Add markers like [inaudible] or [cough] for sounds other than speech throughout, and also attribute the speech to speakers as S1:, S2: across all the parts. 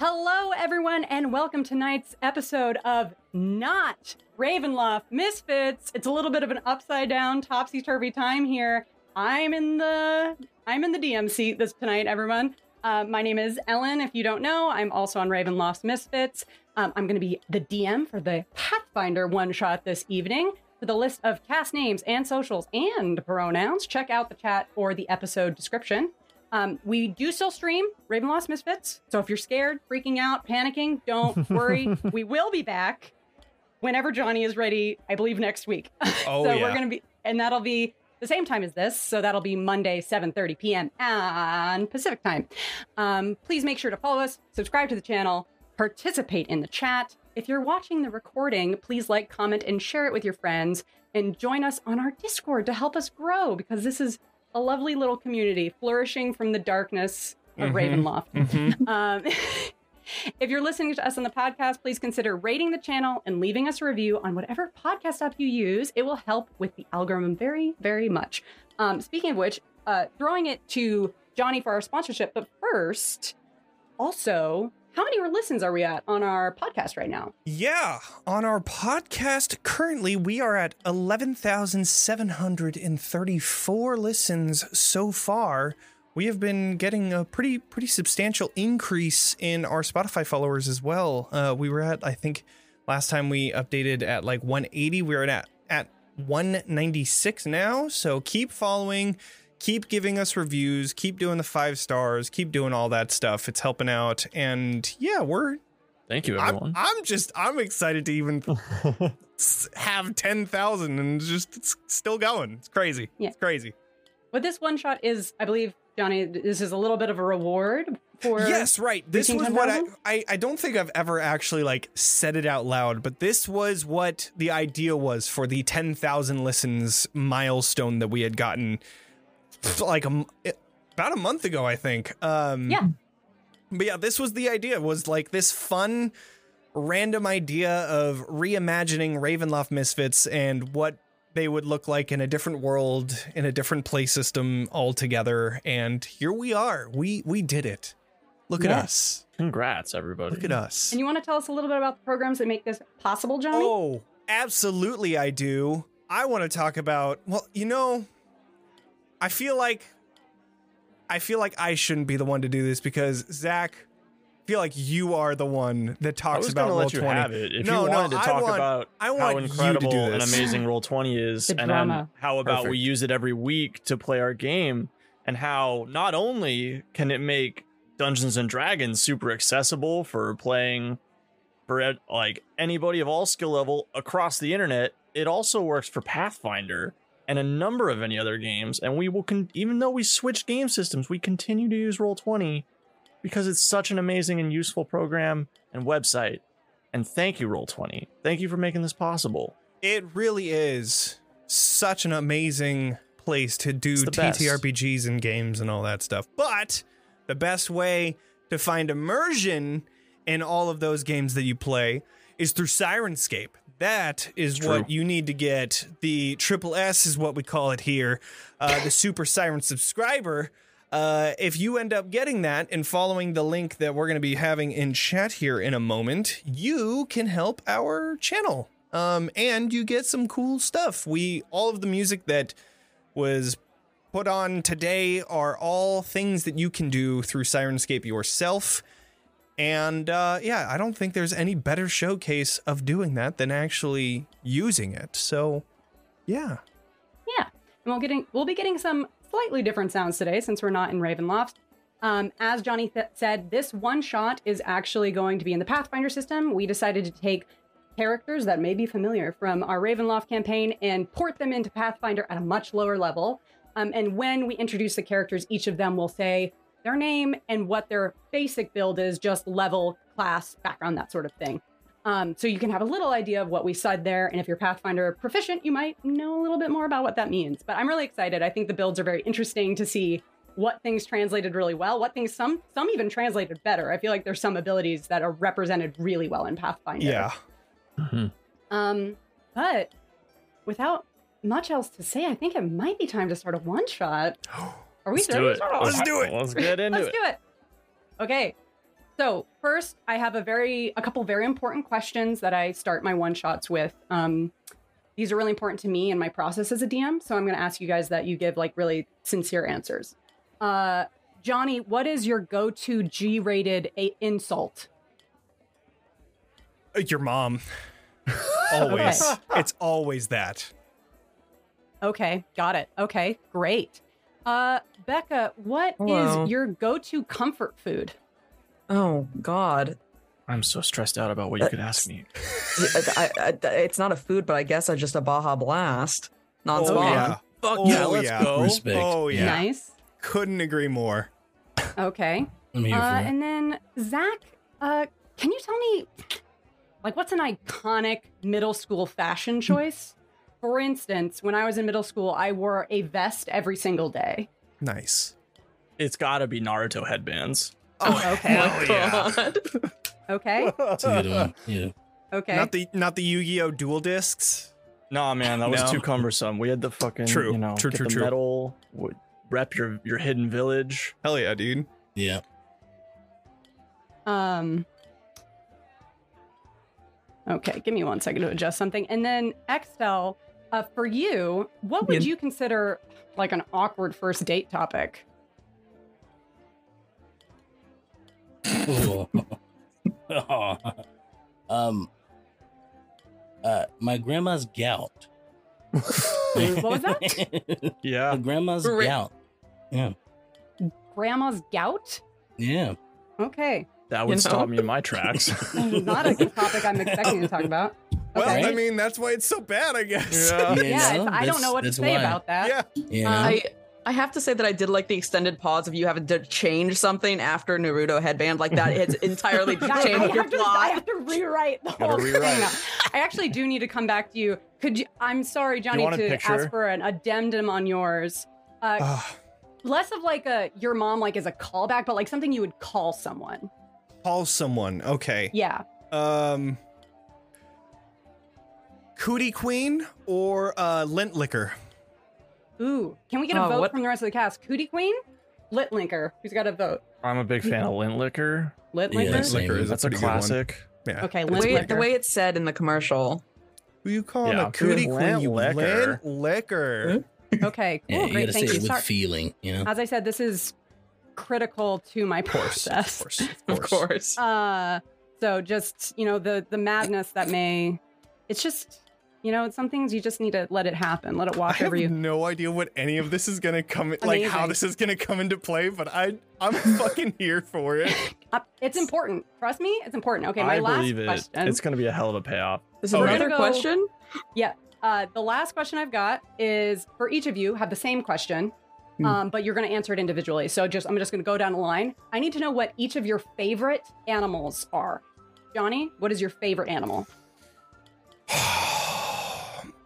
S1: Hello, everyone, and welcome to tonight's episode of Not Ravenloft Misfits. It's a little bit of an upside down, topsy turvy time here. I'm in the I'm in the DM seat this tonight, everyone. Uh, my name is Ellen. If you don't know, I'm also on Ravenloft Misfits. Um, I'm going to be the DM for the Pathfinder one shot this evening. For the list of cast names and socials and pronouns, check out the chat or the episode description. Um, we do still stream Ravenloft Misfits. So if you're scared, freaking out, panicking, don't worry. we will be back whenever Johnny is ready, I believe next week.
S2: Oh
S1: so
S2: yeah.
S1: we're going to be, and that'll be the same time as this. So that'll be Monday, 7.30 p.m. on Pacific time. Um, please make sure to follow us, subscribe to the channel, participate in the chat. If you're watching the recording, please like, comment, and share it with your friends. And join us on our Discord to help us grow because this is a lovely little community flourishing from the darkness of
S2: Mhm.
S1: Ravenloft.
S2: Mhm.
S1: Um, [laughs] if you're listening to us on the podcast, please consider rating the channel and leaving us a review on whatever podcast app you use. It will help with the algorithm very, very much. Um, speaking of which, uh, throwing it to Johnny for our sponsorship. But first, also, how many listens are we at on our podcast right now?
S2: Yeah. On our podcast, currently we are at 11,734 listens so far. We have been getting a pretty pretty substantial increase in our Spotify followers as well. Uh, we were at I think last time we updated at like 180. We are at at 196 now. So keep following, keep giving us reviews, keep doing the five stars, keep doing all that stuff. It's helping out, and yeah, we're
S3: Thank you,
S2: I'm,
S3: everyone.
S2: I'm just I'm excited to even s- have ten thousand and it's just it's still going. It's crazy.
S1: Yeah.
S2: It's crazy.
S1: What this one shot is, I believe, Johnny, this is a little bit of a reward for.
S2: yes, right. This
S1: reaching
S2: was what I,
S1: 10,000?
S2: I I don't think I've ever actually like said it out loud, but this was what the idea was for the ten thousand listens milestone that we had gotten like a, m- about a month ago, I think. Um,
S1: Yeah.
S2: But yeah, this was the idea. Was like this fun, random idea of reimagining Ravenloft Misfits and what they would look like in a different world, in a different play system altogether. And here we are. We we did it. Look at
S1: Yeah.
S2: us.
S3: Congrats, everybody.
S2: Look at us.
S1: And you want to tell us a little bit about the programs that make this possible, Johnny?
S2: Oh, absolutely, I do. I want to talk about. Well, you know, I feel like I feel like I shouldn't be the one to do this because Zach, I feel like you are the one that
S3: I
S2: talks
S3: was
S2: about
S3: gonna
S2: roll
S3: let you
S2: twenty.
S3: have it. If
S2: No,
S3: you
S2: no,
S3: wanted
S2: I
S3: to talk
S2: want-
S3: about
S2: I
S3: how
S2: want you to do
S3: incredible and
S2: this.
S3: amazing Roll Twenty is,
S1: The
S3: and then
S1: drama.
S3: how about we
S2: Perfect.
S3: use it every week to play our game, and how not only can it make Dungeons and Dragons super accessible for playing for ed- like anybody of all skill level across the internet, it also works for Pathfinder and a number of any other games. And we will con- even though we switch game systems, we continue to use Roll Twenty because it's such an amazing and useful program and website. And thank you, Roll20. Thank you for making this possible.
S2: It really is such an amazing place to do
S3: It's the best.
S2: TTRPGs and games and all that stuff. But the best way to find immersion in all of those games that you play is through Sirenscape. That is
S3: It's
S2: what
S3: true.
S2: you need to get. The triple S is what we call it here, uh, the Super Siren subscriber. Uh, if you end up getting that and following the link that we're going to be having in chat here in a moment, you can help our channel. Um, and you get some cool stuff. We all of the music that was put on today are all things that you can do through Sirenscape yourself. And uh, yeah, I don't think there's any better showcase of doing that than actually using it. So, yeah.
S1: Yeah, and we'll getting we'll be getting some slightly different sounds today since we're not in Ravenloft. Um, as Johnny th- said, this one shot is actually going to be in the Pathfinder system. We decided to take characters that may be familiar from our Ravenloft campaign and port them into Pathfinder at a much lower level. Um, and when we introduce the characters, each of them will say their name and what their basic build is, just level, class, background, that sort of thing. Um, so you can have a little idea of what we said there. And if you're Pathfinder proficient, you might know a little bit more about what that means. But I'm really excited. I think the builds are very interesting to see what things translated really well, what things some some even translated better. I feel like there's some abilities that are represented really well in Pathfinder. Um, but without much else to say, I think it might be time to start a one shot. Are we
S3: Let's
S1: ready
S3: do
S1: to
S3: it.
S1: start a
S2: Let's
S1: one-shot?
S2: do it.
S3: Let's get into
S1: Let's
S3: it.
S1: do it. Okay. So first, I have a very a couple very important questions that I start my one shots with. Um, these are really important to me and my process as a DM. So I'm going to ask you guys that you give like really sincere answers. Uh, Johnny, what is your go-to G-rated a- insult?
S2: Uh, [gasps] Your mom. always. [laughs] It's always that.
S1: Okay, got it. Okay, great. Uh, Becca, what is
S4: Hello.
S1: your go-to comfort food?
S4: Oh God,
S3: I'm so stressed out about what you could ask me.
S4: I, I, I- it's not a food, but I guess I just a Baja Blast non-spawn.
S2: Oh yeah.
S3: Fuck
S2: oh,
S3: yeah, let's
S2: yeah.
S3: go.
S5: Respect.
S2: Oh yeah.
S1: Nice.
S2: Couldn't agree more.
S1: Okay.
S5: I'm here
S1: Uh,
S5: for it.
S1: and then Zach, uh, can you tell me, like, what's an iconic middle school fashion choice? For instance, when I was in middle school, I wore a vest every single day.
S2: Nice.
S3: It's gotta be Naruto headbands.
S1: Oh,
S5: [laughs]
S1: okay,
S2: Hell yeah.
S4: God.
S1: okay,
S5: That's a good one. Yeah.
S1: okay.
S2: Not the not the Yu-Gi-Oh dual discs.
S3: Nah, man, that was
S2: No.
S3: too cumbersome. We had the fucking
S2: True,
S3: You know,
S2: true,
S3: get
S2: true,
S3: the
S2: true.
S3: Metal, w- rep your your hidden village.
S2: Hell yeah, dude.
S5: Yeah.
S1: Um, okay, give me one second to adjust something. And then Xtel, uh, for you, what would
S4: Yeah.
S1: you consider like an awkward first date topic?
S5: Cool. [laughs] um. Uh, my grandma's gout.
S1: [laughs] What was that?
S5: [laughs] my
S3: Yeah,
S5: grandma's
S4: Ra-
S5: gout.
S1: Grandma's gout.
S5: Yeah.
S1: Okay,
S3: that
S4: You
S3: would
S4: know?
S3: stop me in my tracks.
S1: Mm, not a topic I'm expecting
S5: [laughs]
S1: to talk about.
S2: Well,
S5: Okay.
S2: I mean, that's why it's so bad, I guess.
S3: yeah.
S5: Yeah,
S1: yeah, it's, I
S5: no,
S1: don't
S5: that's-
S1: know what to
S5: that's
S1: say
S5: why.
S1: about that.
S2: Yeah.
S5: You know?
S1: Um,
S4: I I have to say that I did like the extended pause of you having to change something after Naruto headband. Like that has entirely
S1: [laughs] I, I
S4: changed your
S1: have to, I
S4: plot.
S1: have to rewrite the whole thing.
S3: rewrite.
S1: now. I actually do need to come back to you. Could you? I'm sorry, Johnny,
S3: want a
S1: to
S3: picture?
S1: ask for an addendum on yours. Uh,
S2: [laughs] Ah,
S1: less of like a your mom like as a callback, but like something you would call someone.
S2: call someone. Okay.
S1: Yeah.
S2: Um Cootie Queen or uh Lint Licker?
S1: Ooh. Can we get a
S4: Oh,
S1: vote
S4: what-
S1: from the rest of the cast? Cootie Queen, Litlinker. Who's got a vote?
S3: [laughs] I'm a big fan of lint liquor.
S5: Yes.
S1: Litlinker.
S5: Licker is a
S3: That's a
S2: pretty good one.
S3: classic.
S2: Yeah.
S1: Okay,
S4: The
S1: Lint
S4: way, the
S1: Licker.
S4: way it's said in the commercial.
S2: Who you calling
S3: Yeah.
S2: a cootie queen?
S3: Lint
S2: You
S3: Licker.
S2: Lint
S1: Hmm?
S2: Licker.
S1: Okay. Cool.
S5: yeah, you
S1: oh, Great.
S5: gotta say
S1: Thank
S5: it
S1: you.
S5: with
S1: Sorry.
S5: feeling, you know?
S1: As I said, this is critical to my
S2: Of course,
S1: process.
S2: of course, of course.
S4: Of course.
S1: Uh, so just you know the the madness that may, it's just you know some things you just need to let it happen, let it
S2: I
S1: wash
S2: have
S1: over you.
S2: no idea what any of this is gonna come, like how
S1: Amazing.
S2: this is gonna come into play, but I,
S1: [laughs]
S2: I'm fucking here for it.
S1: Uh, it's important. Trust me, it's important. Okay, my
S3: I
S1: last
S3: believe it.
S1: question.
S3: It's gonna be a hell of a payoff.
S4: There's
S2: Oh, yeah.
S4: another
S1: Go-
S4: question.
S1: Uh, the last question I've got is for each of you have the same question.
S2: Hmm.
S1: Um, but you're going to answer it individually. So just I'm just going to go down the line. I need to know what each of your favorite animals are. Johnny, what is your favorite animal?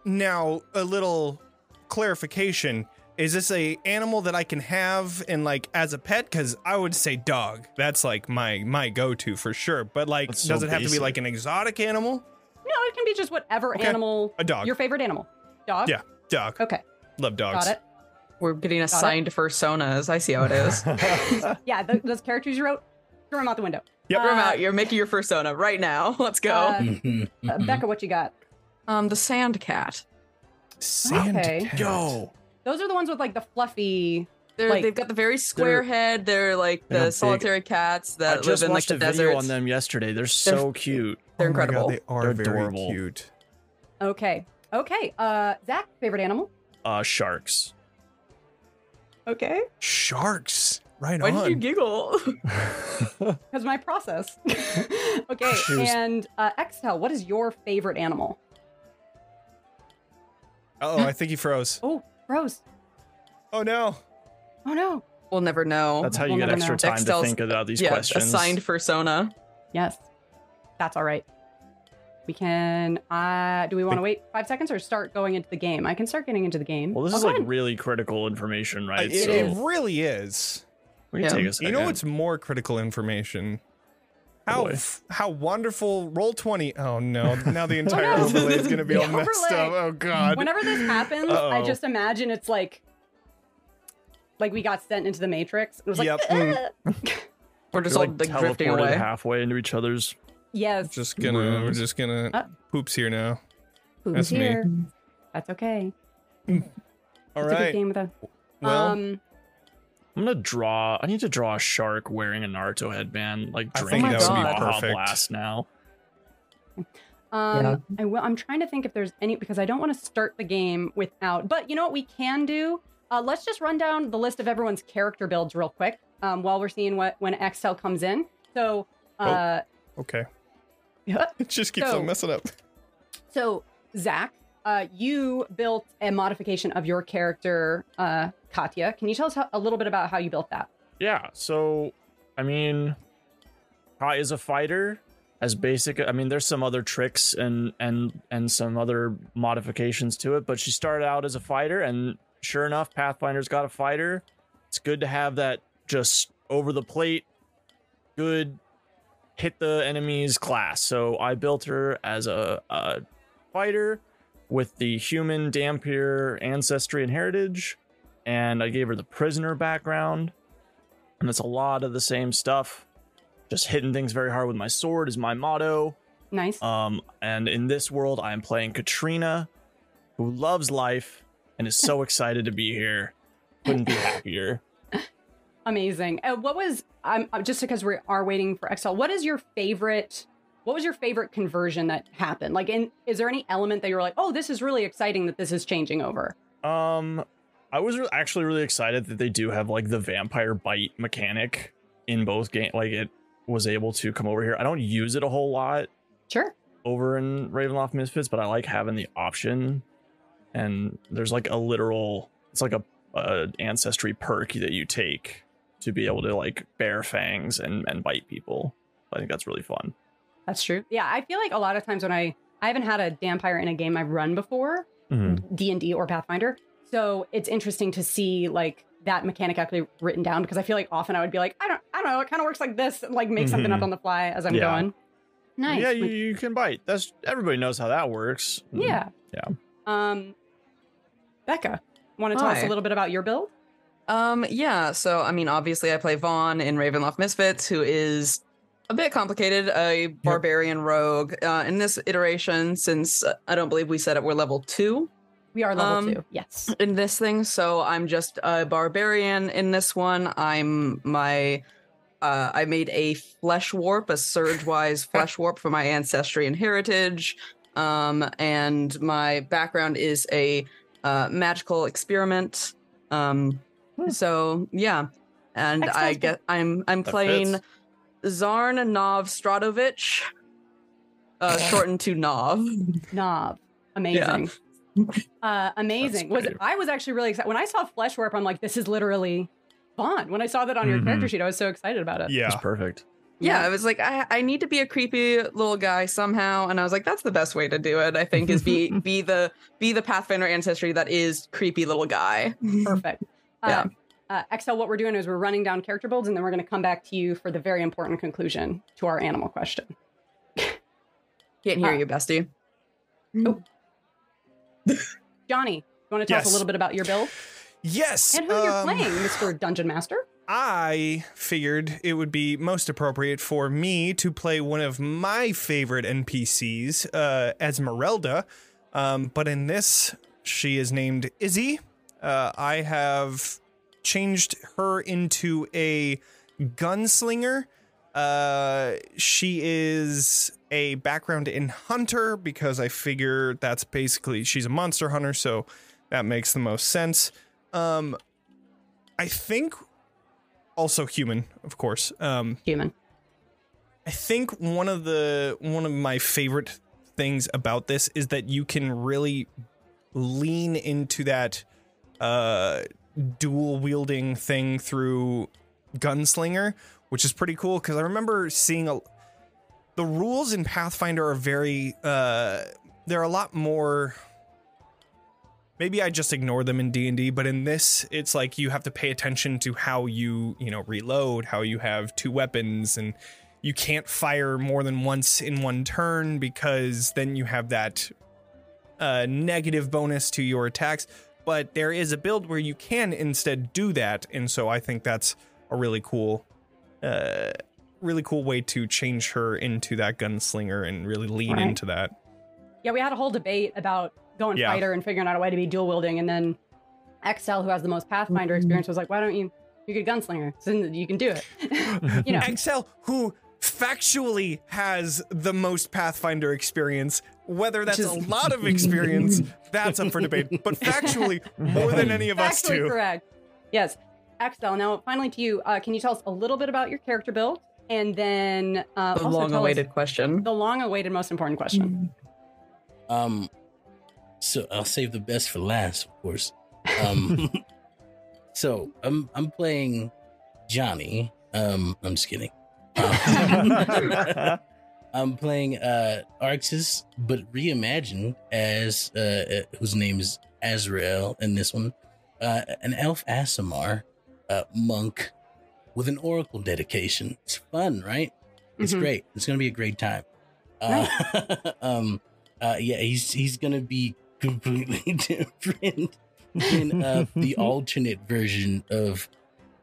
S2: now, a little clarification: Is this a animal that I can have and like as a pet? Because I would say dog. That's like my my go to for sure. But like,
S3: That's so
S2: does it have to be
S3: basic.
S2: like an exotic animal?
S1: No, it can be just whatever
S2: Okay.
S1: animal.
S2: A dog.
S1: Your favorite animal. Dog.
S2: Yeah, dog.
S1: Okay.
S2: Love dogs.
S1: Got it.
S4: We're getting assigned personas. I see how
S1: [laughs]
S4: it is.
S1: Yeah, th- those characters you wrote, throw them out the window.
S2: Yep.
S4: Throw 'em out. You're making your persona right now. Let's go.
S1: Uh,
S5: Mhm, [laughs]
S1: Uh,
S3: Mm-hmm.
S5: mhm.
S1: Becca, what you got?
S4: um, the sand cat.
S2: Sand
S1: Okay.
S2: cat.
S3: Yo,
S1: Those are the ones with like the fluffy.
S4: They're,
S1: Like,
S4: they've got the very square
S3: they're-
S4: head. They're like
S3: They're
S4: the
S3: big.
S4: solitary cats
S3: I
S4: that live
S3: just
S4: in like
S3: watched
S4: the
S3: a video
S4: desert.
S3: on them yesterday. They're so cute.
S4: They're
S2: Oh my God,
S4: incredible.
S2: they are
S3: They're
S2: very
S3: adorable.
S2: cute.
S1: Okay. Okay. Uh, Zach, favorite animal?
S3: Uh, sharks.
S1: Okay.
S2: Sharks. Right
S4: Why
S2: on.
S4: did you
S3: [laughs]
S4: giggle? Oh,
S1: Because my process. okay.
S3: She was-
S1: And uh, Exhale, what is your favorite animal?
S2: oh, I think he froze.
S1: Oh, Rose.
S2: Oh no.
S1: Oh no.
S4: we'll never know.
S3: That's how you
S1: We'll
S3: get
S1: never
S3: extra
S1: know.
S3: time to
S4: Dextel's-
S3: think about these
S4: yeah,
S3: questions.
S4: assigned persona.
S1: Yes. That's all right. We can. Uh, do we want to wait five seconds or start going into the game? I can start getting into the game.
S3: Well, this
S1: Oh,
S3: is
S1: go
S3: like
S1: ahead.
S3: really critical information, right?
S2: it,
S3: so
S2: it really is.
S3: we can
S4: Yeah.
S3: take a second.
S2: You know what's more critical information? How
S3: Boy.
S2: f- how wonderful roll twenty. Oh no!
S1: [laughs]
S2: Now the entire
S1: Oh, no.
S2: overlay is gonna be
S1: [laughs]
S2: all
S1: The
S2: messed up.
S1: overlay.
S2: Oh god.
S1: Whenever this happens, I
S3: Uh-oh.
S1: just imagine it's
S2: Hmm.
S1: like, like we got sent into the Matrix. It was like,
S2: Yep.
S1: "Ah."
S4: We're just
S3: They're,
S4: all
S3: like,
S4: like drifting
S3: teleported
S4: away.
S3: halfway into each other's.
S1: Yes.
S2: Just gonna,
S3: Rude.
S2: we're just gonna
S1: Uh.
S2: poops here now.
S1: Who's
S2: that's me.
S1: here? That's okay.
S2: All
S1: It's a good
S2: right.
S1: game with a.
S2: Well,
S1: um,
S3: I'm gonna draw. I need to draw a shark wearing a Naruto headband, like
S2: I
S3: drinking
S4: think that
S3: some
S4: would be
S3: Baja
S2: perfect.
S3: Blast now.
S1: um,
S4: Yeah.
S1: I will, I'm trying to think if there's any because I don't want to start the game without. But you know what we can do? Uh, let's just run down the list of everyone's character builds real quick um, while we're seeing what when Excel comes in. So, uh,
S2: Oh. okay. [laughs]
S1: Yeah.
S2: It just keeps
S1: So-
S2: on messing up.
S1: so Zach, uh, you built a modification of your character, uh, Katya. Can you tell us how, a little bit about how you built that?
S3: Yeah. So, I mean, Kai is a fighter. As basic, I mean, there's some other tricks and and and some other modifications to it, but she started out as a fighter, and sure enough, Pathfinder's got a fighter. It's good to have that just over the plate, good hit the enemies class. So I built her as a, a fighter with the human Dampier ancestry and heritage, and I gave her the prisoner background and it's a lot of the same stuff. Just hitting things very hard with my sword is my motto.
S1: Nice.
S3: Um, and in this world, I am playing Katrina, who loves life and is so excited to be here. Couldn't be happier.
S1: Amazing. Uh, what was I'm um, just because we are waiting for Excel. What is your favorite? What was your favorite conversion that happened? Like, in is there any element that you were like, oh, this is really exciting that this is changing over?
S3: Um, I was re- actually really excited that they do have like the vampire bite mechanic in both game. Like it was able to come over here. I don't use it a whole lot
S1: Sure.
S3: over in Ravenloft Misfits, but I like having the option. And there's like a literal, it's like a, a ancestry perk that you take to be able to like bear fangs and, and bite people. I think that's really fun.
S1: That's true. Yeah, I feel like a lot of times when I I haven't had a vampire in a game I've run before,
S3: Mm-hmm. Hmm.
S1: D and D or Pathfinder, so it's interesting to see like that mechanic actually written down because I feel like often I would be like, I don't, I don't know, it kind of works like this, and, like make something
S3: Mhm.
S1: up on the fly as I'm
S3: Yeah.
S1: going. Nice.
S3: Yeah,
S1: Like,
S3: you, you can bite. That's everybody knows how that works. Mm,
S1: Yeah.
S3: Yeah.
S1: Um, Becca, want to tell us
S4: Hi.
S1: a little bit about your build?
S4: Um, yeah. So, I mean, obviously, I play Vaughn in Ravenloft Misfits, who is a bit complicated, a barbarian rogue. Uh, in this iteration, since uh, I don't believe we said it, we're level two
S1: We are level
S4: Um,
S1: two. Yes.
S4: in this thing. So, I'm just a barbarian in this one. I'm my. Uh, I made a flesh warp, a surge wise flesh warp for my ancestry and heritage. Um, and my background is a uh, magical experiment. Um, so yeah, and I
S1: Excellent.
S4: get I'm I'm
S3: That
S4: playing
S3: fits.
S4: Zarn Nov Stradovich, uh, shortened to Nov.
S1: Knob. Amazing. Uh, amazing.
S3: That's
S1: Was
S3: great.
S1: I was actually really excited when I saw Flesh Warp. I'm like, this is literally Bond. When I saw that on your
S3: Mhm.
S1: character sheet, I was so excited about it. [laughs]
S3: It's [laughs] perfect.
S4: Yeah, I was like, I, I need to be a creepy little guy somehow, and I was like, that's the best way to do it. I think
S1: [laughs]
S4: is be be the be the Pathfinder ancestry that is creepy little guy.
S1: Perfect. Uh, uh, Excel, what we're doing is we're running down character builds, and then we're going to come back to you for the very important conclusion to our animal question.
S4: Can't hear
S1: Ah.
S4: you, bestie.
S1: Mm-hmm.
S4: Oh,
S1: Johnny, you want to tell us
S2: Yes.
S1: a little bit about your build
S2: Yes.
S1: and who you're
S2: um,
S1: playing, Mr. Dungeon Master?
S2: I figured it would be most appropriate for me to play one of my favorite NPCs, uh, Esmeralda. Um, but in this, she is named Izzy. Uh, I have changed her into a gunslinger. Uh, she is a background in hunter because I figure that's basically she's a monster hunter, so that makes the most sense. Um, I think also human, of course. Um,
S1: Human.
S2: I think one of the one of my favorite things about this is that you can really lean into that uh, dual wielding thing through gunslinger, which is pretty cool because I remember seeing a the rules in Pathfinder are very uh, they're a lot more. Maybe I just ignore them in D and D, but in this, it's like you have to pay attention to how you you know reload, how you have two weapons, and you can't fire more than once in one turn because then you have that uh, negative bonus to your attacks. But there is a build where you can instead do that, and so I think that's a really cool uh, really cool way to change her into that gunslinger and really lean
S1: Right.
S2: into that.
S1: Yeah, we had a whole debate about going
S2: Yeah.
S1: fighter and figuring out a way to be dual wielding, and then XL, who has the most
S2: Mm-hmm.
S1: Pathfinder experience, was like, "Why don't you? You could gunslinger. So then you can do it." [laughs]
S2: [laughs]
S1: you know,
S2: Axel, who factually has the most Pathfinder experience, whether that's
S4: is-
S2: a lot of experience, that's up for debate. But factually, more than any of us
S1: Factually
S2: do.
S1: correct. Yes, XL. Now, finally, to you, uh, can you tell us a little bit about your character build, and then uh, also
S4: The
S1: tell us
S4: long-awaited question.
S1: the long-awaited, most important
S5: Mm.
S1: question?
S5: Um, so I'll save the best for last, of course. Um, so I'm I'm playing Johnny. Um, I'm just kidding. [laughs] Um, I'm playing uh Arxis, but reimagined as uh, uh whose name is Azrael in this one, uh an elf Asimar, uh monk with an oracle dedication. It's fun, right? It's
S1: Mhm.
S5: great. It's gonna be a great time. Uh, [laughs] um, uh, yeah, he's he's gonna be completely [laughs] different than uh, the alternate version of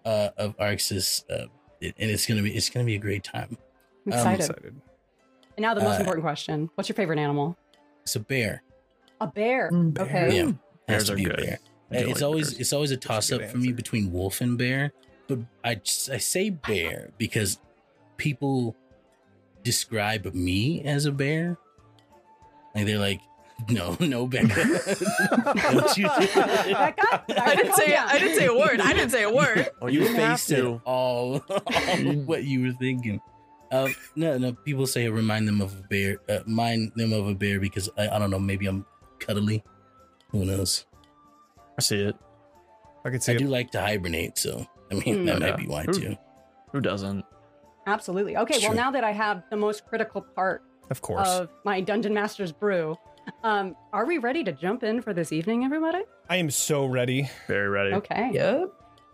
S5: uh, of Arxis, uh, and it's gonna be it's gonna be a great time.
S1: I'm
S5: um,
S1: excited.
S2: Excited.
S1: and now the most
S5: uh,
S1: important question: What's your favorite animal?
S5: It's a bear.
S1: A bear.
S5: Mm, Yeah,
S1: Okay. [laughs]
S5: has
S3: Bears
S5: to
S3: are
S5: be a
S3: good.
S5: bear.
S3: I do
S5: Uh, it's
S3: like
S5: always
S3: bears.
S5: it's always a
S2: a
S5: toss up
S2: good
S5: for me
S2: answer.
S5: between wolf and bear, but I just, I say bear because people describe me as a bear, like they're like, no, [laughs]
S3: [laughs]
S5: no bear. Don't you do it.
S1: Becca? [laughs]
S4: I didn't say I didn't say a word. I didn't say a word.
S3: Oh, you
S5: You
S3: have
S5: faced it
S3: to.
S5: all, [laughs] all of what you were thinking. Um, no, no. People say it remind them of a bear. Uh, mind them of a bear because I, I don't know. Maybe I'm cuddly. Who knows?
S3: I see it.
S2: I could see
S5: I
S2: it.
S5: do like to hibernate, so I mean
S1: Mm.
S5: that
S3: Yeah.
S5: might be why
S3: Ooh.
S5: too.
S3: Who doesn't?
S1: Absolutely. Okay. Well,
S5: Sure.
S1: now that I have the most critical part
S2: Of course.
S4: Uh,
S1: of my Dungeon Master's brew, um, are we ready to jump in for this evening, everybody?
S2: I am so ready.
S3: Very ready.
S1: Okay.
S4: Yep.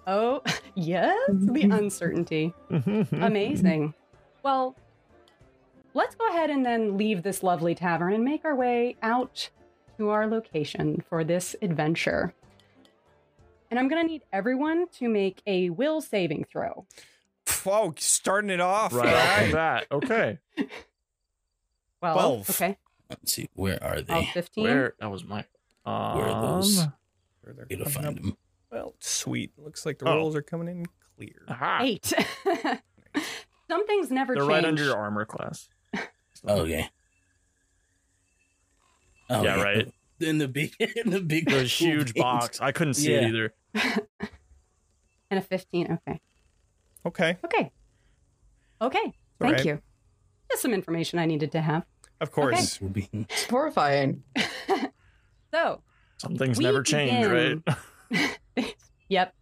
S1: Oh, [laughs] yes. The
S5: Mm-hmm.
S1: uncertainty.
S3: [laughs] Mm-hmm.
S1: Um, Amazing. Well, let's go ahead and then leave this lovely tavern and make our way out to our location for this adventure. And I'm going to need everyone to make a will saving throw.
S2: Whoa, starting it off.
S3: Right off the bat. Okay.
S1: Well,
S2: Twelve.
S1: okay.
S5: Let's see, where are they?
S1: Oh, 15.
S3: Where? That was my. Um,
S5: Where are those?
S2: Sure, they're
S5: Way to
S2: coming
S5: find
S2: up.
S5: them.
S2: Well, sweet. Looks like the
S3: Oh.
S2: rolls are coming in clear.
S3: aha.
S1: Eight. [laughs] Some things never
S3: They're
S1: change.
S3: right under your armor class.
S5: Oh, okay. Oh,
S2: [laughs]
S3: yeah, right.
S5: [laughs] In the big, in the big,
S3: There's a
S5: cool
S3: huge
S5: things. [laughs]
S3: box. I couldn't see
S5: Yeah.
S3: it either.
S1: and a 15. Okay.
S2: Okay.
S1: Okay. Okay. Thank
S2: right.
S1: you. Just some information I needed to have.
S2: Of course.
S5: Will be-
S4: It's horrifying.
S1: So,
S3: Some things
S1: We
S3: never
S1: begin.
S3: change, right? [laughs]
S1: [laughs] yep.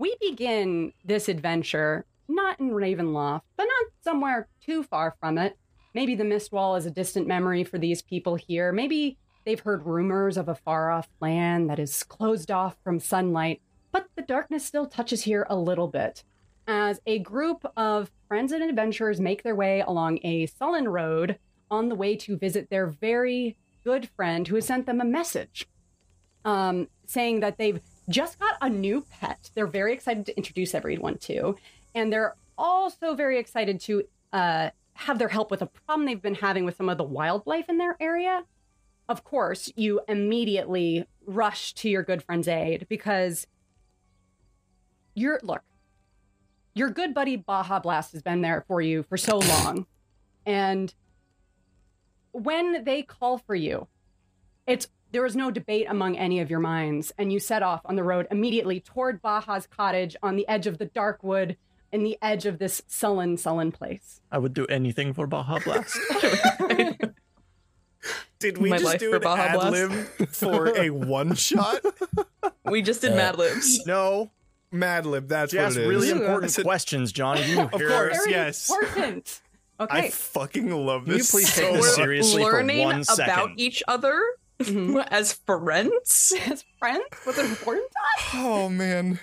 S1: We begin this adventure not in Ravenloft, but not somewhere too far from it. Maybe the Mist Wall is a distant memory for these people here. Maybe they've heard rumors of a far off land that is closed off from sunlight, but the darkness still touches here a little bit. As a group of friends and adventurers make their way along a sullen road on the way to visit their very good friend who has sent them a message um, saying that they've just got a new pet. They're very excited to introduce everyone to, and they're also very excited to uh, have their help with a problem they've been having with some of the wildlife in their area. Of course, you immediately rush to your good friend's aid because your look, your good buddy Baja Blast has been there for you for so long, and when they call for you, it's there is no debate among any of your minds, and you set off on the road immediately toward Baja's cottage on the edge of the dark wood in the edge of this sullen, sullen place.
S3: I would do anything for Baja
S2: [laughs]
S3: Blast.
S2: Did
S4: My life for Baja Blast.
S2: ad-lib for a one
S4: [laughs]
S2: shot?
S4: We just did
S5: Uh,
S4: Mad Libs.
S2: no. Mad lib. That's
S3: She asked
S2: what it is.
S3: really
S1: Ooh.
S3: important
S2: It's a-
S3: questions, Johnny. You
S2: Of
S3: hear
S2: course.
S3: us?
S1: Very
S2: yes.
S1: important. Okay.
S2: I fucking love
S3: Can you
S2: this.
S3: please
S2: so
S3: take this
S2: much.
S3: seriously for
S4: Learning
S3: one
S4: about
S3: second?
S4: each other
S1: [laughs] Mhm.
S4: as friends.
S1: As friends, what's important?
S2: Oh man.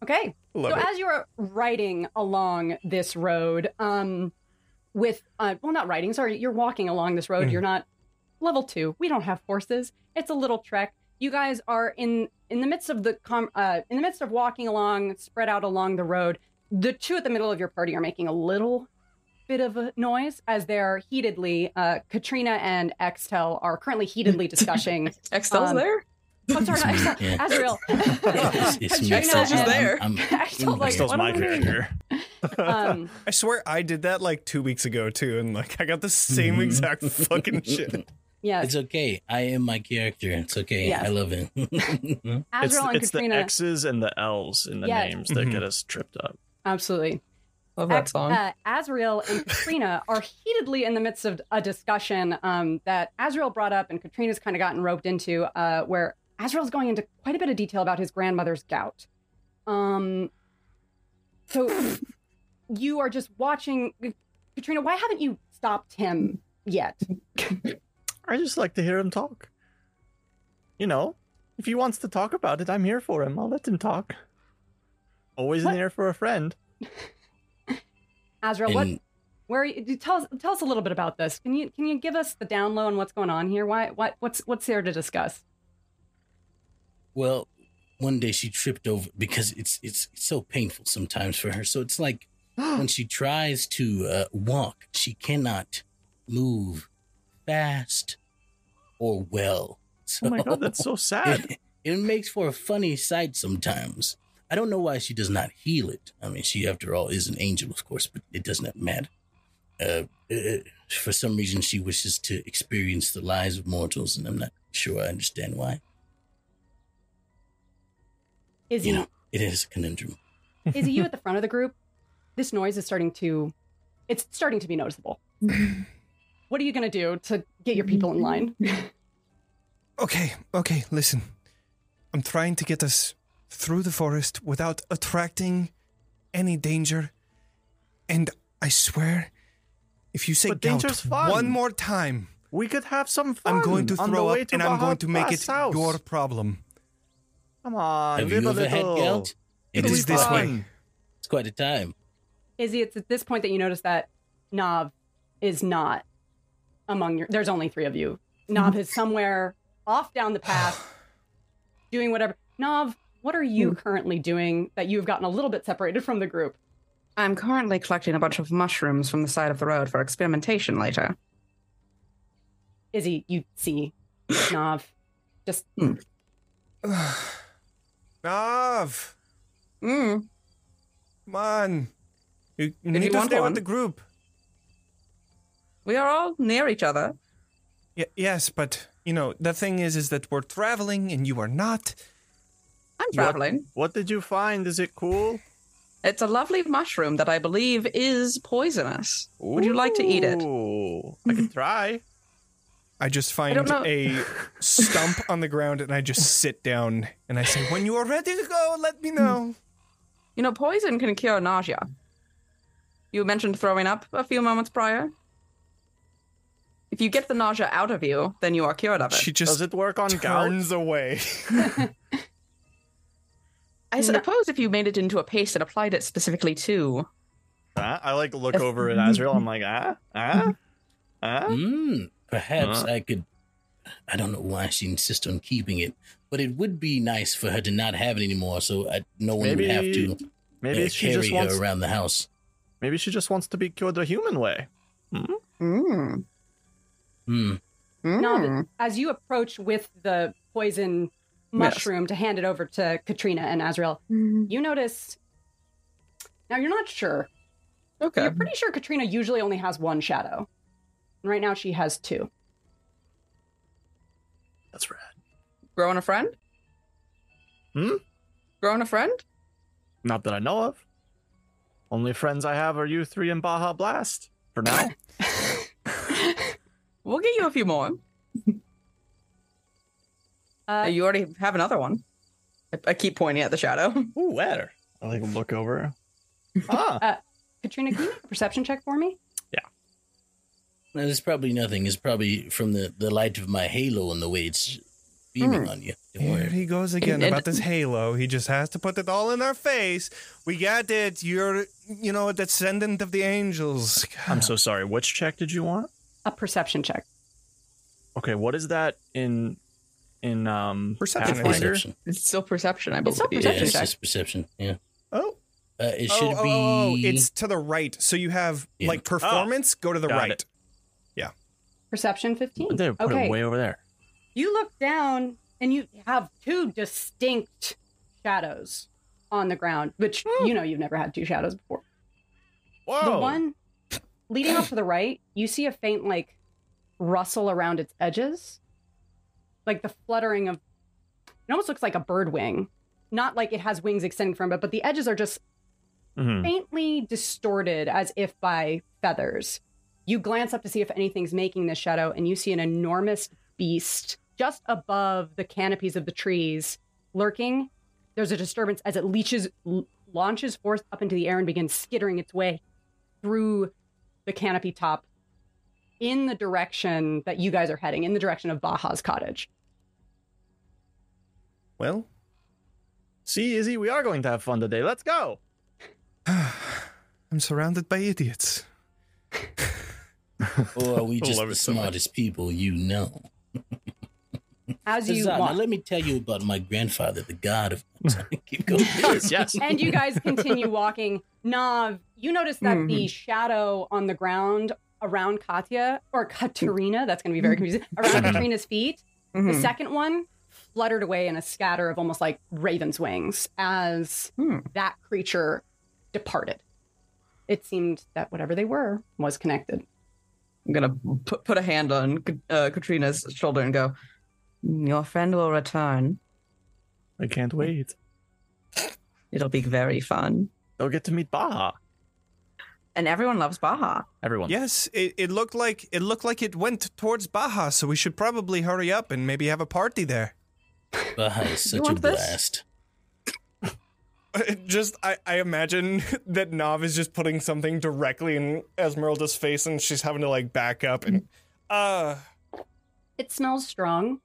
S1: Okay.
S2: Love
S1: so
S2: it.
S1: as you're riding along this road, um, with uh, well, not riding. Sorry, you're walking along this road.
S2: Mhm.
S1: You're not level two. We don't have horses. It's a little trek. You guys are in in the midst of the com- uh, in the midst of walking along, spread out along the road. the two at the middle of your party are making a little bit of a noise as they're heatedly. Uh, Katrina and Xtel are currently heatedly discussing.
S4: Excel's
S1: Um,
S4: there.
S1: oh, sorry, not
S5: It's
S1: Xtel,
S5: me, yeah.
S1: Azrael.
S5: [laughs]
S1: [laughs]
S5: It's, it's me.
S1: Katrina
S4: Excel's just
S1: and- [laughs]
S4: there.
S5: I'm, I'm,
S1: Excel's like,
S3: Excel's
S1: what
S3: my
S1: am I doing?
S3: character.
S1: Um,
S2: I swear I did that like two weeks ago too, and like I got the [laughs] same
S5: Mhm.
S2: exact fucking shit.
S1: yes,
S5: it's okay. I am my character. It's okay.
S1: Yes.
S5: I love it. [laughs]
S3: It's,
S1: Azrael and
S3: it's the
S1: Katrina.
S3: X's and the L's in the
S1: Yes.
S3: names that
S2: Mhm.
S3: get us tripped up.
S1: Absolutely.
S4: [laughs] Love that
S1: Ac-
S4: song.
S1: Uh, Azrael [laughs] and Katrina are heatedly in the midst of a discussion um, that Azrael brought up and Katrina's kind of gotten roped into, uh, where Azrael's going into quite a bit of detail about his grandmother's gout. Um, so [laughs] you are just watching. Katrina, why haven't you stopped him yet?
S3: I just like to hear him talk. You know, if he wants to talk about it, I'm here for him. I'll let him talk. Always
S1: What?
S3: in there for a friend. [gasps]
S1: Azrael, what?
S5: and
S1: Where are you, tell us tell us a little bit about this? Can you can you give us the down low on what's going on here? Why what what's what's there to discuss?
S5: well, one day she tripped over because it's it's so painful sometimes for her. So it's like
S3: Oh
S5: when she tries to uh, walk, she cannot move fast or well. So
S3: Oh my god, that's
S2: [laughs]
S3: so sad.
S5: [laughs] It, it makes for a funny sight sometimes. I don't know why she does not heal it. I mean, she, after all, is an angel, of course, but it does not matter. Uh, uh, for some reason, she wishes to experience the lives of mortals, and I'm not sure I understand why.
S1: Is
S5: You
S1: he
S5: know, it is a conundrum.
S1: Izzy, you at the front of the group, this noise is starting to it's starting to be noticeable. what are you gonna do to get your people in line?
S2: Okay, okay, listen. I'm trying to get us through the forest without attracting any danger. And I swear, if you say
S3: But
S2: gout
S3: danger's fun.
S2: one more time,
S3: We could have some fun.
S2: I'm going to
S3: on the
S2: throw
S3: way
S2: up and I'm
S3: Baja
S2: going to make it
S3: Blast's house.
S2: your problem.
S3: Come on,
S5: Have
S3: live
S5: you
S3: a
S5: ever had
S3: little.
S5: gout?
S2: It
S5: It
S3: It'll
S5: is
S2: is
S3: be
S2: this
S5: quite,
S3: fine.
S2: way.
S5: it's quite a time.
S1: Izzy, it's at this point that you notice that Nav is not among your there's only three of you. Nav is somewhere off down the path, [sighs] doing whatever. Nav, what are you currently doing that you've gotten a little bit separated from the group?
S4: I'm currently collecting a bunch of mushrooms from the side of the road for experimentation later.
S1: Izzy, you see Nav. Just
S2: Nav,
S4: Mm.
S2: come on. You, you
S4: If
S2: need
S4: you
S2: to
S4: want
S2: stay
S4: one.
S2: with the group.
S4: We are all near each other.
S2: Y- yes, but, you know, the thing is, is that we're traveling and you are not.
S4: I'm traveling.
S3: What did you find? Is it cool?
S4: It's a lovely mushroom that I believe is poisonous. Would you like to eat it?
S3: Ooh, I could try.
S2: I just find
S4: don't know.
S2: a stump on the ground and I just sit down and I say, When you are ready to go, let me
S4: Mm.
S2: know.
S4: You know, poison can cure nausea. You mentioned throwing up a few moments prior. If you get the nausea out of you, then you are cured of it.
S2: She [laughs]
S3: Does
S2: just
S3: it work on gout?
S2: turns away.
S4: I suppose if you made it into a paste and applied it specifically to.
S3: Huh? Ah, I like look
S4: Yes.
S3: over at Azrael. I'm like, ah, ah, ah.
S5: Mm, perhaps
S3: Huh?
S5: I could. I don't know why she insists on keeping it, but it would be nice for her to not have it anymore, so I, no one would have to
S3: Maybe- Maybe
S5: uh,
S3: she just
S5: carry
S3: wants.
S5: her around the house.
S3: Maybe she just wants to be cured the human way.
S4: Mm.
S5: Mm.
S1: Nav, as you approach with the poison mushroom to hand it over to Katrina and Azrael,
S4: Mm.
S1: you notice. Now you're not sure. but
S4: Okay.
S3: Mm-hmm.
S1: You're pretty sure Katrina usually only has one shadow. And right now she has two.
S3: That's rad.
S4: Growing a friend?
S3: Hmm?
S4: Growing a friend?
S3: Not that I know of. Only friends I have are you three and Baja Blast. For
S5: [coughs]
S3: now,
S4: We'll get you a few more.
S1: Uh,
S4: you already have another one. I, I keep pointing at the shadow. [laughs]
S3: ooh, where? I like look over. Ah,
S1: Katrina, can you make a perception check for me?
S5: Now, there's probably nothing. It's probably from the, the light of my halo and the way it's beaming on you. Don't
S2: Here
S5: worry.
S2: he goes again
S4: And-
S2: about this halo. He just has to put it all in our face. We got it. You're, you know, a descendant of the angels.
S3: I'm so sorry. Which check did you want?
S1: A perception check.
S3: Okay, what is that in in um
S2: Perception, I think.
S3: Pathfinder?
S5: Perception.
S4: It's still perception, I believe.
S1: still
S5: Yeah,
S1: perception
S5: it's
S1: check.
S5: just perception. Yeah.
S2: Oh,
S5: Uh, it
S2: Oh,
S5: should
S2: oh,
S5: be.
S2: oh, oh, it's [laughs] to the right. So you have
S5: Yeah.
S2: like performance, go to the
S3: Got
S2: right.
S3: it.
S1: Perception 15.
S3: They put
S1: okay.
S3: it way over there.
S1: You look down and you have two distinct shadows on the ground, which you know you've never had two shadows before.
S2: Whoa.
S1: The one leading off to the right, you see a faint like rustle around its edges, like the fluttering of. It almost looks like a bird wing, not like it has wings extending from it, but the edges are just
S3: Mhm.
S1: faintly distorted as if by feathers. You glance up to see if anything's making this shadow, and you see an enormous beast just above the canopies of the trees lurking. There's a disturbance as it leeches, l- launches forth up into the air and begins skittering its way through the canopy top in the direction that you guys are heading, in the direction of Baja's cottage.
S2: Well,
S3: See, Izzy, we are going to have fun today. Let's go.
S2: I'm surrounded by idiots.
S5: or are we
S2: I
S5: just
S2: love
S5: the
S2: it so
S5: smartest people you know?
S1: As you
S5: Zana,
S1: walk.
S5: let me tell you about my grandfather, the god of. Keep going.
S3: Yes, [laughs] yes.
S1: and you
S2: [laughs]
S1: guys continue walking. Nav, you notice that
S2: Mm-hmm.
S1: the shadow on the ground around Katya or Katerina, that's going to be
S2: Mm-hmm.
S1: very confusing, around Katerina's feet, the
S4: Mhm.
S1: second one fluttered away in a scatter of almost like raven's wings as
S4: Hmm.
S1: that creature departed. It seemed that whatever they were was connected.
S4: I'm gonna put, put a hand on uh, Katrina's shoulder and go. "Mm, Your friend will return.
S3: I can't wait.
S4: It'll be very fun,
S3: They'll get to meet Baja.
S4: and everyone loves Baja.
S3: Everyone.
S2: Yes, it, it looked like it looked like it went towards Baja, so we should probably hurry up and maybe have a party there.
S5: Baja is such a
S4: want this?
S5: blast.
S2: [laughs] Just I, I imagine [laughs] that Nav is just putting something directly in Esmeralda's face and she's having to like back up and uh
S1: It smells strong.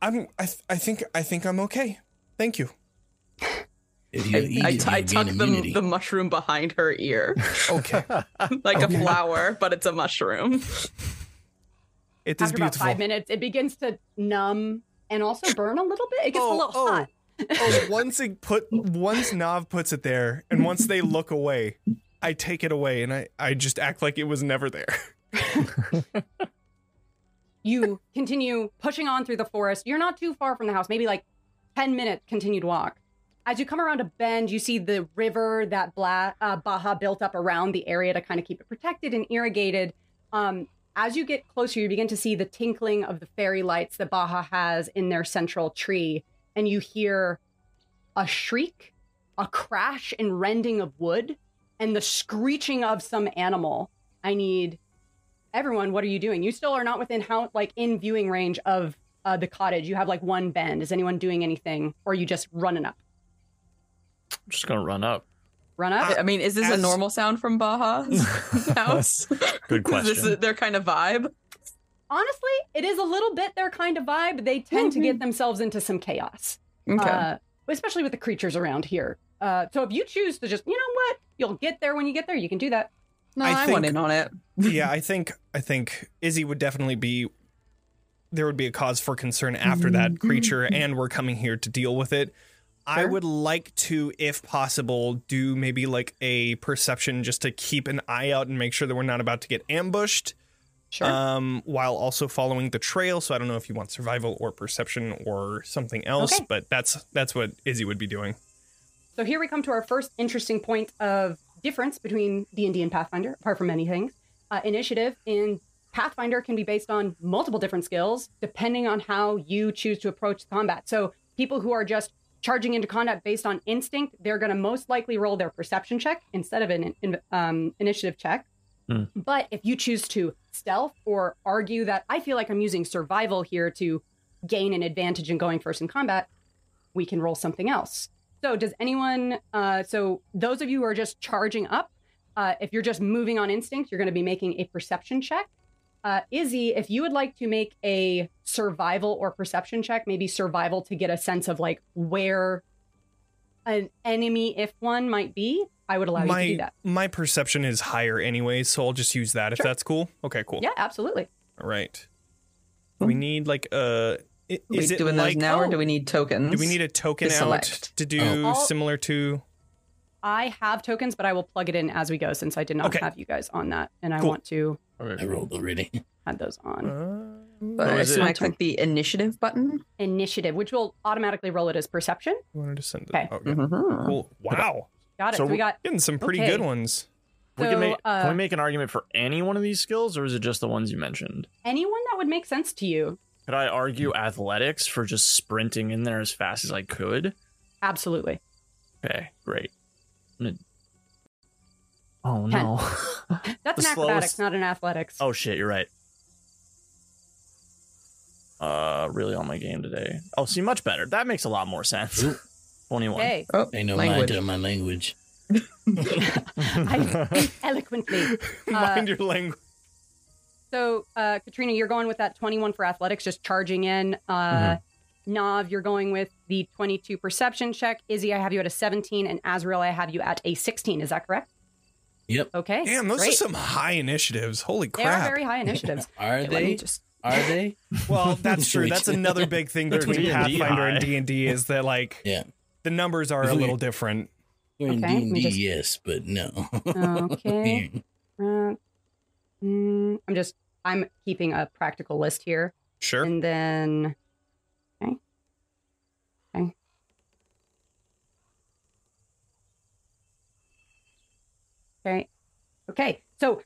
S2: I'm I, th- I think I think I'm okay. Thank you.
S5: If you
S4: I,
S5: eat
S4: I,
S5: it,
S4: I
S5: you gain
S4: tuck
S5: immunity.
S4: the, the mushroom behind her ear
S2: Okay.
S4: [laughs] like
S2: Okay.
S4: a flower, but it's a mushroom.
S2: It is
S1: After
S2: beautiful.
S1: about five minutes, it begins to numb and also burn a little bit. It gets a little hot.
S2: oh, once it put once Nav puts it there and once they look away, I take it away and I, I just act like it was never there. [laughs]
S1: you continue pushing on through the forest. You're not too far from the house, maybe like 10 minute continued walk. As you come around a bend, you see the river that Bla- uh, Baja built up around the area to kind of keep it protected and irrigated. Um, as you get closer, you begin to see the tinkling of the fairy lights that Baja has in their central tree, and you hear a shriek, a crash and rending of wood, and the screeching of some animal. I need everyone what are you doing you still are not within how like in viewing range of uh, the cottage you have like one bend is anyone doing anything or are you just running up
S3: I'm just going to run
S1: [laughs]
S3: up.
S1: run up
S4: I mean, is this
S2: As-
S4: a normal sound from Baja's house?
S3: [laughs] Good
S4: is this
S3: question.
S4: their kind of vibe?
S1: honestly it is a little bit their kind of vibe they tend to get themselves into some chaos
S4: Mm-hmm. Okay.
S1: uh, especially with the creatures around here uh, so if you choose to just you know what you'll get there when you get there you can do that
S4: no,
S2: I
S4: I,
S2: think-
S4: went in on it.
S2: yeah, I think I think Izzy would definitely be there would be a cause for concern
S1: Mm-hmm.
S2: after that creature and we're coming here to deal with it. I
S4: Sure.
S2: would like to if possible do maybe like a perception just to keep an eye out and make sure that we're not about to get ambushed
S1: sure
S2: um while also following the trail so I don't know if you want survival or perception or something else
S1: Okay.
S2: but that's that's what Izzy would be doing.
S1: So here we come to our first interesting point of difference between D&D and Pathfinder, apart from many things. Uh, initiative in Pathfinder can be based on multiple different skills, depending on how you choose to approach combat. So people who are just charging into combat based on instinct, they're going to most likely roll their perception check instead of an in, um, initiative check.
S3: Hmm.
S1: But if you choose to stealth or argue that I feel like I'm using survival here to gain an advantage in going first in combat, we can roll something else. So does anyone? Uh, so those of you who are just charging up, uh, if you're just moving on instinct, you're going to be making a perception check. Uh, Izzy, if you would like to make a survival or perception check, maybe survival to get a sense of like where an enemy, if one, might be, I would allow
S2: my
S1: you to do that.
S2: my perception is higher anyway so I'll just use that if
S1: Sure.
S2: that's cool. Okay, cool.
S1: Yeah, absolutely.
S2: All right. We need like a I-
S4: Are we
S2: Is it
S4: doing
S2: like
S4: those now, or
S1: Oh.
S4: do we need tokens?
S2: do we need a token
S4: to
S2: out
S4: select?
S2: to do
S5: Oh.
S1: All-
S2: similar to?
S1: I have tokens, but I will plug it in as we go since I did not
S2: Okay.
S1: have you guys on that, and I
S2: Cool.
S1: want to
S5: I rolled already.
S1: add those on.
S2: Uh,
S4: But
S3: Or
S4: I
S3: is it-
S4: assume I click the initiative button.
S1: Initiative, which will automatically roll it as perception.
S2: wanted to send.
S1: Okay.
S2: It. Oh, yeah.
S4: Mhm.
S2: Cool. Wow,
S1: Got it.
S3: So
S1: So, we
S3: we're-
S1: got
S2: getting some pretty
S1: Okay.
S2: good ones. [laughs]
S3: we can,
S1: So,
S3: make,
S1: uh,
S3: can we make an argument for any one of these skills, or is it just the ones you mentioned?
S1: anyone that would make sense to you.
S3: Could I argue athletics for just sprinting in there as fast as I could?
S1: Absolutely.
S3: Okay, great. I'm gonna- Oh
S1: Ten.
S3: no!
S1: That's an
S3: The
S1: acrobatics,
S3: slowest-
S1: not an athletics.
S3: oh shit! You're right. Uh, really on my game today. Oh, see, much better. That makes a lot more sense.
S5: Oop.
S2: [laughs]
S3: Twenty-one.
S1: Okay.
S4: Oh,
S5: Ain't no
S4: language.
S5: mind to my language.
S1: I speak eloquently. Uh,
S2: Mind your language.
S1: So, uh, Katrina, you're going with that 21 for athletics, just charging in.
S2: Mm-hmm.
S1: Uh, Nav, you're going with the 22 perception check. Izzy, I have you at a 17, and Azrael, I have you at a 16. Is that correct?
S5: Yep.
S1: Okay.
S2: Damn, those are
S1: Great.
S2: some high initiatives. Holy
S1: They are [laughs]
S2: crap!
S1: very high
S5: [laughs]
S1: initiatives.
S5: Are
S4: Let me
S5: they?
S4: just
S5: Are they?
S2: Well, that's
S5: So
S2: true.
S5: we-
S2: That's another big thing
S3: They're
S2: between
S3: D&D
S2: Pathfinder
S3: high.
S2: and D and D is that like
S5: Yeah.
S2: the numbers are a
S5: Really?
S2: little different.
S5: We're in
S1: Okay, let me
S5: D&D,
S1: just-
S5: yes, but no. [laughs]
S1: Okay. Uh, mm, I'm just, I'm keeping a practical list here.
S2: Sure.
S1: And then, okay. Okay. Okay. Okay. So,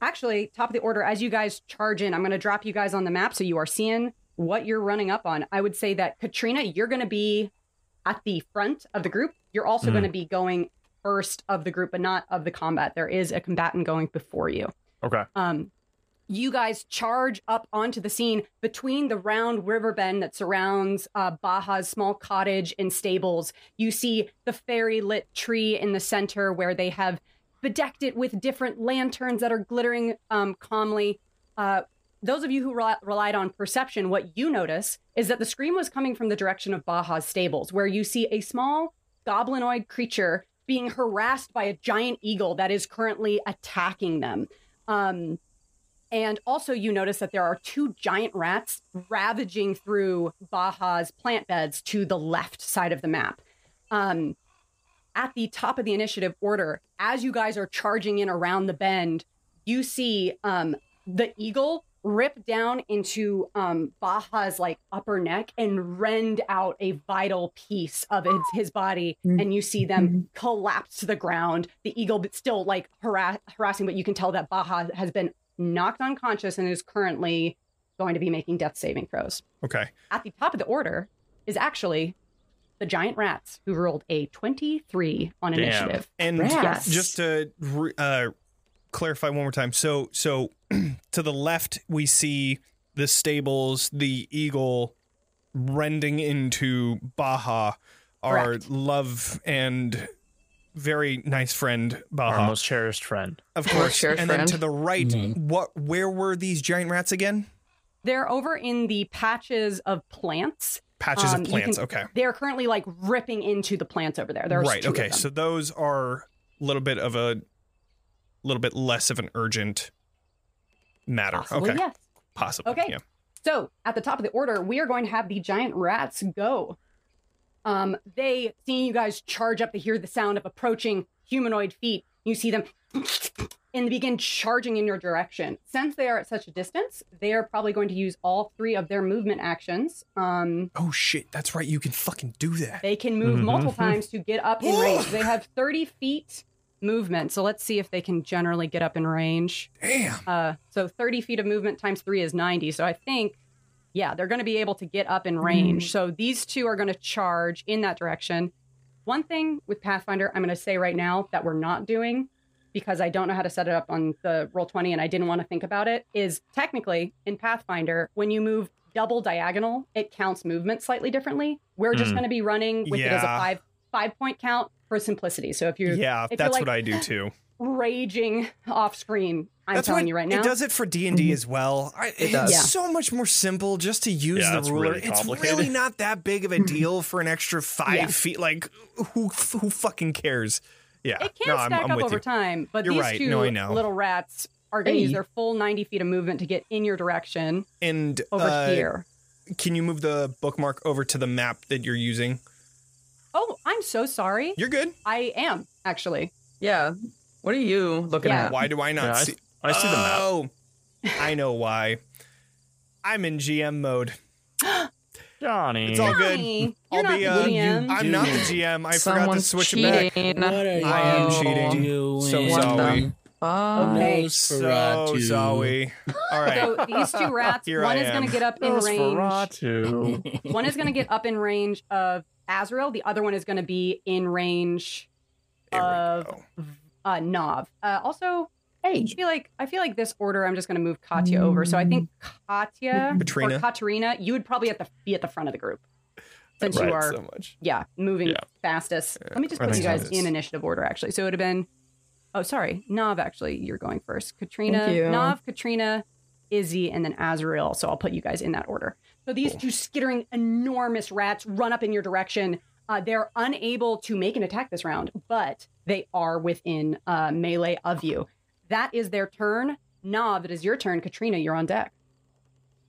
S1: actually, top of the order, as you guys charge in, I'm going to drop you guys on the map so you are seeing what you're running up on. I would say that, Katrina, you're going to be at the front of the group. You're also
S3: Mm.
S1: going to be going first of the group, but not of the combat. There is a combatant going before you
S3: Okay.
S1: um, you guys charge up onto the scene between the round river bend that surrounds uh, Baja's small cottage and stables. You see the fairy lit tree in the center where they have bedecked it with different lanterns that are glittering um, calmly. Uh, those of you who rel- relied on perception, what you notice is that the scream was coming from the direction of Baja's stables, where you see a small goblinoid creature being harassed by a giant eagle that is currently attacking them. Um, and also, you notice that there are two giant rats ravaging through Baja's plant beds to the left side of the map. Um, at the top of the initiative order, as you guys are charging in around the bend, you see um, the eagle rip down into um, Baja's like upper neck and rend out a vital piece of his, his body, and you see them collapse to the ground. The eagle but still like harass- harassing, but you can tell that Baja has been knocked unconscious and is currently going to be making death saving throws.
S2: Okay.
S1: At the top of the order is actually the giant rats who rolled a 23 on
S3: Damn.
S1: initiative.
S2: And
S4: Rats.
S2: just to re- uh, clarify one more time, so so [clears throat] to the left we see the stables, the eagle rending into Baja, our
S1: Correct.
S2: love and very nice friend Baja,
S3: Our most Mm-hmm. cherished friend.
S2: of
S4: Our
S2: course. And
S4: cherished
S2: then
S4: friend.
S2: to the right,
S5: Mhm.
S2: what? Where were these giant rats again?
S1: They're over in the patches of plants.
S2: Patches
S1: Um,
S2: of
S1: you
S2: plants.
S1: can-
S2: okay.
S1: They're currently like ripping into the plants over there. There's
S2: right.
S1: two of
S2: Okay.
S1: them.
S2: So those are a little bit of a little bit less of an urgent matter.
S1: Possibly,
S2: okay.
S1: yes.
S2: Possibly.
S1: Okay.
S2: Yeah.
S1: So at the top of the order, we are going to have the giant rats go. Um, they seeing you guys charge up, they hear the sound of approaching humanoid feet. You see them and they begin charging in your direction. Since they are at such a distance, they are probably going to use all three of their movement actions. Um,
S2: Oh shit! That's right. You can fucking do that.
S1: they can move
S3: Mhm.
S2: Mm-hmm,
S1: multiple times to get up in range. They have 30 feet movement. So let's see if they can generally get up in range.
S2: Damn.
S1: Uh, so 30 feet of movement times three is 90. So I think, yeah, they're going to be able to get up in
S2: Mm-hmm.
S1: range. So these two are going to charge in that direction. One thing with Pathfinder, I'm going to say right now that we're not doing because I don't know how to set it up on the roll 20 and I didn't want to think about it is technically in Pathfinder, when you move double diagonal, it counts movement slightly differently. We're just
S3: Mm.
S1: going to be running with it as a
S2: Yeah.
S1: five five point count for simplicity. So if you're
S2: Yeah,
S1: you're
S2: that's
S1: like-
S2: what I do too.
S1: raging [laughs] off screen, I'm
S2: that's
S1: telling
S2: what
S1: you right now.
S2: It does it for D and D as well. I, it's
S4: does.
S1: Yeah.
S2: so much more simple just to use
S3: Yeah, it's
S2: the ruler.
S3: really
S2: it's
S3: complicated.
S2: really not that big of a deal for an extra five
S1: Mm-hmm. Yeah.
S2: feet. Like, who who fucking cares? Yeah.
S1: It can
S2: no, I'm,
S1: stack
S2: I'm
S1: up
S2: with
S1: over
S2: you.
S1: time, but
S2: You're
S1: these
S2: right.
S1: two
S2: No, I know.
S1: little rats are going to
S4: Hey.
S1: use their full 90 feet of movement to get in your direction
S2: And
S1: over
S2: uh,
S1: here.
S2: can you move the bookmark over to the map that you're using?
S1: Oh, I'm so sorry.
S2: You're good.
S1: I am actually.
S4: Yeah. What are you looking
S1: Yeah.
S4: at?
S2: Why do I not
S3: Yeah, I-
S2: see?
S3: I see the map.
S2: oh, the map. I know why. I'm in GM mode.
S3: Johnny.
S2: It's all good.
S1: Johnny,
S2: I'll
S1: You're not
S2: be,
S1: the
S2: uh,
S1: GM.
S2: I'm not the
S5: Dude.
S2: GM. I forgot to
S4: Someone's
S2: switch it back.
S4: cheating.
S5: What are you
S2: I am cheating.
S5: Doing?
S2: So
S4: What
S2: sorry.
S4: the fuck?
S1: Okay.
S5: No,
S2: So
S5: Nosferatu.
S2: sorry. All right.
S1: So these
S2: [laughs]
S1: two rats,
S2: Here
S1: one
S2: I
S1: is going
S2: am.
S1: to get up in range.
S3: Nosferatu.
S1: One is going to get up in range of Azrael. The other one is going to be in range
S2: Here we
S1: Uh,
S2: go.
S1: uh Nov. Uh, also, I
S4: Hey.
S1: feel like I feel like this order. I'm just going to move Katya over. So I think Katya
S2: Katrina.
S1: or Katerina, you would probably at the be at the front of the group since
S3: Right,
S1: you are
S2: so much.
S1: yeah moving
S3: Yeah.
S1: fastest. Let me just
S2: I
S1: put you
S2: think so.
S1: guys in initiative order actually. So it would have been oh sorry Nov actually you're going first.
S4: Thank
S1: Katrina
S4: you.
S1: Nov Katrina Izzy and then Azrael. So I'll put you guys in that order. So these
S2: Cool.
S1: two skittering enormous rats run up in your direction. Uh, they're unable to make an attack this round, but they are within uh, melee of you. That is their turn. Nov, it is your turn. Katrina, you're on deck.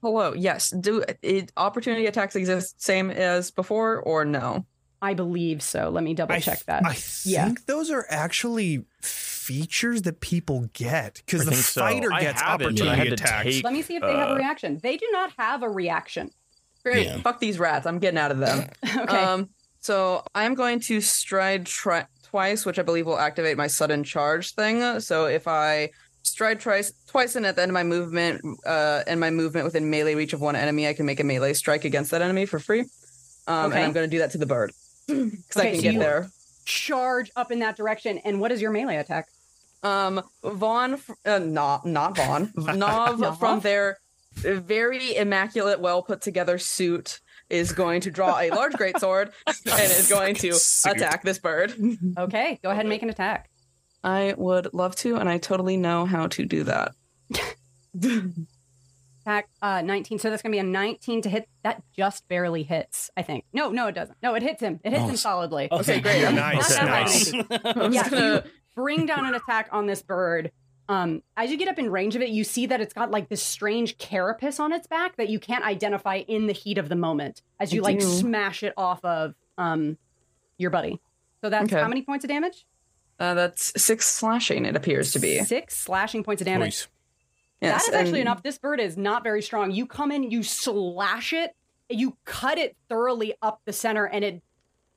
S4: Hello. Yes. Do it, opportunity attacks exist same as before or no?
S1: I believe so. Let me double
S2: I
S1: check
S2: th-
S1: that.
S2: I
S1: Yeah.
S2: think those are actually features that people get because
S3: I
S2: the
S3: think so.
S2: fighter
S3: I
S2: gets
S3: have it, but
S5: I
S2: opportunity
S3: had to
S2: attacks.
S3: take-
S1: Let me see if they have a
S3: Uh,
S1: reaction. They do not have a reaction.
S4: Great.
S5: Yeah.
S4: Fuck these rats. I'm getting out of them.
S1: [laughs] okay.
S4: Um, so I'm going to stride tri- twice, which I believe will activate my sudden charge thing. So if I stride twice, twice, and at the end of my movement, uh, and my movement within melee reach of one enemy, I can make a melee strike against that enemy for free. Um,
S1: Okay.
S4: And I'm going to do that to the bird [clears throat] because I
S1: Okay,
S4: can
S1: so
S4: get
S1: you-
S4: there.
S1: charge up in that direction. And what is your melee attack?
S4: Um, Vaughn, fr- uh, not not
S1: [laughs]
S4: Vaughn,
S1: Nov?
S4: Nov from their very immaculate, well put together suit is going to draw a large
S1: [laughs]
S4: greatsword and is going to
S2: Suit.
S4: attack this bird.
S1: Okay, go ahead and make an attack.
S4: I would love to, and I totally know how to do that.
S1: Attack uh, 19. So that's going to be a 19 to hit. That just barely hits, I think. No, no, it doesn't. No, it hits him. It hits
S5: Oh,
S1: him
S5: s-
S1: solidly.
S4: Okay, great.
S5: yeah,
S2: Nice,
S1: Not that
S2: nice.
S4: I'm
S1: [laughs] Yeah,
S4: just gonna-
S1: Bring down
S5: [laughs]
S1: an attack on this bird. Um, as you get up in range of it, you see that it's got like this strange carapace on its back that you can't identify in the heat of the moment as
S4: I
S1: you like
S4: do.
S1: smash it off of um, your buddy. So that's
S4: Okay.
S1: how many points of damage?
S4: uh, that's six slashing. It appears to be.
S1: six slashing points of damage.
S2: Nice.
S4: Yes,
S1: that is actually
S4: and-
S1: enough. This bird is not very strong. You come in, you slash it, you cut it thoroughly up the center, and it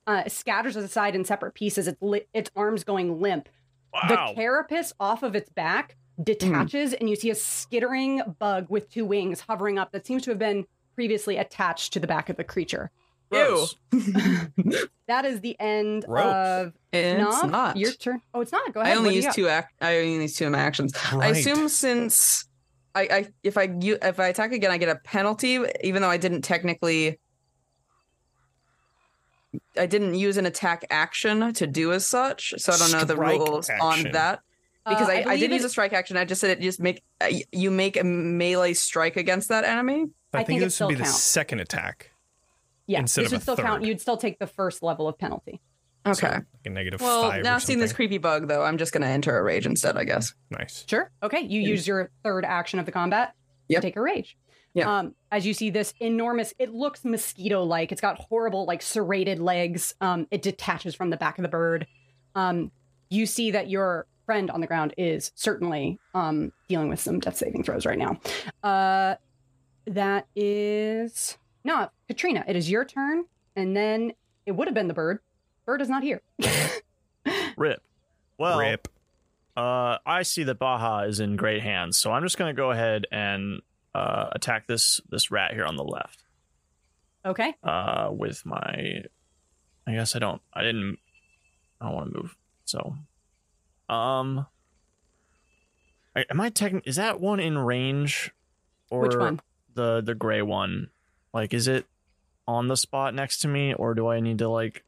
S1: uh, scatters aside in separate pieces. Its li- its arms going limp.
S3: Wow.
S1: The carapace off of its back detaches,
S4: Mm.
S1: and you see a skittering bug with two wings hovering up that seems to have been previously attached to the back of the creature.
S4: Ew.
S3: Gross.
S1: That is the end
S2: Gross.
S1: of
S4: It's
S1: Nov,
S4: not.
S1: your turn. Oh, it's not. Go ahead.
S4: I
S1: What
S4: only
S1: do you
S4: use
S1: got?
S4: two act. I only use two of my actions. I assume since I, I if I u- if I attack again, I get a penalty, even though I didn't technically. I didn't use an attack action to do as such, so I don't know the
S2: Strike
S4: rules
S2: action.
S4: on that because
S1: Uh,
S4: I, I,
S1: believe
S4: did
S1: it-
S4: use a strike action. I just said it just make I- you make a melee strike against that enemy.
S2: I,
S1: I
S2: think,
S1: think it
S2: this would
S1: still
S2: be the
S1: counts.
S2: second attack.
S1: Yeah,
S2: instead
S1: this
S2: of
S1: would
S2: a
S1: still count.
S2: third.
S1: You'd still take the first level of penalty.
S2: So,
S4: Okay.
S2: like a negative
S4: well,
S2: five.
S4: now
S2: or
S4: seeing this
S2: something.
S4: creepy bug though, I'm just gonna enter a rage instead, I guess.
S2: Nice.
S1: Sure. Okay. You
S4: Mm.
S1: use your third action of the combat. You
S4: Yep.
S1: Take a rage.
S4: Yeah.
S1: Um, as you see this enormous, it looks mosquito like. It's got horrible, like serrated legs. Um, it detaches from the back of the bird. Um, you see that your friend on the ground is certainly um, dealing with some death saving throws right now. Uh, that is no Katrina. It is your turn, and then it would have been the bird. Bird is not here.
S3: Rip. Well,
S2: Rip.
S3: Uh, I see that Baja is in great hands, so I'm just gonna go ahead and uh, attack this this rat here on the left.
S1: okay.
S3: Uh, with my, I guess I don't, I didn't, I don't want to move. So, um, I, am I techn? Is that one in range? Or
S1: Which one?
S3: The the gray one. Like, is it on the spot next to me, or do I need to like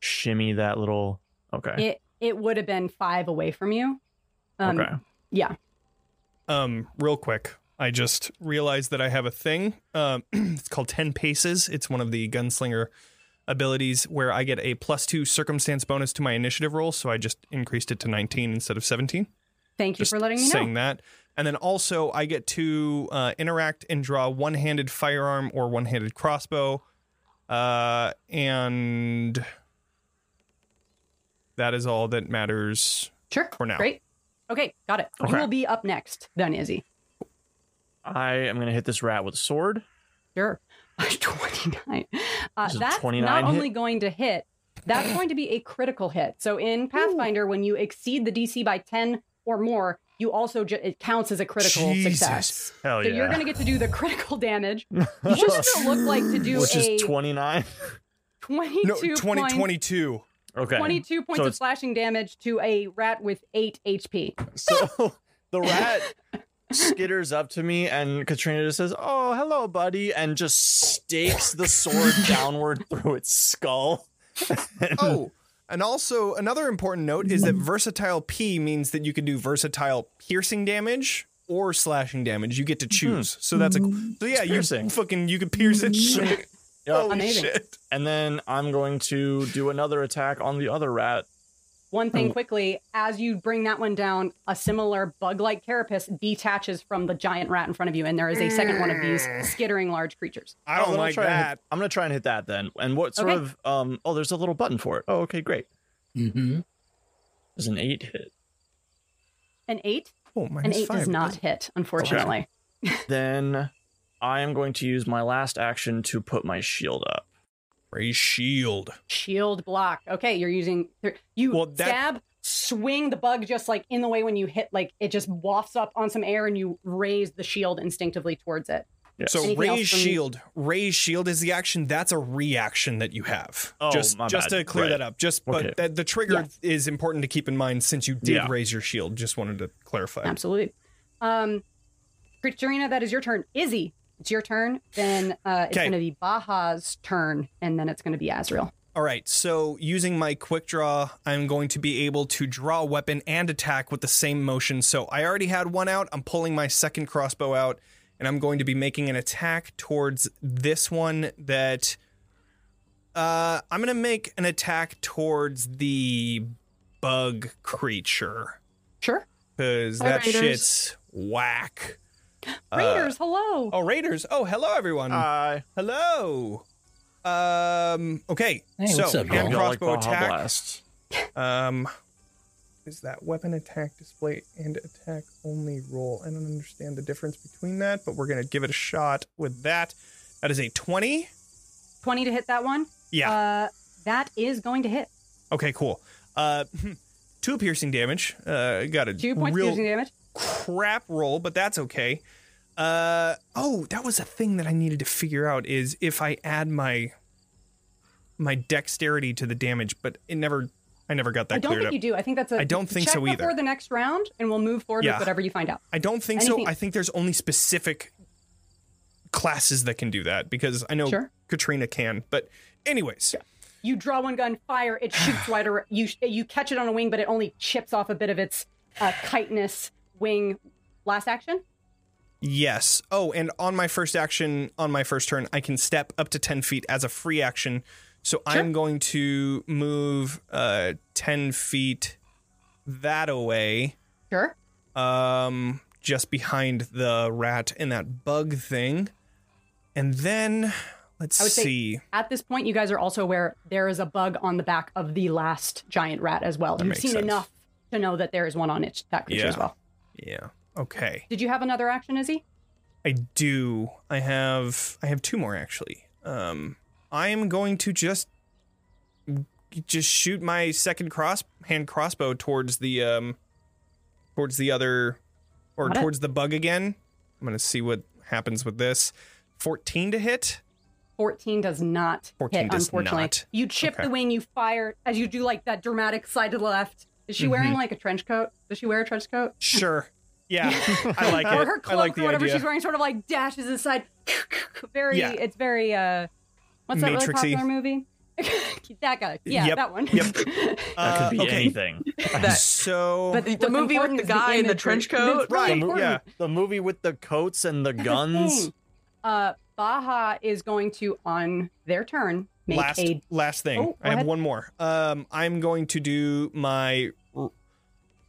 S3: shimmy that little? Okay.
S1: It it would have been five away from you. Um,
S3: okay.
S1: Yeah.
S2: Um, real quick, I just realized that I have a thing. Um, [clears throat] it's called Ten Paces. It's one of the gunslinger abilities where I get a plus two circumstance bonus to my initiative roll. So I just increased it to 19 instead of 17.
S1: Thank you
S2: Just
S1: for letting me know.
S2: saying that. And then also, I get to uh, interact and draw one handed firearm or one handed crossbow. Uh, and that is all that matters.
S1: Sure.
S2: For now.
S1: Great. Okay, got it. You
S3: Okay.
S1: will be up next then, Izzy.
S3: I am going to hit this rat with a sword.
S1: Sure. [laughs] 29. Uh,
S3: This is
S1: that's
S3: 29
S1: not
S3: hit?
S1: only going to hit, that's going to be a critical hit. So in Pathfinder, when you exceed the DC by 10 or more, you also ju- it counts as a critical
S2: Jesus.
S1: success.
S3: Hell
S1: so
S3: Oh, yeah.
S1: you're going to get to do the critical
S3: [laughs]
S1: damage.
S2: [laughs]
S1: What does it look like to do
S3: Which
S1: a
S3: is 29.
S1: 22
S2: No,
S1: points-
S2: 2022.
S3: Okay.
S1: [laughs] 22 points
S3: So
S1: of
S3: it's-
S1: slashing damage to a rat with 8 HP.
S3: [laughs] So
S1: [laughs]
S3: the rat skitters up to me, and Katrina just says, "Oh, hello, buddy," and just stakes the
S1: [laughs]
S3: sword downward through its skull. [laughs]
S2: Oh, and also another important note is that versatile P means that you can do versatile piercing damage or slashing damage. You get to choose. So that's a
S4: Mm-hmm.
S2: so yeah, you
S3: Mm-hmm. piercing. Mm-hmm.
S2: fucking you can pierce it. Holy
S1: Amazing.
S2: shit!
S3: And then I'm going to do another attack on the other rat.
S1: One
S2: Um,
S1: thing quickly, as you bring that one down, a similar bug like carapace detaches from the giant rat in front of you, and there is a second one of these skittering large creatures.
S2: I
S3: Oh,
S2: don't
S3: then I'll
S2: like
S3: try and hit-
S2: that.
S3: I'm gonna try and hit that then. And what sort
S1: Okay.
S3: of um? Oh, there's a little button for it. Oh, okay, great.
S5: Mm-hmm.
S3: There's an eight hit.
S1: An eight?
S2: Oh,
S1: An
S2: minus
S1: eight
S2: five.
S1: does not hit, unfortunately.
S3: Then I am going to use my last action to put my shield up.
S2: Raise shield.
S1: Shield block. Okay, you're using. You
S2: Well, that-
S1: stab, swing the bug just like in the way when you hit, like it just wafts up on some air, and you raise the shield instinctively towards it.
S3: Yes.
S2: So
S1: Anything else
S2: raise
S1: from-
S2: shield. Raise shield is the action. That's a reaction that you have.
S3: Oh,
S2: just
S3: my
S2: just
S3: bad.
S2: to clear
S3: Right.
S2: that up. Just but
S3: Okay.
S2: that, the trigger
S1: Yes.
S2: is important to keep in mind since you did
S3: Yeah.
S2: raise your shield. Just wanted to clarify.
S1: Absolutely. Um, Katrina, that is your turn. Izzy, it's your turn. Then uh, it's
S2: Okay.
S1: going to be Baja's turn, and then it's going to be Azrael.
S2: All right, so using my quick draw, I'm going to be able to draw a weapon and attack with the same motion. So I already had one out. I'm pulling my second crossbow out, and I'm going to be making an attack towards this one that. Uh, I'm going to make an attack towards the bug creature
S1: Sure.
S2: because
S4: Hi,
S2: that
S4: Raiders.
S2: shit's whack. Uh,
S1: Raiders, hello.
S2: oh, Raiders. Oh, hello, everyone.
S5: Uh,
S3: I
S2: hello. Um, okay.
S5: Hey,
S2: so,
S5: what's up, y'all?
S2: hand
S5: Y'all
S3: like
S2: crossbow
S3: Baja
S2: attack.
S3: Blast.
S2: Um, is that weapon attack display and attack only roll? I don't understand the difference between that, but we're gonna give it a shot with that. That is a twenty.
S1: 20 to hit that one.
S2: Yeah.
S1: Uh, that is going to hit.
S2: okay. Cool. Uh, two piercing damage. Uh, got a
S1: Two points
S2: real
S1: of piercing damage.
S2: crap roll, but that's okay. Uh, oh, that was a thing that I needed to figure out is if I add my my dexterity to the damage, but it never. I never got that
S1: I don't
S2: cleared
S1: think
S2: up.
S1: you do. I think that's a.
S2: I don't think
S1: check
S2: so either.
S1: Before the next round, and we'll move forward
S2: Yeah.
S1: with whatever you find out.
S2: I don't think
S1: Anything-
S2: so. I think there's only specific classes that can do that because I know
S1: Sure.
S2: Katrina can. But anyways,
S1: You draw one gun, fire.
S2: [sighs]
S1: It shoots right around. You you catch it on a wing, but it only chips off a bit of its uh, chitinous wing. Last action.
S2: yes. Oh, and on my first action, on my first turn, I can step up to ten feet as a free action. So I'm going to move uh, ten feet that away,
S1: Sure.
S2: um, just behind the rat and that bug thing, and then let's
S1: I would say-
S2: see.
S1: At this point, you guys are also aware there is a bug on the back of the last giant rat as well. You've
S2: makes
S1: seen
S2: sense.
S1: enough to know that there is one on it, that creature as
S2: Yeah.
S1: well.
S2: yeah. Okay.
S1: Did you have another action, Izzy?
S2: I do. I have I have two more actually. Um I am going to just just shoot my second cross hand crossbow towards the um towards the other or
S1: Got it.
S2: towards the bug again. I'm going to see what happens with this. 14 to hit.
S1: 14 does not
S2: 14
S1: hit,
S2: does
S1: unfortunately.
S2: not.
S1: You chip
S2: Okay.
S1: the wing, you fire, as you do like that dramatic slide to the left. Is she
S2: Mm-hmm.
S1: wearing like a trench coat? Does she wear a trench coat?
S2: Sure. Yeah. I
S1: [laughs]
S2: like
S1: or
S2: it.
S1: her
S2: I
S1: cloak
S2: like the
S1: or whatever
S2: idea.
S1: she's wearing sort of like dashes aside. [laughs] very,
S2: Yeah.
S1: it's very, uh, what's that really
S2: Matrixy.
S1: popular movie? [laughs] that guy. Yeah,
S2: Yep,
S1: that one. [laughs]
S2: yep.
S3: That
S2: Uh,
S3: could be
S2: okay.
S3: anything.
S4: That
S2: So
S1: But
S4: The
S1: what's
S4: movie with
S1: important
S4: the
S1: is
S4: guy in the
S1: imagery.
S4: trench coat?
S1: It's really
S2: [laughs] Right,
S1: important.
S2: yeah.
S3: The movie with the coats and the guns.
S1: thing. Uh, Baja is going to, on their turn, make
S2: last
S1: a.
S2: last thing.
S1: Oh, go
S2: I have
S1: ahead.
S2: one more. Um, I'm going to do my r-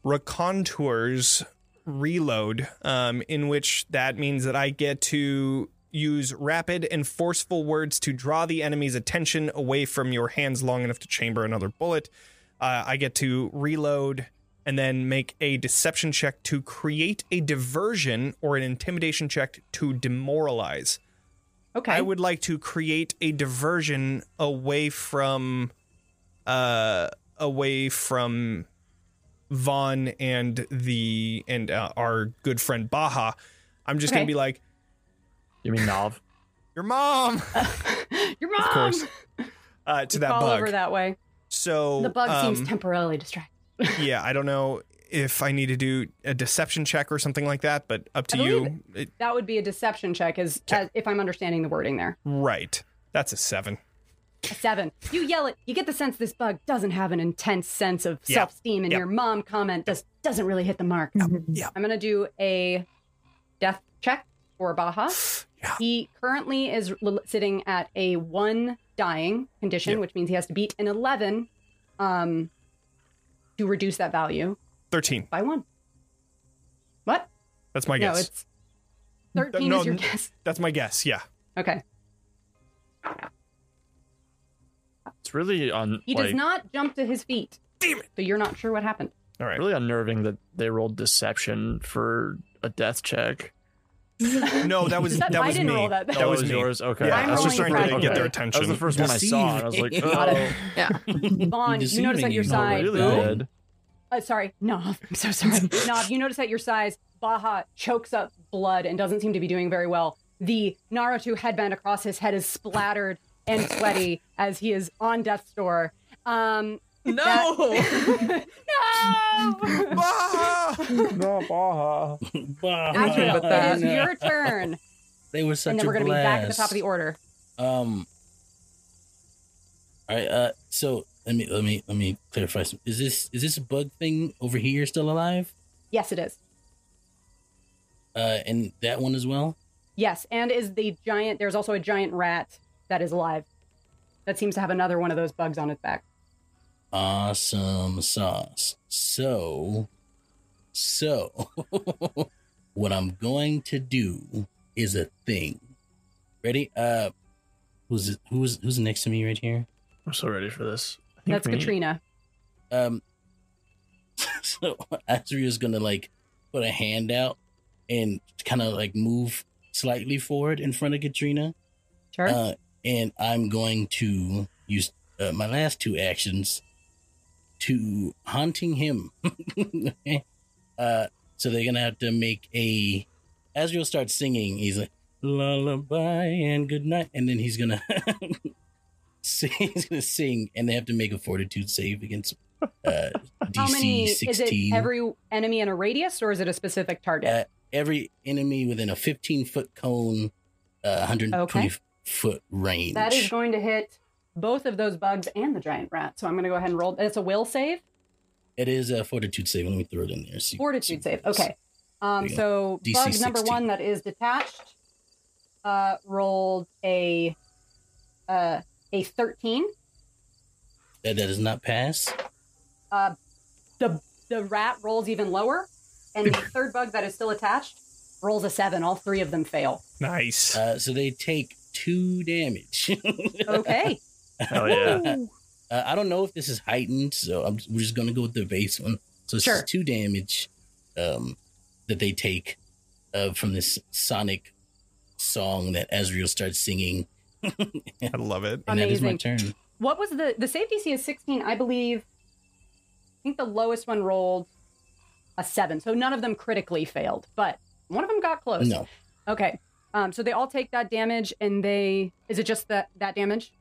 S2: recontours reload, um, in which that means that I get to use rapid and forceful words to draw the enemy's attention away from your hands long enough to chamber another bullet. Uh, I get to reload and then make a deception check to create a diversion or an intimidation check to demoralize.
S1: Okay.
S2: I would like to create a diversion away from uh away from Vaughn and the and uh, our good friend Baja. I'm just going
S1: Okay.
S2: to be like,
S3: You mean Nov?
S2: "Your mom."
S1: Your mom.
S2: course. Uh to
S1: You
S2: that
S1: fall
S2: bug.
S1: over that way.
S2: So
S1: the bug
S2: um,
S1: seems temporarily distracted.
S2: yeah, I don't know if I need to do a deception check or something like that, but up to
S1: I
S2: you. It-
S1: That would be a deception check, as,
S2: Okay.
S1: as if I'm understanding the wording there.
S2: right. That's a 7.
S1: A seven. You yell it. You get the sense this bug doesn't have an intense sense of
S2: Yeah.
S1: self-esteem, and
S2: Yeah.
S1: your mom comment just doesn't really hit the mark.
S2: Yeah.
S1: I'm gonna do a death check for Baja.
S2: [sighs] Yeah.
S1: He currently is l- sitting at a one dying condition,
S2: Yeah.
S1: which means he has to beat an eleven um, to reduce that value
S2: 13.
S1: by one. What?
S2: That's my
S1: no,
S2: guess.
S1: it's thirteen.
S2: no,
S1: is your
S2: n-
S1: guess?
S2: That's my guess. Yeah.
S1: Okay.
S3: It's really un-
S1: He
S3: like,
S1: does not jump to his feet. Damn it! So you're not sure what happened.
S2: All right.
S3: really unnerving that they rolled deception for a death check.
S2: No, that was
S1: That-
S2: that
S1: I
S2: was
S1: didn't
S2: me.
S1: roll that.
S2: That,
S1: That
S2: was, me.
S3: Oh, yours. Okay,
S2: Yeah,
S1: I'm
S2: I was just
S1: rolling
S2: trying to get
S1: properly.
S2: their
S3: That
S2: attention.
S3: was the first one I saw, and I
S1: [laughs]
S3: was like,
S5: Deceiving.
S3: oh,
S4: Yeah.
S1: Vaughn, you notice
S5: Deceiving
S1: at your
S5: you.
S1: side.
S3: really
S5: boom.
S3: did.
S1: Uh, sorry, Nov. [laughs] I'm so sorry.
S5: [laughs]
S1: Nov, you notice at your size, Baja chokes up blood and doesn't seem to be doing very well. The Naruto headband across his head is splattered and sweaty as he is on death's door. Um,
S4: No. [laughs]
S1: [laughs] no!
S3: "Oh."
S2: [laughs] Ah!
S3: No, Baja.
S5: Wow.
S1: Astrid,
S4: but
S1: it is
S4: that-
S1: your turn.
S5: They were [laughs] such
S1: and then we're
S5: a
S1: going to be back at the top of the
S5: blast.
S1: order.
S5: Um. All right. Uh. So let me let me let me clarify. Some. Is this is this bug thing over here still alive?
S1: Yes, it is.
S5: Uh. And that one as well.
S1: Yes, and is the giant, there's also a giant rat that is alive that seems to have another one of those bugs on its back.
S5: Awesome sauce. So. So. [laughs] what I'm going to do is a thing. Ready? Uh. Who's it? Who's who's next to me right here?
S3: I'm so ready for this. I think
S1: That's
S3: we-
S1: Katrina.
S5: Um, [laughs] so Azriel's gonna like put a hand out and kind of like move slightly forward in front of Katrina.
S1: Sure.
S5: Uh, and I'm going to use uh, my last two actions to haunting him. [laughs] uh, so they're gonna have to make a. Azriel starts singing. He's like lullaby and good night, and then he's gonna. [laughs] sing- He's gonna sing, and they have to make a fortitude save against uh,
S1: [laughs] How many
S5: DC
S1: is it?
S5: sixteen.
S1: Every enemy in a radius, or is it a specific target?
S5: Uh, every enemy within a fifteen foot cone, uh, hundred twenty foot range.
S1: That is going to hit both of those bugs and the giant rat. So I'm going to go ahead and roll. It's a will save,
S5: It is a fortitude save. Let me throw it in there. so you-
S1: fortitude
S5: so you-
S1: save. Okay. Um,
S5: There you
S1: so
S5: DC
S1: bug number
S5: 16.
S1: one that is detached uh, rolled a uh, a 13.
S5: That, that does not pass.
S1: Uh, The the rat rolls even lower, and
S5: [laughs]
S1: the third bug that is still attached rolls a seven. All three of them fail.
S2: nice.
S5: Uh, so they take two damage. [laughs]
S1: Okay.
S3: Oh yeah.
S1: Woo.
S5: uh, I don't know if this is heightened, so I'm we're just gonna go with the base one. So it's
S1: Sure.
S5: two damage um, that they take uh, from this sonic song that Ezreal starts singing,
S2: I love it.
S5: and that is my
S1: Amazing.
S5: turn.
S1: What was the the save DC is 16, I believe. I think the lowest one rolled a seven, so none of them critically failed, but one of them got close.
S5: No,
S1: Okay. Um, so they all take that damage, and they is it just that that damage?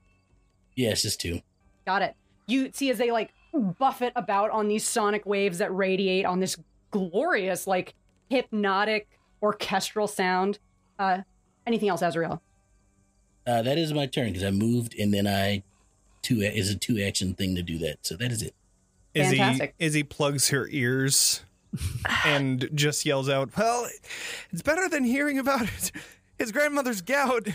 S5: yeah, it's just two.
S1: Got it. You see, as they like buffet about on these sonic waves that radiate on this glorious, like hypnotic orchestral sound. Uh, anything else, Azrael?
S5: Uh, that is my turn because I moved and then I two is a two action thing to do that. So that is it.
S2: Izzy
S1: Fantastic.
S2: Izzy plugs her
S1: [sighs]
S2: ears and just yells out, "Well, it's better than hearing about his, his
S1: [laughs]
S2: grandmother's gout."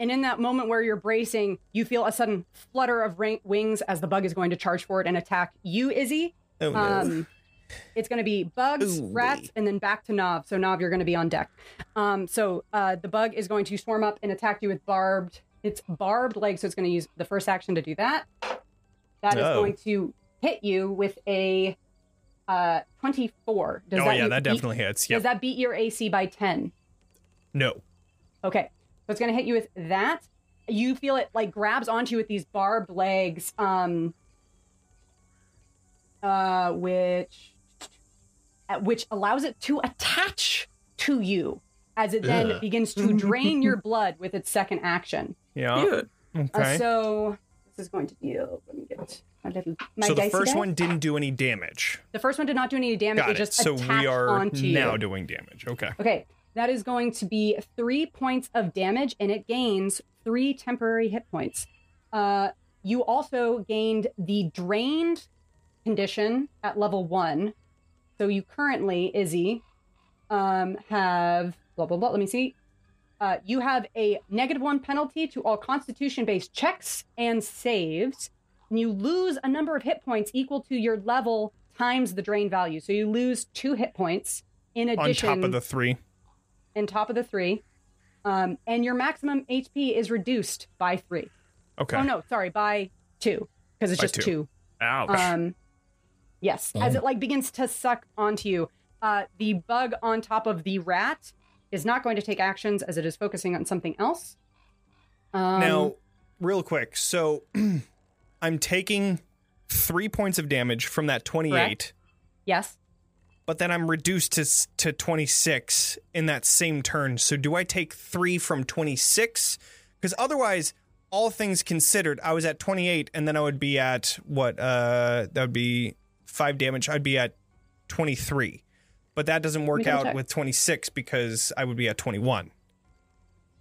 S1: And in that moment where you're bracing, you feel a sudden flutter of ra- wings as the bug is going to charge for it and attack you, Izzy.
S2: Oh, no.
S1: Um, It's going to be bugs,
S2: Ooh-wee.
S1: rats, and then back to Nov. So Nov, you're going to be on deck. Um, so uh, the bug is going to swarm up and attack you with barbed. It's barbed legs, so it's going to use the first action to do that. That is
S2: Oh.
S1: going to hit you with a uh, 24. Does
S2: oh yeah,
S1: you-
S2: that
S1: beat-
S2: definitely hits.
S1: Does
S2: Yep.
S1: that beat your AC by 10?
S2: no.
S1: Okay. So it's going to hit you with that. You feel it like grabs onto you with these barbed legs. Um, uh, which, uh, which allows it to attach to you as it then
S5: Ugh.
S1: begins to drain
S2: [laughs]
S1: your blood with its second action.
S2: Yeah.
S4: Dude.
S1: Uh,
S2: Okay.
S1: so
S2: so
S1: this is going to deal. Let me get my little my
S2: the
S1: dicey
S2: first
S1: die.
S2: one didn't do any damage.
S1: The first one did not do any damage.
S2: Got
S1: it
S2: it.
S1: just
S2: So
S1: attached
S2: we are
S1: onto you.
S2: now doing damage. Okay.
S1: [laughs] Okay, that is going to be three points of damage, and it gains three temporary hit points. Uh, you also gained the drained condition at level one, so you currently, Izzy, um, have blah blah blah. Let me see. Uh, you have a negative one penalty to all Constitution-based checks and saves, and you lose a number of hit points equal to your level times the drain value. So you lose two hit points in
S2: On
S1: addition
S2: top of the three.
S1: and top of the three. Um, and your maximum HP is reduced by three.
S2: Okay.
S1: Oh no, sorry, by two because it's
S2: By
S1: just
S2: two.
S1: two.
S3: Ouch.
S1: Um, yes, as
S5: Oh.
S1: it like begins to suck onto you, uh, the bug on top of the rat is not going to take actions as it is focusing on something else. Um,
S2: now, real quick. So [clears throat] I'm taking three points of damage from that 28,
S1: yes,
S2: but then I'm reduced to s- to 26 in that same turn. So do I take three from 26? Because otherwise, all things considered, I was at 28, and then I would be at what? Uh, that would be five damage. I'd be at 23, but that doesn't work
S1: double
S2: out
S1: check.
S2: with 26 because I would be at 21.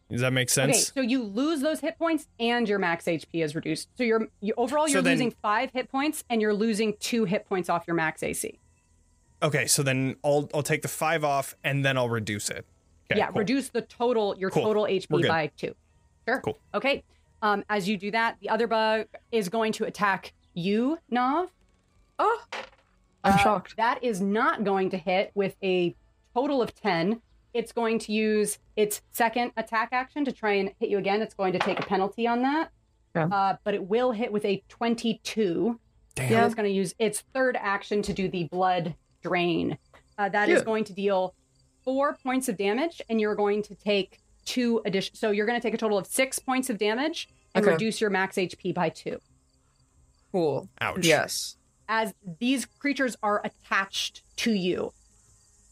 S2: Does that make sense?
S1: okay. So you lose those hit points and your max HP is reduced. So you're you, overall
S2: So
S1: you're
S2: then-
S1: losing five hit points and you're losing two hit points off your max AC.
S2: Okay, so then I'll I'll take the five off and then I'll reduce it. Okay,
S1: yeah,
S2: cool.
S1: reduce the total your
S2: Cool.
S1: total
S2: We're
S1: HP
S2: good.
S1: by two. Sure.
S2: Cool.
S1: Okay. Um, as you do that, the other bug is going to attack you, Nav.
S4: Oh, I'm
S1: Uh,
S4: shocked.
S1: That is not going to hit with a total of ten. It's going to use its second attack action to try and hit you again. It's going to take a penalty on that.
S4: Yeah.
S1: Uh, but it will hit with a 22.
S2: Damn.
S1: Yeah. It's going to use its third action to do the blood drain. Uh, that is
S4: Yeah.
S1: going to deal four points of damage, and you're going to take two addition. So you're going to take a total of six points of damage and
S4: Okay.
S1: reduce your max HP by two.
S4: Cool.
S2: Ouch.
S4: Yes.
S1: As these creatures are attached to you.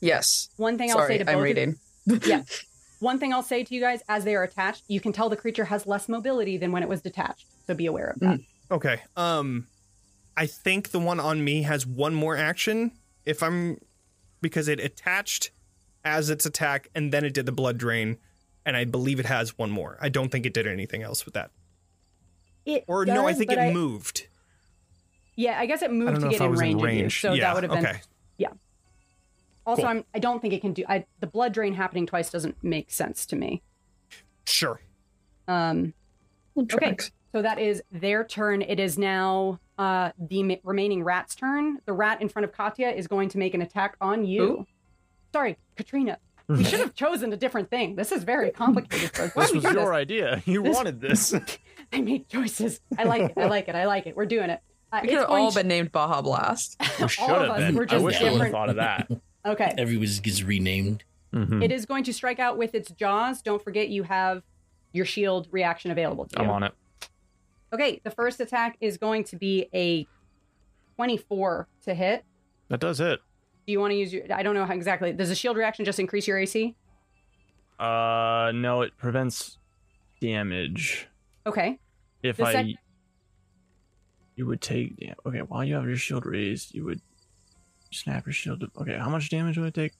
S4: Yes.
S1: One thing I'll say
S4: Sorry,
S1: to both
S4: I'm
S1: of-
S4: reading.
S1: [laughs]
S4: [laughs]
S1: yeah. One thing I'll say to you guys, as they are attached, you can tell the creature has less mobility than when it was detached. So be aware of that.
S2: Okay. Um, I think the one on me has one more action. If I'm because it attached as its attack and then it did the blood drain, and I believe it has one more. I don't think it did anything else with that.
S1: It
S2: Or no, I
S1: does,
S2: think
S1: but
S2: it moved.
S1: Yeah, I guess it
S2: I
S1: moved
S2: don't
S1: to
S2: know
S1: get
S2: if I
S1: in
S2: was
S1: range,
S2: in range.
S1: of you. So
S2: yeah.
S1: that would have been
S2: okay.
S1: Also,
S2: Cool.
S1: I'm, I don't think it can do. I, the blood drain happening twice doesn't make sense to me.
S2: Sure.
S1: Um, okay, so that is their turn. It is now uh, the ma- remaining rat's turn. The rat in front of Katya is going to make an attack on you.
S4: Who?
S1: Sorry, Katrina. We should have chosen a different thing. This is very complicated. For us. Why
S3: this
S1: do we
S3: was
S1: do this? [laughs]
S3: your idea. [laughs] You
S1: This- [laughs]
S3: wanted this.
S1: I made choices. I like it. I like it. I like it. We're doing it. Uh, it's
S4: We could have
S1: going
S4: all
S1: to-
S4: been named
S1: [laughs]
S4: Baja Blast.
S3: We should have
S1: us
S3: been.
S1: were
S3: I
S1: just
S3: wish I would have
S1: different.
S3: thought
S1: [laughs]
S3: of that.
S1: Okay.
S5: Everyone just gets renamed.
S3: Mhm.
S1: It is going to strike out with its jaws. Don't forget you have your shield reaction available to you.
S3: I'm on it.
S1: Okay, the first attack is going to be a 24 to hit.
S3: That does it.
S1: Do you want to use your? I don't know how exactly. Does the shield reaction just increase your AC?
S3: Uh, no, it prevents damage.
S1: Okay.
S3: If
S1: The
S3: I,
S1: sec-
S3: you would take. Yeah, okay, while you have your shield raised, you would snap your shield. Okay, how much damage would I take?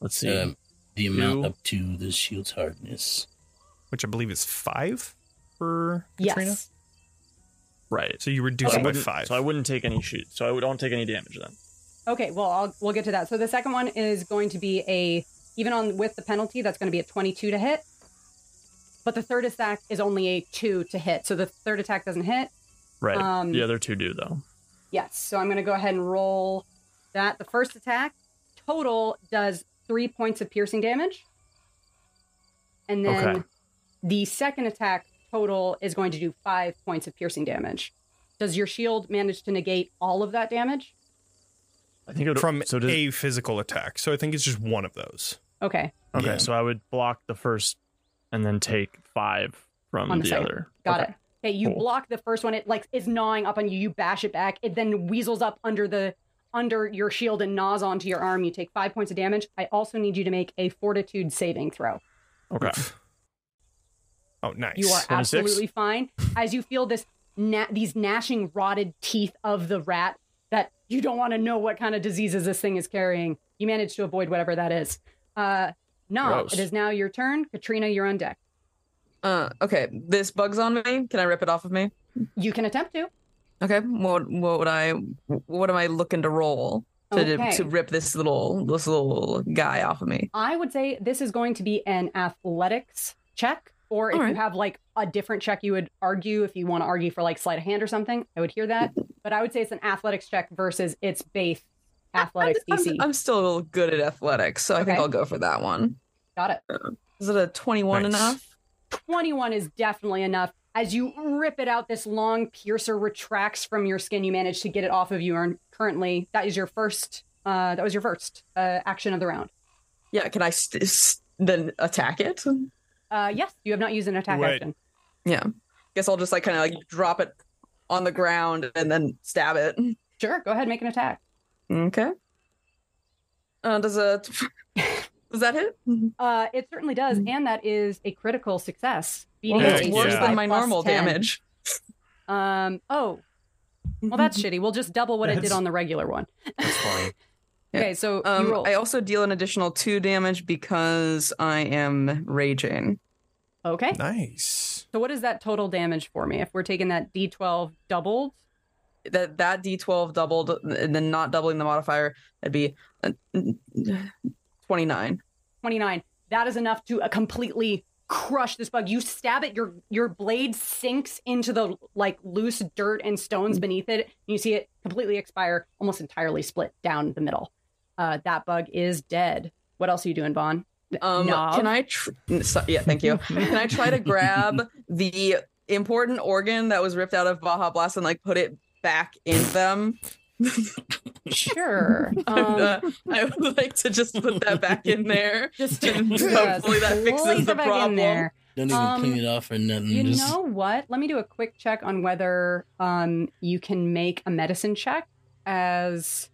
S3: Let's see.
S5: Um, the amount
S3: Two.
S5: up to the shield's hardness.
S2: Which I believe is five for Katrina.
S1: Yes.
S3: right.
S2: So you reduce
S1: Okay.
S2: it by
S3: wouldn't-
S2: five.
S3: So I wouldn't take any shoot. So I would- don't take any damage then.
S1: Okay. Well, I'll, we'll get to that. So the second one is going to be a even on with the penalty. That's going to be a 22 to hit. But the third attack is only a two to hit. So the third attack doesn't hit.
S3: Right.
S1: Um,
S3: the other two do though.
S1: Yes. So I'm going to go ahead and roll that. The first attack total does three points of piercing damage. And then
S3: Okay.
S1: the second attack total is going to do five points of piercing damage. Does your shield manage to negate all of that damage?
S3: I think it would,
S2: from
S3: so does,
S2: a physical attack. So I think it's just one of those.
S1: Okay.
S3: okay.
S5: Yeah.
S3: So I would block the first and then take five from
S1: On the
S3: the,
S1: second.
S3: other.
S1: Got
S3: Okay.
S1: it. Okay, you
S3: Cool.
S1: block the first one. It like is gnawing up on you. You bash it back. It then weasels up under the under your shield and gnaws onto your arm. You take five points of damage. I also need you to make a Fortitude saving throw.
S3: Okay.
S2: [laughs] Oh, nice.
S1: You are
S3: 26.
S1: absolutely fine as you feel this na- these gnashing rotted teeth of the rat that you don't want to know what kind of diseases this thing is carrying. You manage to avoid whatever that is. Uh, nah,
S3: Gross.
S1: it is now your turn, Katrina. You're on deck.
S4: Uh, okay, this bug's on me. Can I rip it off of me?
S1: You can attempt to.
S4: Okay, what what would I? What am I looking to roll to
S1: Okay.
S4: to rip this little this little guy off of me?
S1: I would say this is going to be an athletics check, or if
S4: All right.
S1: you have like a different check, you would argue if you want to argue for like sleight of hand or something. I would hear that, but I would say it's an athletics check versus its base athletics
S4: I'm,
S1: DC.
S4: I'm still good at athletics, so I think
S1: Okay.
S4: I'll go for that one.
S1: Got it.
S4: Is it a twenty-one
S2: Nice.
S4: enough?
S1: 21 is definitely enough. As you rip it out, this long piercer retracts from your skin. You manage to get it off of you, and currently that is your first. Uh, that was your first uh, action of the round.
S4: Yeah. Can I st- s- then attack it?
S1: Uh, yes, you have not used an attack
S2: Right.
S1: action.
S4: Guess I'll just like kind of like drop it on the ground and then stab it.
S1: Sure, go ahead, and make an attack.
S4: Okay. Uh, does a [laughs] does that hit?
S1: Uh, it certainly does, and that is a critical success.
S4: Well,
S1: Beating
S2: Yeah,
S4: it's
S1: a
S4: worse
S2: yeah.
S4: than
S1: 25
S4: my
S1: plus
S4: normal
S1: 10.
S4: damage.
S1: Um. Oh, well, [laughs] that's
S4: Mm-hmm.
S1: shitty. We'll just double what it did
S3: That's-
S1: on the regular one.
S2: That's fine.
S4: Yeah.
S1: Okay, so you
S4: Um,
S1: roll.
S4: I also deal an additional two damage because I am raging.
S1: Okay.
S2: Nice.
S1: So what is that total damage for me? If we're taking that D12 doubled,
S4: That that d12 doubled and then not doubling the modifier, that'd be uh, 29.
S1: 29. That is enough to uh, completely crush this bug. You stab it, your your blade sinks into the like loose dirt and stones beneath it. And you see it completely expire, almost entirely split down the middle. Uh, that bug is dead. What else are you doing, Vaughn?
S4: Um,
S1: Nov.
S4: Can I? Tr- n- so- yeah, thank you. can I try to grab the important organ that was ripped out of Baja Blast and like put it back in them?
S1: [laughs]
S4: [laughs]
S1: Sure. Um,
S4: Uh, I would [laughs] like to just put that back
S1: [laughs]
S4: in there.
S1: just
S4: [laughs] Hopefully that fixes
S1: slide
S4: the
S1: back in
S4: problem.
S1: there.
S5: Don't even
S1: Um,
S5: clean it off or nothing.
S1: You
S5: just,
S1: know what? Let me do a quick check on whether um you can make a medicine check as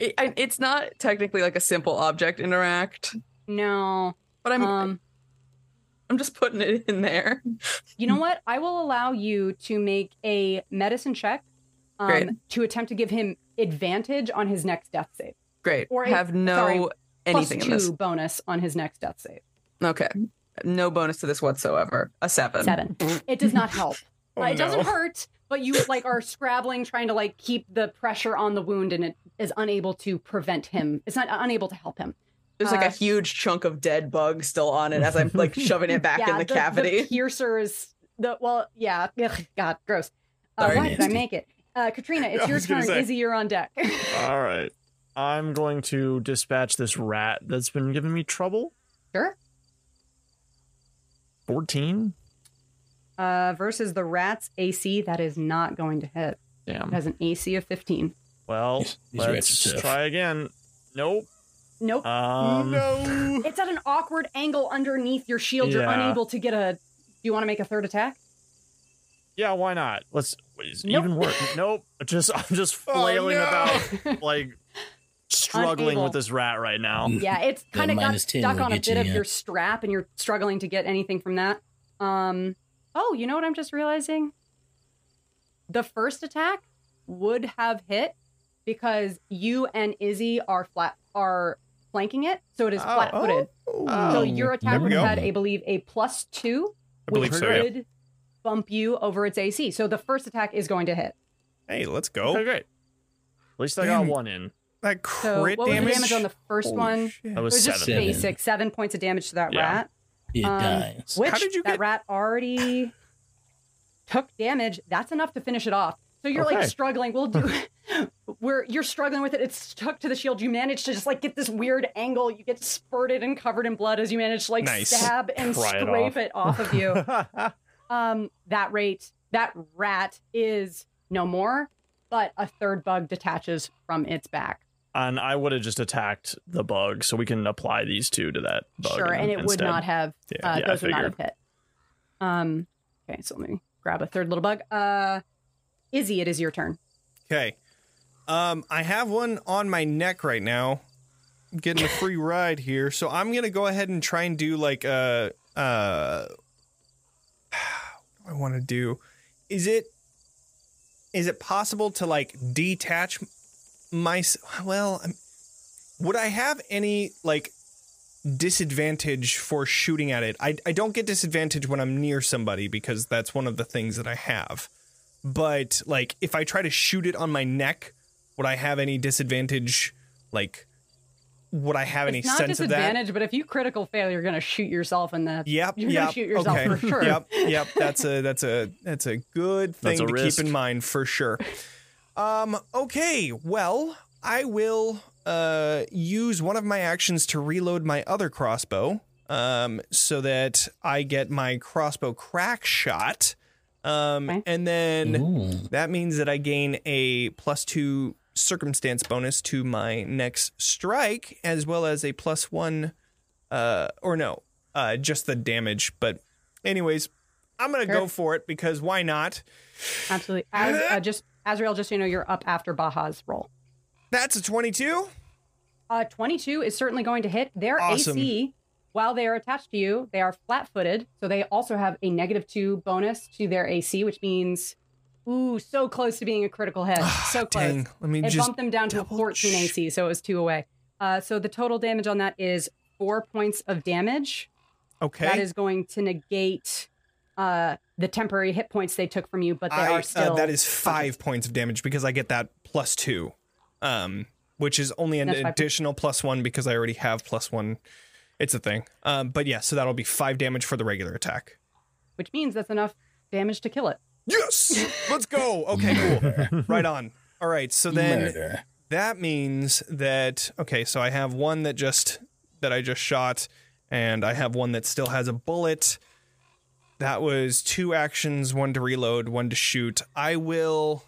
S4: It, I- it's not technically like a simple object interact,
S1: no.
S4: but I'm
S1: Um
S4: I'm just putting it in there.
S1: you
S4: Hmm.
S1: know what? I will allow you to make a medicine check um
S4: Great.
S1: to attempt to give him advantage on his next death save.
S4: Great.
S1: Or a-
S4: have no
S1: sorry,
S4: anything
S1: Plus
S4: in this.
S1: two bonus on his next death save.
S4: Okay. No bonus to this whatsoever. A seven.
S1: Seven. it does not
S4: [laughs]
S1: help.
S2: Oh,
S1: Uh, it doesn't
S2: no.
S1: hurt, but you like are scrabbling, trying to like keep the pressure on the wound, and it is unable to prevent him. It's not uh, unable to help him.
S4: There's like
S1: Uh,
S4: a huge chunk of dead bug still on it as I'm
S1: [laughs]
S4: like shoving it back in the, cavity.
S1: piercer is the well, yeah. Ugh, God, gross. Uh,
S4: Sorry.
S1: why did I
S5: Nasty.
S1: make it? Uh, Katrina,
S2: [laughs] I
S1: it's your
S2: was gonna
S1: turn.
S2: say.
S1: Izzy, you're on deck. [laughs]
S3: All right. I'm going to dispatch this rat that's been giving me trouble.
S1: sure.
S3: 14?
S1: Uh, versus the rat's AC, that is not going to hit. It
S3: Damn.
S1: has an AC of 15.
S3: Well,
S5: These- these rats are
S3: let's
S5: tough.
S3: try again. Nope.
S5: Uh.
S1: Nope.
S3: Um,
S2: no.
S1: it's at an awkward angle underneath your shield. You're
S3: Yeah.
S1: unable to get a. Do you want to make a third
S5: [laughs]
S1: attack?
S3: Yeah, why not? Let's wait, is it
S1: Nope.
S3: even work.
S1: [laughs]
S3: Nope. Just I'm just
S2: Oh,
S3: flailing
S2: no.
S3: about, like struggling
S1: Unable.
S3: with this rat right now.
S1: Yeah, it's
S5: The
S1: kind of got
S5: minus 10
S1: stuck
S5: will
S1: on a
S5: get
S1: bit
S5: you,
S1: of
S5: yeah.
S1: your strap, and you're struggling to get anything from that. Um, oh, you know what I'm just realizing? The first attack would have hit because you and Izzy are flat are flanking it, so it is
S2: Oh,
S1: flat-footed.
S2: oh.
S1: so
S3: Oh,
S1: your
S5: there
S1: attack
S5: we
S1: would have
S5: go.
S1: had, I believe, a plus two,
S2: I
S1: which
S2: believe so. Yeah.
S1: would bump you over its AC. So the first attack is going to hit.
S2: Hey, let's go.
S3: Okay, great. At least I
S2: Damn.
S3: got one in.
S2: That
S1: So
S2: crit
S1: what was
S2: damage.
S1: the damage on the first
S2: Holy
S1: one?
S2: shit.
S3: That
S1: It
S3: was,
S1: was
S3: seven.
S1: just
S5: Seven.
S1: basic, seven points of damage to that
S3: Yeah.
S1: rat.
S5: it
S1: um,
S5: dies.
S1: Which
S2: How did you
S1: that
S2: get-
S1: rat
S2: [sighs]
S1: already took damage. That's enough to finish it off. So you're
S3: Okay.
S1: [laughs] like struggling. We'll do where you're struggling with it. It's stuck to the shield. You manage to just like get this weird angle. You get spurted and covered in blood as you manage to like
S2: Nice.
S1: stab and
S3: Pry it
S1: scrape
S3: off.
S1: it off of you
S2: [laughs]
S1: um that rate that rat is no more but a third bug detaches from its back
S3: and I would have just attacked the bug, so we can apply these two to that bug.
S1: sure
S3: in-
S1: and it would
S3: instead.
S1: not have
S3: Yeah,
S1: uh,
S3: yeah, I
S1: those would not have
S3: figured.
S1: hit um okay so let me grab a third little bug uh izzy it is your turn
S2: Okay. Um, I have one on my neck right now. I'm getting a free ride here, so I'm gonna go ahead and try and do like uh uh. What do I want to do? Is it is it possible to like detach my? Well, I'm, would I have any like disadvantage for shooting at it? I I don't get disadvantage when I'm near somebody because that's one of the things that I have but like if I try to shoot it on my neck, would I have any disadvantage? Like, would I have any
S1: it's not
S2: sense of that?
S1: disadvantage but if you critical fail you're gonna shoot yourself in the
S2: Yep.
S1: you're
S2: yep.
S1: gonna shoot yourself
S2: okay.
S1: for sure
S2: Yep. Yep. That's a that's a that's a good thing
S3: That's a
S2: to
S3: risk.
S2: keep in mind for sure. Um. Okay. Well, I will uh use one of my actions to reload my other crossbow. Um. So that I get my crossbow crack shot. Um.
S1: Okay.
S2: And then.
S5: Ooh.
S2: That means that I gain a plus two circumstance bonus to my next strike, as well as a plus one, uh, or no, uh, just the damage. But, anyways, I'm gonna go
S1: Sure.
S2: for it because why not?
S1: absolutely As, uh, just azrael just so you know you're up after baja's roll
S2: That's a 22.
S1: Uh, 22 is certainly going to hit their
S2: Awesome.
S1: AC. While they are attached to you, they are flat footed. So they also have a negative two bonus to their AC, which means, ooh, so close to being a critical hit. so close.
S2: Ah, Dang, let me
S1: It
S2: just.
S1: bumped them down to a
S2: double
S1: 14
S2: ch-
S1: AC, so it was two away. Uh, so the total damage on that is four points of damage.
S2: Okay.
S1: That is going to negate uh, the temporary hit points they took from you, but they
S2: I,
S1: are still.
S2: uh, that is five points of damage because I get that plus two, um, which is only an
S1: That's five points.
S2: additional plus one because I already have plus one. It's a thing. Um, but yeah, so that'll be five damage for the regular attack.
S1: Which means that's enough damage to kill it.
S2: Yes, let's go. Okay, cool. right on. All right, so then
S5: Murder.
S2: that means that okay, so I have one that just that I just shot, and I have one that still has a bullet. That was two actions: one to reload, one to shoot. I will.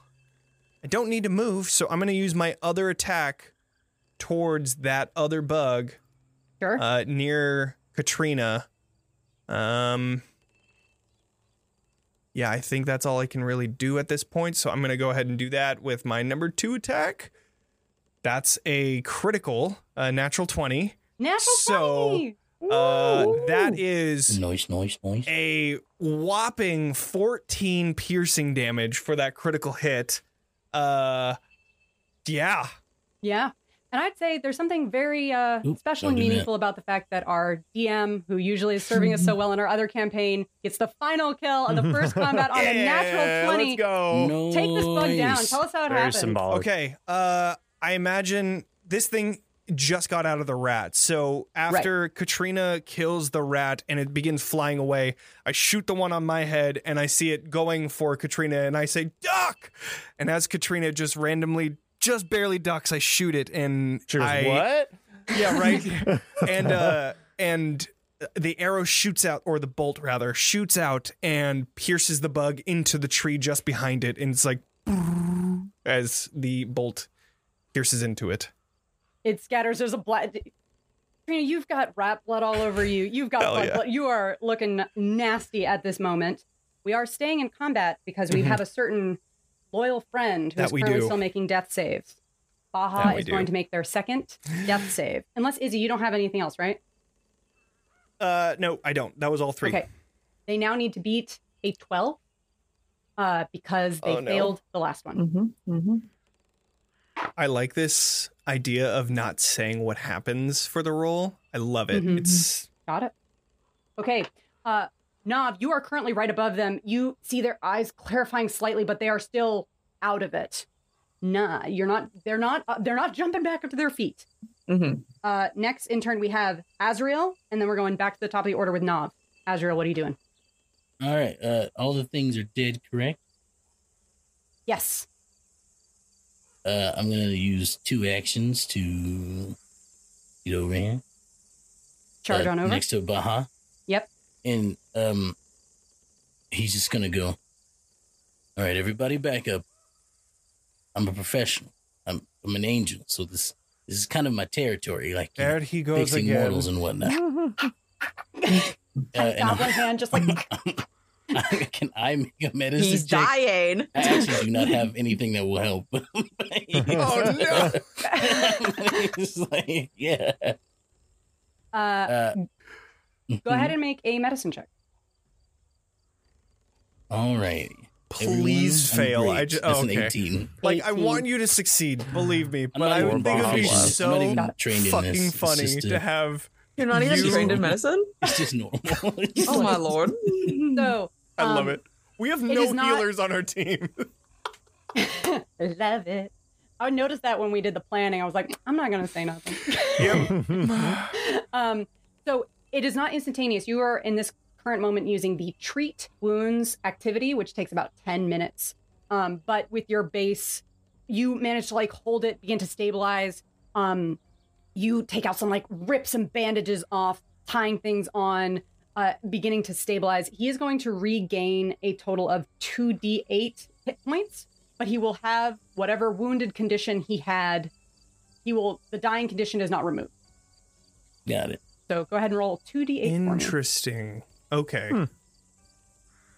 S2: I don't need to move, so I'm going to use my other attack towards that other bug
S1: Sure.
S2: uh, near Katrina. Um, yeah, I think that's all I can really do at this point. So I'm going to go ahead and do that with my number two attack. That's a critical, uh, natural 20.
S1: Natural
S2: so,
S1: 20!
S2: Uh,
S1: Woo!
S2: that is
S5: Noise, noise, noise.
S2: a whopping 14 piercing damage for that critical hit. Uh, yeah.
S1: Yeah. And I'd say there's something very uh,
S5: Oop,
S1: special and
S5: don't do that.
S1: meaningful about the fact that our DM, who usually is serving us
S2: [laughs]
S1: so well in our other campaign, gets the final kill of the first combat on a
S2: Yeah,
S1: natural 20.
S2: Let's go.
S5: Noise.
S1: Take this bug down. Tell us how it
S3: Very
S1: happened.
S3: symbolic.
S2: Okay. Uh, I imagine this thing just got out of the rat. So after Katrina kills the rat and it begins flying away, I shoot the one on my head and I see it going for Katrina and I say, duck. And as Katrina just randomly, just barely ducks, I shoot it and
S3: She goes,
S2: I,
S3: what?
S2: yeah, right. and uh and the arrow shoots out or the bolt rather shoots out and pierces the bug into the tree just behind it and it's like as the bolt pierces into it.
S1: It scatters. There's a blood. Trina, you've got rat blood all over you. You've got
S2: Hell
S1: blood,
S2: yeah.
S1: blood. You are looking nasty at this moment. We are staying in combat because we
S2: Mhm.
S1: have a certain loyal friend
S2: That
S1: who's
S2: we
S1: currently
S2: do.
S1: still making death saves.
S2: That
S1: Baja
S2: we
S1: is
S2: do.
S1: going to make their second
S2: [sighs]
S1: death save. Unless, Izzy, you don't have anything else, right?
S2: Uh no, I don't. That was all 3.
S1: Okay. They now need to beat a 12 uh, because they
S2: Oh, no.
S1: failed the last one.
S4: Mm-hmm, mm-hmm.
S2: I like this idea of not saying what happens for the roll. I love it.
S1: Mhm.
S2: It's
S1: Got it. Okay. Uh, Nav, you are currently right above them. You see their eyes clarifying slightly, but they are still out of it. Nah, you're not. They're not. Uh, they're not jumping back up to their feet.
S4: Mm-hmm.
S1: Uh, next, in turn, we have Azrael, and then we're going back to the top of the order with Nav. Azrael, what are you doing?
S5: All right. Uh, all the things are dead, correct?
S1: Yes.
S5: Uh, I'm gonna use two actions to get over here.
S1: Charge
S5: uh,
S1: on over.
S5: next to Baha.
S1: Yep.
S5: And um, he's just gonna go. All right, everybody, back up. I'm a professional. I'm I'm an angel, so this this is kind of my territory, like you know,
S2: There he goes
S5: fixing
S2: again.
S5: mortals
S1: [laughs]
S5: and [laughs] whatnot. Uh, and
S1: Goblin hand just like
S5: I'm- can [laughs] I make a medicine
S4: He's
S5: check?
S4: dying. Oh,
S5: I actually do not have anything that will help. [laughs]
S1: [laughs]
S5: oh
S2: Oh,
S5: [laughs] it's like, yeah.
S1: uh,
S5: Uh,
S1: go
S5: [laughs]
S1: ahead and make a medicine check.
S5: All right.
S2: Please fail. I just
S5: That's
S2: oh,
S5: an
S2: okay.
S5: 18.
S2: Like I
S1: 18.
S2: want you to succeed, believe me, but
S5: not
S2: I
S5: even
S2: would think it would be
S5: qualified. I'm not
S2: so
S5: even trained in
S2: fucking
S5: this. It's
S2: funny
S5: just, uh,
S2: to have.
S4: [laughs] You're not even
S2: You-
S4: trained in medicine.
S5: It's [laughs]
S2: [laughs]
S5: just normal.
S4: Oh my lord.
S1: So
S2: I love
S1: um,
S2: it. We have
S1: it
S2: no
S1: is not-
S2: healers on
S1: [laughs]
S2: our team.
S1: Love it. I noticed that when we did the planning, I was like, I'm not gonna say nothing. um, so it is not instantaneous. You are in this current moment using the treat wounds activity, which takes about 10 minutes. Um, but with your base, you manage to like hold it, begin to stabilize. Um, you take out some like rip some bandages off, tying things on, uh, beginning to stabilize. He is going to regain a total of 2d8 hit points, but he will have whatever wounded condition he had. He will, the dying condition is not removed.
S5: Got it.
S1: So go ahead and roll 2d8 for me.
S2: Interesting. Okay.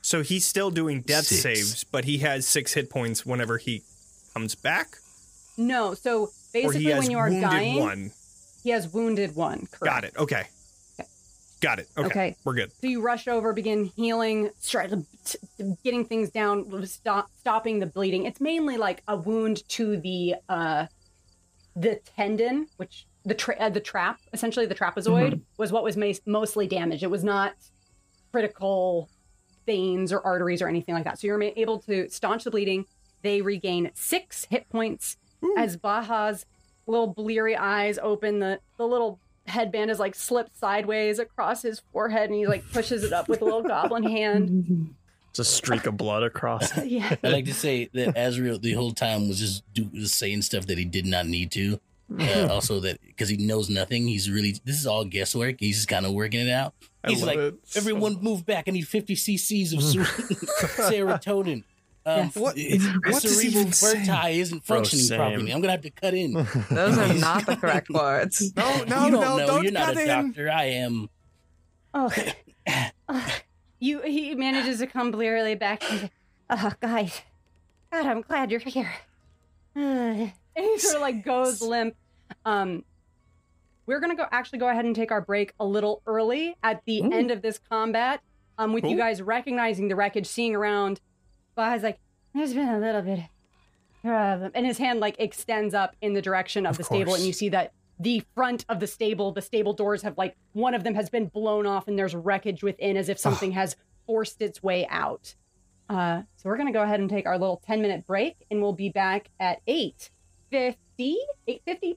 S2: So he's still doing death
S5: Six.
S2: saves, but he has six hit points whenever he comes back,
S1: No, so
S2: or
S1: basically
S2: he has
S1: when you are
S2: wounded
S1: dying,
S2: one.
S1: he has wounded one. Correct.
S2: Got it. Okay. Got it. Okay.
S1: Okay.
S2: We're good.
S1: So you rush over, begin healing, start t- t- getting things down, stop, stopping the bleeding. It's mainly like a wound to the uh, the tendon, which the tra- uh, the trap, essentially the trapezoid, was what was ma- mostly damaged. It was not critical veins or arteries or anything like that. So you're ma- able to staunch the bleeding. They regain six hit points as Baja's little bleary eyes open. The the little headband is like slipped sideways across his forehead, and he like pushes it up with a [laughs] little goblin hand.
S4: Mm-hmm.
S3: It's a streak of
S2: [laughs]
S3: blood across. it.
S1: Yeah,
S5: I like to say that Azrael the whole time was just do, was saying stuff that he did not need to. Uh, also, that because he knows nothing, he's really this is all guesswork. He's just kind of working it out.
S2: I
S5: He's
S2: love
S5: like,
S2: it. so
S5: everyone move back. I need 50
S2: [laughs]
S5: cc's of ser- [laughs] serotonin. Um,
S1: Yes.
S2: What-
S5: it's-
S2: what does he
S5: cerebral
S2: even say?
S5: verti isn't functioning
S3: same.
S5: properly. I'm gonna have to
S2: [laughs]
S5: cut in. No,
S4: Those are not the correct words.
S5: [laughs]
S2: No, no,
S5: you don't
S2: no,
S5: know.
S2: don't
S5: You're not
S2: cut
S5: a
S2: in.
S5: doctor. I am.
S1: Oh, Ugh. [coughs] you he manages to come blearily back. He's like, oh, guys, God, I'm glad you're here. [sighs] Ugh." and he sort of like goes limp. Um, we're gonna go actually go ahead and take our break a little early at the
S4: Ooh.
S1: end of this combat. Um, with you
S2: Cool.
S1: guys recognizing the wreckage, seeing around, but I was like, there's been a little bit. of-" And his hand like extends up in the direction of,
S2: Of
S1: the stable, and
S2: course.
S1: you see that the front of the stable the stable doors have like one of them has been blown off and there's wreckage within
S2: Ah.
S1: as if something has forced its way out uh, so we're going to go ahead and take our little 10 minute break and we'll be back at 8 50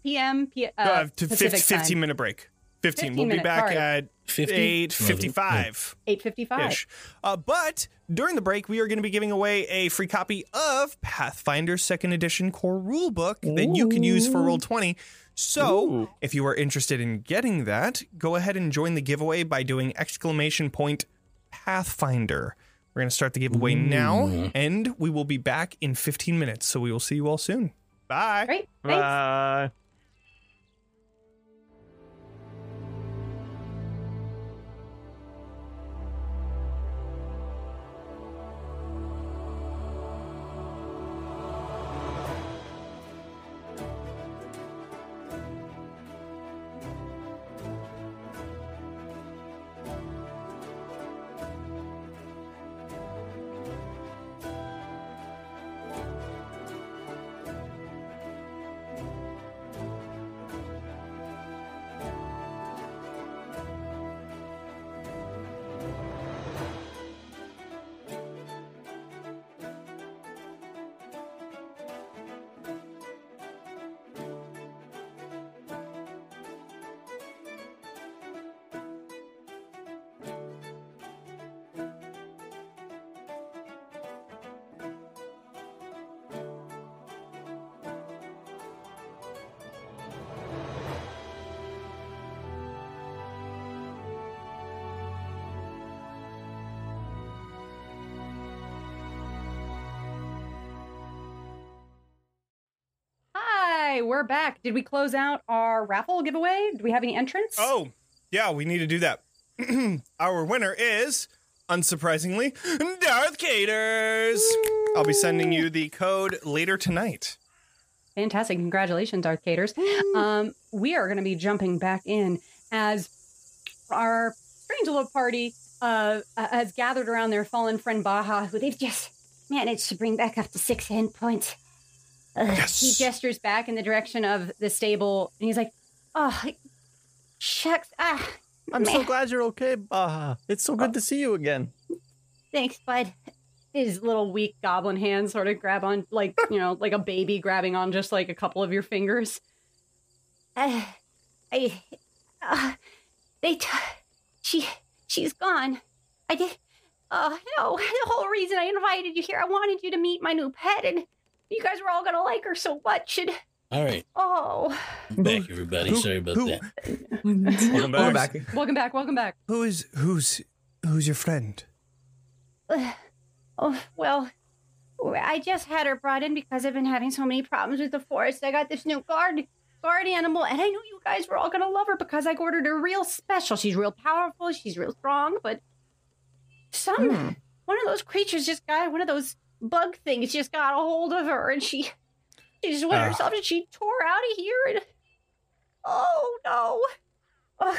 S1: p.m P- uh,
S2: Uh, to fif-
S1: pacific
S2: 15
S1: time
S2: minute break. 15.
S1: 15
S2: we'll be
S1: minute,
S2: back
S1: sorry.
S2: at
S5: 50?
S2: 8.55.
S1: 8.55
S2: ish. Uh, but during the break, we are going to be giving away a free copy of Pathfinder Second Edition Core Rulebook that you can use for Roll Twenty. So, if you are interested in getting that, go ahead and join the giveaway by doing exclamation point Pathfinder. We're going to start the giveaway now, and we will be back in 15 minutes. So we will see you all soon. Bye.
S1: great thanks
S3: Bye.
S1: Okay, we're back. Did we close out our raffle giveaway? Do we have any entrants?
S2: Oh, yeah, we need to do that. [clears throat] Our winner is, unsurprisingly, Darth Caters. I'll be sending you the code later tonight.
S1: Fantastic. Congratulations, Darth Caters. Um, we are going to be jumping back in as our strange little party uh, uh, has gathered around their fallen friend Baja, who they've just managed to bring back up to six hit points. Ugh.
S2: Yes.
S1: He gestures back in the direction of the stable and he's like, oh, shucks. Ah,
S3: I'm so
S1: meh.
S3: glad you're okay, Baja. It's so good to see you again.
S1: Thanks, bud. His little weak goblin hands sort of grab on, like, you know, like a baby grabbing on just like a couple of your fingers.
S6: Uh, I, uh, they, t- she, she's gone. I did. Oh no! The whole reason I invited you here, I wanted you to meet my new pet, and you guys were all gonna like her so much. And
S5: All right,
S6: oh,
S5: I'm back everybody. Sorry about
S2: who-
S5: that.
S3: Welcome
S4: We're
S3: back.
S4: back.
S1: Welcome back, welcome back.
S2: Who is who's who's your friend?
S6: oh well. I just had her brought in because I've been having so many problems with the forest. I got this new guard guard animal, and I knew you guys were all gonna love her because I ordered her real special. She's real powerful. She's real strong, but some
S4: Hmm.
S6: one of those creatures just got one of those bug things just got a hold of her and she she just went
S2: Ah.
S6: herself and she tore out of here and oh no Ugh.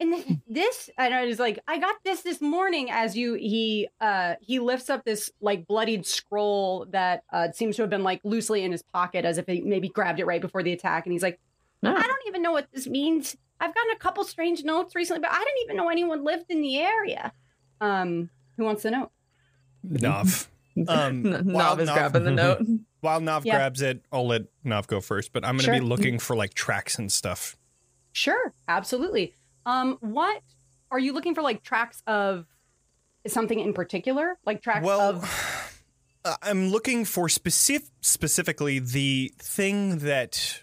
S1: And th- this, and I was like, I got this this morning. As you, he, uh, he lifts up this like bloodied scroll that uh, seems to have been like loosely in his pocket, as if he maybe grabbed it right before the attack. And he's like,
S6: I don't even know what this means. I've gotten a couple strange notes recently, but I didn't even know anyone lived in the area.
S1: um, "Who wants to know?"
S2: Nov.
S4: [laughs]
S2: Um,
S4: N-
S2: wild
S4: Nov is
S2: Nov.
S4: grabbing the [laughs] note.
S2: While Nov
S1: Yeah.
S2: grabs it, I'll let Nov go first, but I'm gonna
S1: Sure.
S2: be looking for like tracks and stuff.
S1: Sure, absolutely. Um, what are you looking for? Like tracks of something in particular? Like tracks
S2: well,
S1: of?
S2: [sighs] uh, I'm looking for specific specifically the thing that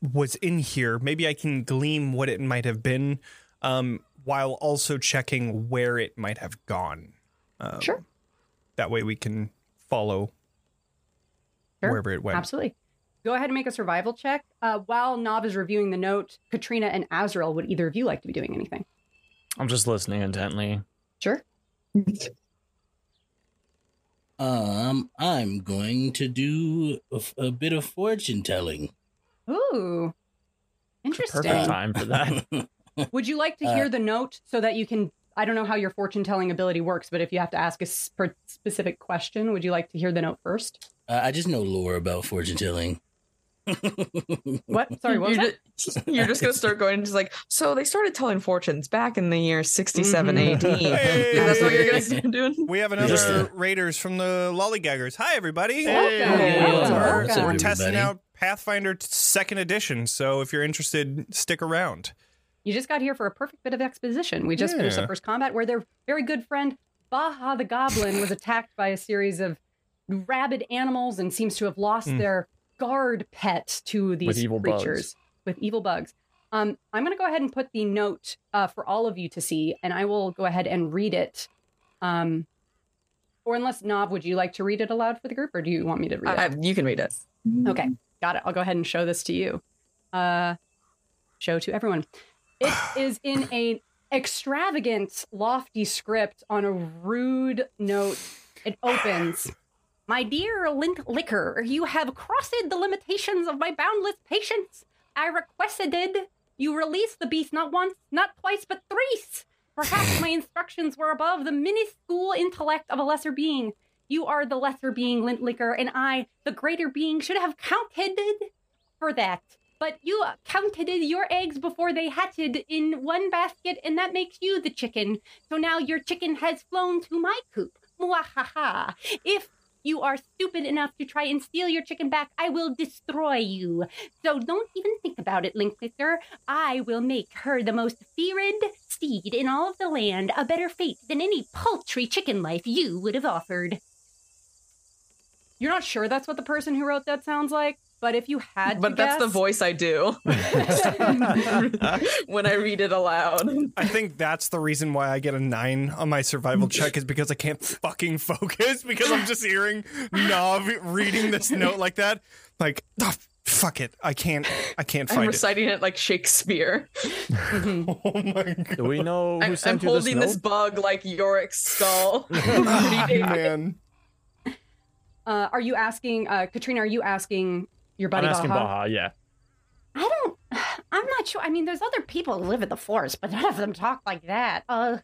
S2: was in here. Maybe I can glean what it might have been, um, while also checking where it might have gone. Um,
S1: Sure.
S2: That way we can follow
S1: Sure.
S2: wherever it went.
S1: Absolutely. Go ahead and make a survival check. Uh, while Nob is reviewing the note, Katrina and Azrael, would either of you like to be doing anything?
S3: I'm just listening intently.
S1: Sure.
S5: Um, I'm going to do a, f- a bit of fortune telling.
S1: Ooh. Interesting.
S3: Perfect time for that.
S1: Would you like to
S5: Uh,
S1: hear the note so that you can? I don't know how your fortune telling ability works, but if you have to ask a sp- specific question, would you like to hear the note first?
S5: Uh, I just know lore about fortune telling.
S1: What? Sorry, what was
S4: you're,
S1: that?
S4: ju- you're just gonna start going just like so they started telling fortunes back in the year 67 AD. [laughs]
S2: Hey!
S4: That's what you're gonna [laughs] start doing.
S2: We have another
S5: Yes.
S2: Raiders from the Lollygaggers. Hi, everybody.
S1: Welcome.
S3: Hey,
S1: Welcome.
S5: what's up,
S2: We're,
S5: what's up,
S2: we're
S1: Welcome.
S2: testing
S5: everybody?
S2: out Pathfinder t- Second Edition, so if you're interested, stick around.
S1: You just got here for a perfect bit of exposition. We just finished the
S2: Yeah.
S1: first combat where their very good friend Baha the Goblin was attacked by a series of rabid animals and seems to have lost
S2: Mm.
S1: their guard pet to these
S3: Hmm. evil bugs.
S1: creatures with evil bugs. Um, I'm going to go ahead and put the note uh, for all of you to see, and I will go ahead and read it. Um, or unless Nov, would you like to read it aloud for the group, or do you want me to read it?
S4: I, you can read it.
S1: Okay, got it. I'll go ahead and show this to you. Uh, show to everyone. It is in a extravagant, lofty script on a rude note. It opens. My dear Lint Licker, you have crossed the limitations of my boundless patience. I requested you release the beast not once, not twice, but thrice. Perhaps my instructions were above the minuscule intellect of a lesser being. You are the lesser being, Lintlicker, and I, the greater being, should have counted for that. But you counted your eggs before they hatched in one basket, and that makes you the chicken. So now your chicken has flown to my coop. Mwahaha. If you are stupid enough to try and steal your chicken back, I will destroy you. So don't even think about it, Linklicker. I will make her the most feared steed in all of the land, a better fate than any paltry chicken life you would have offered. You're not sure that's what the person who wrote that sounds like, but if you had
S4: But
S1: to
S4: that's the
S1: guess-
S4: voice I do [laughs] when I read it aloud.
S2: I think that's the reason why I get a nine on my survival check is because I can't fucking focus because I'm just hearing Nov reading this note like that. Like, "Ah, Fuck it. I can't. I can't
S4: I'm
S2: find [laughs] it.
S4: reciting it like Shakespeare.
S1: Mhm.
S5: Oh my
S3: [laughs]
S5: god.
S3: Do we know who
S4: I'm, I'm
S3: sent you
S4: holding
S3: this
S4: this
S3: note?
S4: bug like Yorick's skull.
S2: Ah, man.
S1: Uh, are you asking, uh, Katrina? Are you asking your
S3: I'm
S1: buddy
S3: asking
S1: Baja?
S3: Baja. Yeah.
S6: I don't. [sighs] I'm not sure. I mean, there's other people who live in the forest, but none of them talk like that. Uh,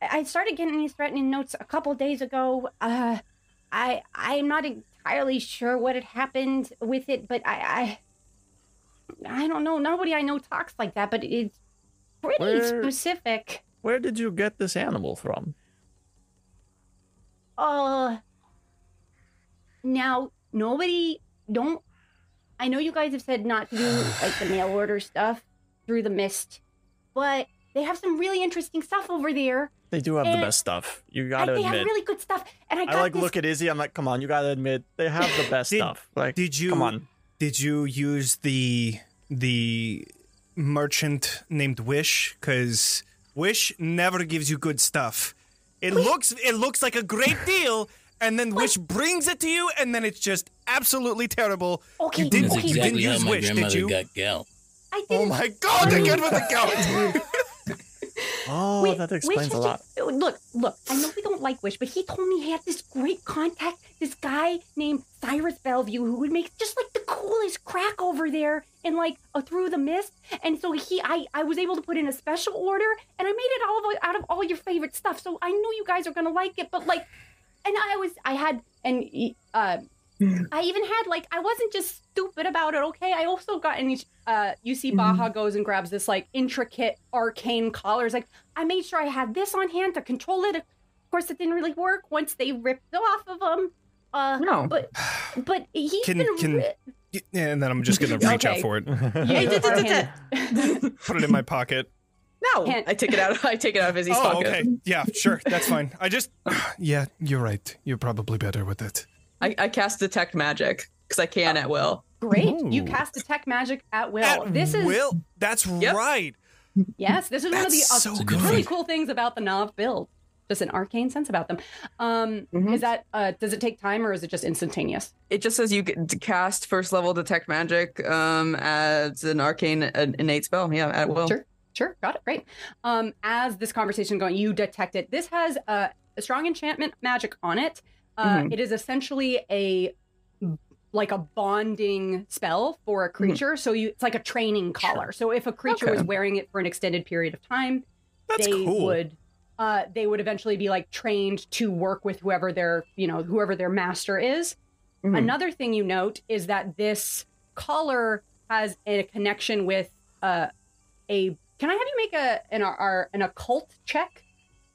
S6: I I started getting these threatening notes a couple days ago. Uh, I I'm not entirely sure what had happened with it, but I I, I don't know. Nobody I know talks like that, but it's pretty
S3: Where-
S6: specific.
S3: Where did you get this animal from?
S6: Uh, now nobody don't. I know you guys have said not to do like the mail order stuff through the mist, but they have some really interesting stuff over there.
S3: They do have
S6: Eh,
S3: the best stuff. You
S6: Like,
S3: gotta
S6: they have
S3: admit.
S6: really good stuff, and I got
S3: I like
S6: this.
S3: look at Izzy. I'm like, come on, you gotta admit they have the best
S2: Did-
S3: stuff. Like,
S2: did you-
S3: Come on.
S2: Did you use the the merchant named Wish? Because Wish never gives you good stuff. It looks it looks like a great deal, and then Wish brings it to you, and then it's just absolutely terrible.
S6: okay,
S2: you didn't-
S5: That's
S2: you
S6: okay,
S5: exactly
S2: didn't
S5: how
S2: use
S5: my
S2: Wish, did
S5: grandmother
S2: you?
S5: got gal.
S6: I didn't.
S2: Oh my god! Again with the [laughs] goat.
S3: Oh,
S6: Wait,
S3: that
S6: Wish
S3: explains
S6: has
S3: a lot.
S6: just- uh, look, look, I know we don't like Wish, but he told me he had this great contact, this guy named Cyrus Bellevue, who would make just like the coolest crack over there and like uh, through the mist. And so he, I, I was able to put in a special order, and I made it all of, out of all your favorite stuff. So I know you guys are gonna like it, but like, and I was, I had, and uh, I even had like, I wasn't just stupid about it. Okay, I also got an. Uh, you see, Baja goes and grabs this like intricate arcane collar. It's like, I made sure I had this on hand to control it. Of course, it didn't really work once they ripped it off of him. Uh,
S4: No.
S6: but but he's
S2: Can-
S6: been.
S2: can-
S6: ri-
S2: And then I'm just gonna reach out
S1: Okay.
S2: for it,
S1: Yeah,
S4: [laughs] Yeah,
S1: you
S4: yeah,
S1: are
S4: yeah, yeah.
S2: put it in
S1: [laughs]
S2: my pocket.
S4: No,
S1: Can't-
S4: I take it out. Of, I take it out of Izzy's
S2: oh,
S4: pocket.
S2: okay, yeah, sure, that's fine.
S1: [sighs]
S2: I just, yeah, you're right. You're probably better with it.
S4: I, I cast detect magic because I can at will.
S1: Great. You
S3: Ooh.
S1: cast detect magic at will.
S2: At
S1: this is
S2: will. That's
S4: Yep.
S2: right.
S1: yes, this is one of the
S2: That's
S1: uh,
S2: so
S5: It's a good
S1: really
S2: good.
S5: friend.
S1: cool things about the Nav build. Just an arcane sense about them. Um,
S4: Mhm.
S1: Is that uh, does it take time or is it just instantaneous?
S4: It just says you get to cast first level detect magic um as an arcane an innate spell. Yeah, at will.
S1: Sure. Sure, got it. Great. Um, as this conversation going, you detect it. This has uh, a strong enchantment magic on it. Uh,
S2: Mm-hmm.
S4: Mhm.
S1: it is essentially a like a bonding spell for
S2: Mm-hmm.
S1: a creature. So you it's like a training collar. So if a creature
S4: Okay.
S1: was wearing it for an extended period of time,
S2: That's
S1: they
S2: cool.
S1: would uh, they would eventually be like trained to work with whoever their you know whoever their master is.
S4: Mhm.
S1: Another thing you note is that this collar has a connection with uh, a. Can I have you make a an, our, an occult check,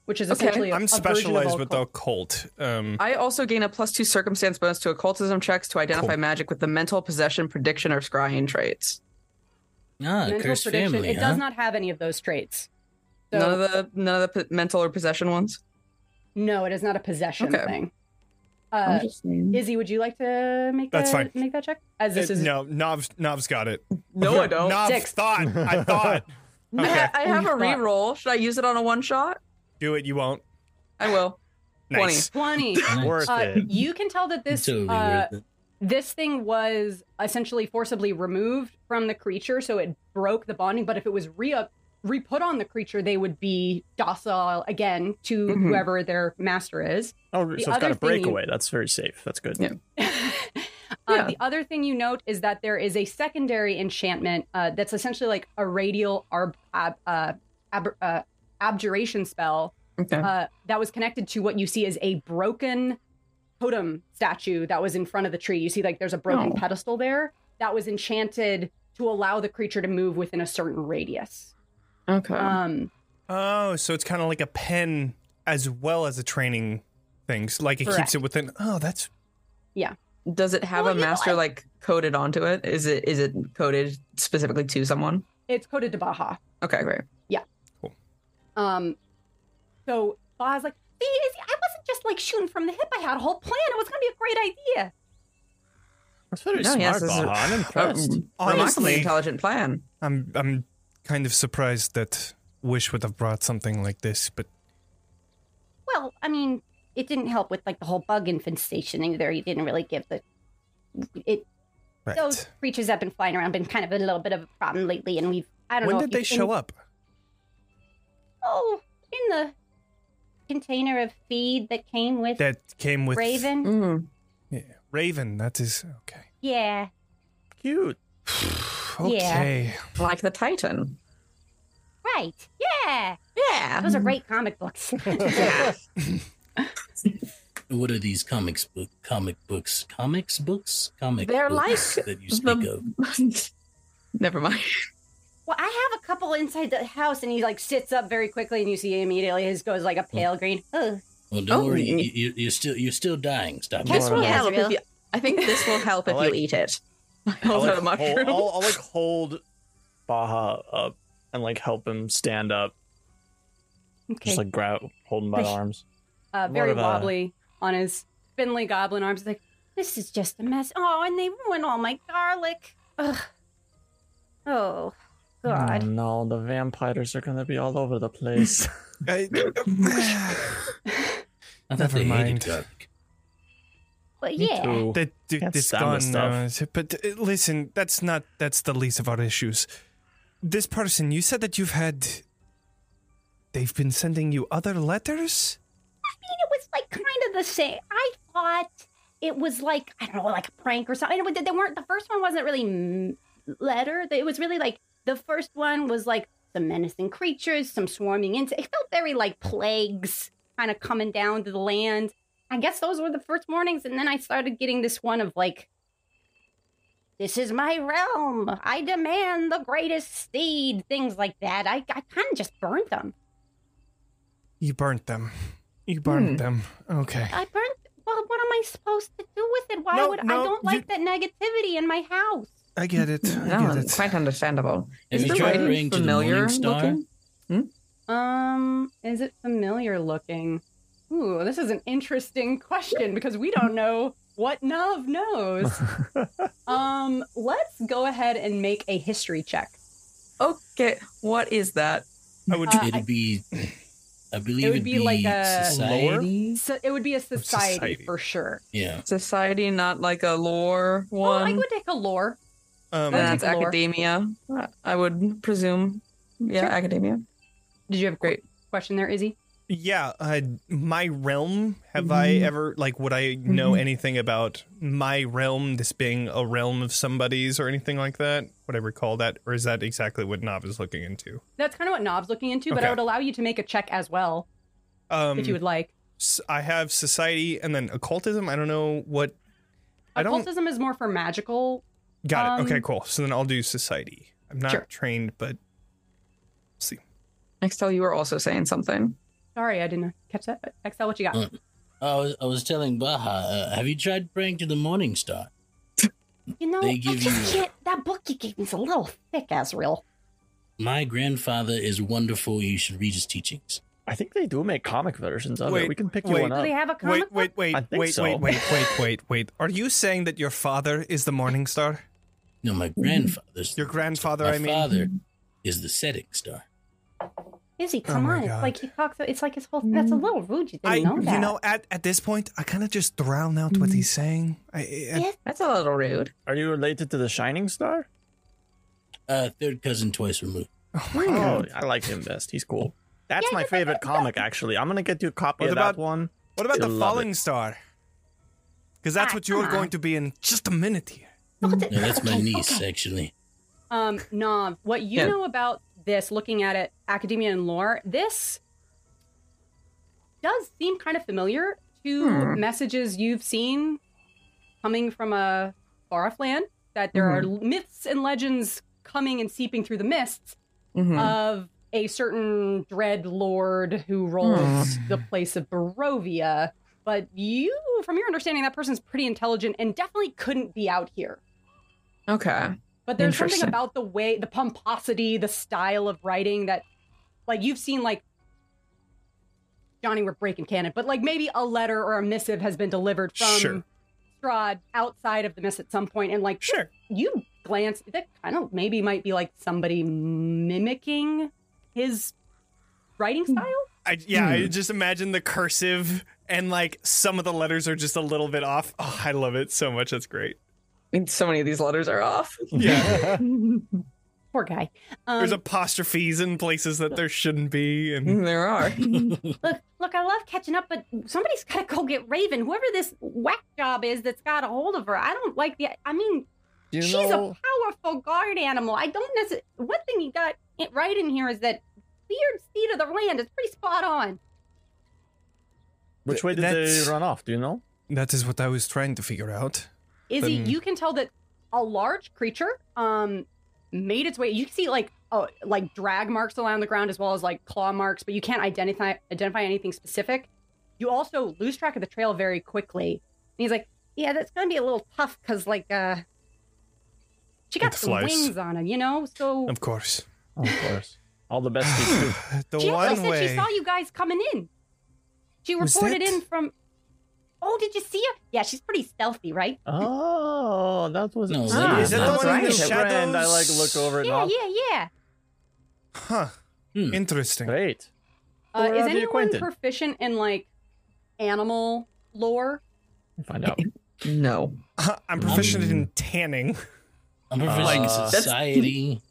S1: which is
S4: Okay.
S1: essentially a- a
S2: I'm
S1: version of Uh,
S2: specialized with
S1: occult.
S2: occult. Um,
S4: I also gain a plus two circumstance bonus to occultism checks to identify
S2: Cool.
S4: magic with the mental possession, prediction, or scrying traits.
S5: Ah,
S1: mental
S5: cursed
S1: prediction.
S5: family.
S1: it
S5: huh?
S1: does not have any of those traits. So,
S4: none of the none of the p- mental or possession ones.
S1: no, it is not a possession
S4: Okay.
S1: thing. Uh,
S4: no,
S1: Izzy, would you like to make
S2: That's
S1: that,
S2: fine.
S1: make that check? As this
S2: uh,
S1: is
S2: no, Nov's, Nov's got it.
S4: I don't. [laughs]
S2: Nov
S1: Six.
S2: thought.
S1: [laughs]
S2: I thought.
S4: I,
S2: Okay.
S4: ha- I have a
S1: Thought.
S4: reroll. Should I use it on a one shot?
S2: [laughs] Do it. You won't.
S4: I will.
S2: Nice. [laughs]
S1: twenty.
S5: Nice.
S3: Worth
S1: Uh,
S3: it.
S1: you can tell that this
S5: Totally
S1: uh,
S5: worth it.
S1: this thing was essentially forcibly removed from the creature, so it broke the bonding. But if it was re re put on the creature, they would be docile again to
S4: Mhm.
S1: whoever their master is. [laughs]
S3: Oh, so
S1: the
S3: it's
S1: other
S3: got a
S1: thing you-
S3: breakaway. That's very safe. That's good.
S4: Yeah.
S1: Uh,
S4: Yeah.
S1: The other thing you note is that there is a secondary enchantment uh, that's essentially like a radial arb- ab- uh, ab- uh, abjuration spell
S4: Okay.
S1: uh, that was connected to what you see as a broken totem statue that was in front of the tree. You see, like, there's a broken
S4: Oh.
S1: pedestal there that was enchanted to allow the creature to move within a certain radius.
S4: okay.
S1: Um,
S2: Oh, so it's kind of like a pen as well as a training things. Like it keeps
S1: Correct.
S2: it within. Oh, that's
S4: Does it have
S6: well,
S4: a
S6: you know,
S4: master
S6: I-
S4: like coded onto it? Is it is it coded specifically to someone?
S1: it's coded to Baja.
S4: Okay, great.
S1: Um, so Baja's like,
S6: See, Izzy, I wasn't just like shooting from the hip. I had a whole plan. It was gonna be a great idea.
S3: That's very
S4: No,
S3: smart,
S4: yes, this is-
S3: Baja.
S6: [laughs]
S3: I'm impressed.
S4: Um, remarkably
S2: honestly.
S4: intelligent plan.
S2: I'm I'm kind of surprised that Wish would have brought something like this, but
S6: Well, I mean, it didn't help with like the whole bug infestation either. You didn't really give the it
S2: Right.
S6: Those creatures have been flying around, been kind of a little bit of a problem lately, and we've I don't
S2: when
S6: know.
S2: did
S6: if
S2: they show up?
S6: Oh, in the container of feed that came with
S2: That came with
S6: Raven.
S4: Mm.
S2: Yeah. Raven, that is okay.
S6: Yeah,
S3: Cute.
S2: Okay.
S4: Like the Titan.
S6: right. Yeah,
S4: Yeah.
S3: Um.
S6: those are great comic books. [laughs]
S4: Yeah.
S5: What are these comics book comic books comics books comic
S4: They're
S5: books
S4: like
S5: that you
S4: the-
S5: speak of?
S4: [laughs] Never mind.
S6: Well, I have a couple inside the house, and he like sits up very quickly, and you see immediately his goes like a
S3: Mm.
S6: pale green. Oh,
S5: Well, don't
S4: Oh.
S5: worry, you, you, you're still you're still dying. Stop.
S4: This
S5: it.
S4: will
S6: Yeah,
S4: help
S6: Israel.
S4: if you, I think this will
S5: [laughs]
S4: help
S3: I
S4: if
S3: like-
S4: you eat it. [laughs]
S3: I'll
S4: Hold out
S3: like,
S4: a
S3: hol-
S4: mushroom. [laughs]
S3: I'll,
S6: [laughs]
S3: I'll like hold Baja up and like help him stand up.
S6: okay.
S3: Just like grab, hold him by the arms.
S1: uh,
S3: More
S1: very
S3: of a-
S1: wobbly on his spindly goblin arms. He's like,
S6: This is just a mess. Oh, and they ruined all my garlic. Ugh. Oh, God.
S3: no, the vampires are gonna be all over the place.
S2: I-
S5: I thought
S2: Never
S5: they
S2: mind.
S5: hated garlic.
S6: But
S3: Me
S6: [laughs] yeah.
S3: too.
S2: that dude,
S3: Can't
S2: it's
S3: stand
S2: gone
S3: this
S2: now. But uh, listen, that's not that's the least of our issues. This person, you said that you've had. They've been sending you other letters.
S6: mean, it was like kind of the same. I thought it was like I don't know, like a prank or something. It was- They weren't. The first one wasn't really m- letter. It was really like the first one was like some menacing creatures, some swarming insects. It felt very like plagues kind of coming down to the land. I guess those were the first warnings, and then I started getting this one of like. This is my realm. I demand the greatest steed. Things like that. I, I kind of just burned them.
S2: You burnt them. You burnt
S4: Hmm.
S2: them. Okay.
S6: I burnt. Well, what am I supposed to do with it? Why
S2: No,
S6: would
S2: no,
S6: I don't
S2: you-
S6: like that negativity in my house?
S2: I get it. I
S4: No,
S2: get it.
S4: quite understandable.
S5: Have
S4: Is
S5: you
S4: the
S5: tried
S4: writing
S5: praying to the
S4: familiar
S5: morning star?
S4: looking?
S1: um, is it familiar looking? Ooh, this is an interesting question because we don't know what Nov
S2: [laughs]
S1: knows. um, let's go ahead and make a history check.
S4: Okay, what is that?
S6: [laughs]
S2: I would.
S1: Uh,
S5: It'd be, I believe
S1: It would
S5: it'd
S1: be like a-
S5: society.
S1: So it would be a society,
S2: society.
S1: for sure.
S5: Yeah,
S4: Society, not like a lore
S6: Oh,
S1: Well,
S4: one.
S1: Oh, I would take a lore.
S2: um,
S1: I'll
S4: That's
S1: take lore.
S4: academia. I- I would presume. Yeah, academia.
S1: Did you have a great question there, Izzy?
S2: Yeah, uh, my realm. Have I
S1: Mm-hmm.
S4: Mhm.
S2: ever like would I know
S4: Mhm.
S2: anything about my realm? This being a realm of somebody's or anything like that? Would I recall that, or is that exactly what Nov is looking into?
S1: That's kind of what Nov's looking into, but
S2: Okay.
S1: I would allow you to make a check as well
S2: Um,
S1: if you would like.
S2: s- I have society and then occultism. I don't know what. I don't
S1: Occultism is more for magical.
S2: got it. Okay,
S1: um,
S2: cool. So then I'll do society. I'm not
S1: Sure.
S2: trained, but
S4: Nextel, you were also saying something.
S1: Sorry, I didn't catch that. but Excel, what you got?
S5: Mm. I was, I was telling Baja, uh, have you tried praying to the morning star?
S6: You know,
S5: They
S6: I
S5: give
S6: just
S5: you-
S6: can't. That book you gave me's a little thick, Azrael.
S5: My grandfather is wonderful. You should read his teachings.
S3: I think they do make comic versions of
S2: Wait,
S3: it. We can pick
S2: wait.
S3: you one
S6: Do
S3: up.
S6: they have a comic
S2: wait, wait, wait,
S3: I
S2: wait,
S3: think
S2: wait,
S3: so.
S2: wait, wait, wait, wait, Are you saying that your father is the Morning Star?
S5: No, my grandfather's
S2: Mm-hmm. Your grandfather,
S5: my
S2: I mean.
S5: father is the setting star.
S6: book? Izzy,
S2: Oh
S6: come
S2: my
S6: on. It's
S2: God.
S6: like he talks. It's like his whole. That's a
S1: Mm.
S6: little rude. You didn't
S2: I,
S6: know that. Mm-hmm.
S2: you know, at, at this point, I kind of just drown out what he's saying. I, I-
S6: Yes.
S4: That's a little rude.
S3: Are you related to the Shining Star?
S5: Uh, third cousin twice removed.
S2: oh my
S3: Oh,
S2: god!
S3: I like him best. He's cool. That's
S6: Hmm. Yeah,
S3: my favorite comic, actually. I'm gonna get you a copy
S2: What
S3: of
S2: about-
S3: that one.
S2: What about
S3: I
S2: the
S3: love
S2: falling star? Because that's
S6: Ah,
S2: what you're
S6: come
S2: going to be in just a minute here.
S6: Look at
S2: Mm.
S6: the-
S5: No,
S2: [laughs]
S5: that's my
S6: okay,
S5: niece,
S6: okay.
S5: actually.
S1: Um, Nov, what you
S4: Yeah.
S1: know about this, looking at it, academia and lore, this does seem kind of familiar to
S4: Hmm.
S1: messages you've seen coming from a far off land, that
S6: Hmm.
S1: there are myths and legends coming and seeping through the mists
S4: Mhm.
S1: of a certain dread lord who rules
S4: Hmm.
S1: the place of Barovia. But you, from your understanding, that person's pretty intelligent and definitely couldn't be out here.
S4: okay.
S1: But there's something
S4: Interesting.
S1: about the way, the pomposity, the style of writing that, like, you've seen, like, Johnny, we're breaking canon, but like maybe a letter or a missive has been delivered from
S2: Sure.
S1: Strahd outside of the miss at some point, and like
S2: Sure.
S1: you glance, that kind of maybe might be like somebody mimicking his writing
S4: Hmm.
S1: style.
S2: I, yeah, I just imagine the cursive and like some of the letters are just a little bit off. Oh, I love it so much. That's great.
S4: mean, so many of these letters are off.
S2: Hmm. [laughs] Yeah.
S1: Poor guy. Um,
S2: There's apostrophes in places that there shouldn't be. And
S4: [laughs] There are.
S6: Look, look, I love catching up, but somebody's got to go get Raven. Whoever this whack job is that's got a hold of her, I don't like the. I mean,
S3: You
S6: she's
S3: know,
S6: a powerful guard animal. I don't necessarily. One thing you got it right in here is that weird state of the land is pretty spot on.
S3: which way did
S2: That's-
S3: they run off? Do you [laughs] know?
S2: that is what I was trying to figure out.
S1: Izzy,
S2: Then-
S1: you can tell that a large creature um made its way. You can see like oh like drag marks along the ground as well as like claw marks, but you can't identify identify anything specific. You also lose track of the trail very quickly. And he's like, "Yeah, that's gonna be a little tough because like uh, she got
S2: It
S1: some
S2: flies.
S1: wings on him, you know. So
S2: Of course.
S3: of course. All the best he could.
S2: The
S6: she actually
S2: one
S6: said
S2: way.
S6: she saw you guys coming in. She
S2: Was
S6: reported
S2: that-
S6: in from. Oh, did you see her? Yeah, she's pretty stealthy, right?
S3: Oh, that was
S5: No, that
S2: is that the
S3: that's
S2: one in the
S3: right. Friend, I like
S2: shadows?
S3: look over and
S6: Yeah,
S3: off.
S6: yeah, yeah.
S2: Huh.
S5: Hmm.
S2: Interesting.
S3: Great.
S1: uh,
S3: Or
S1: is
S3: are they
S1: anyone
S3: acquainted?
S1: proficient in like animal lore?
S3: Find out.
S4: No.
S2: I'm proficient in tanning.
S5: I'm proficient in
S3: Uh, that's-
S5: society.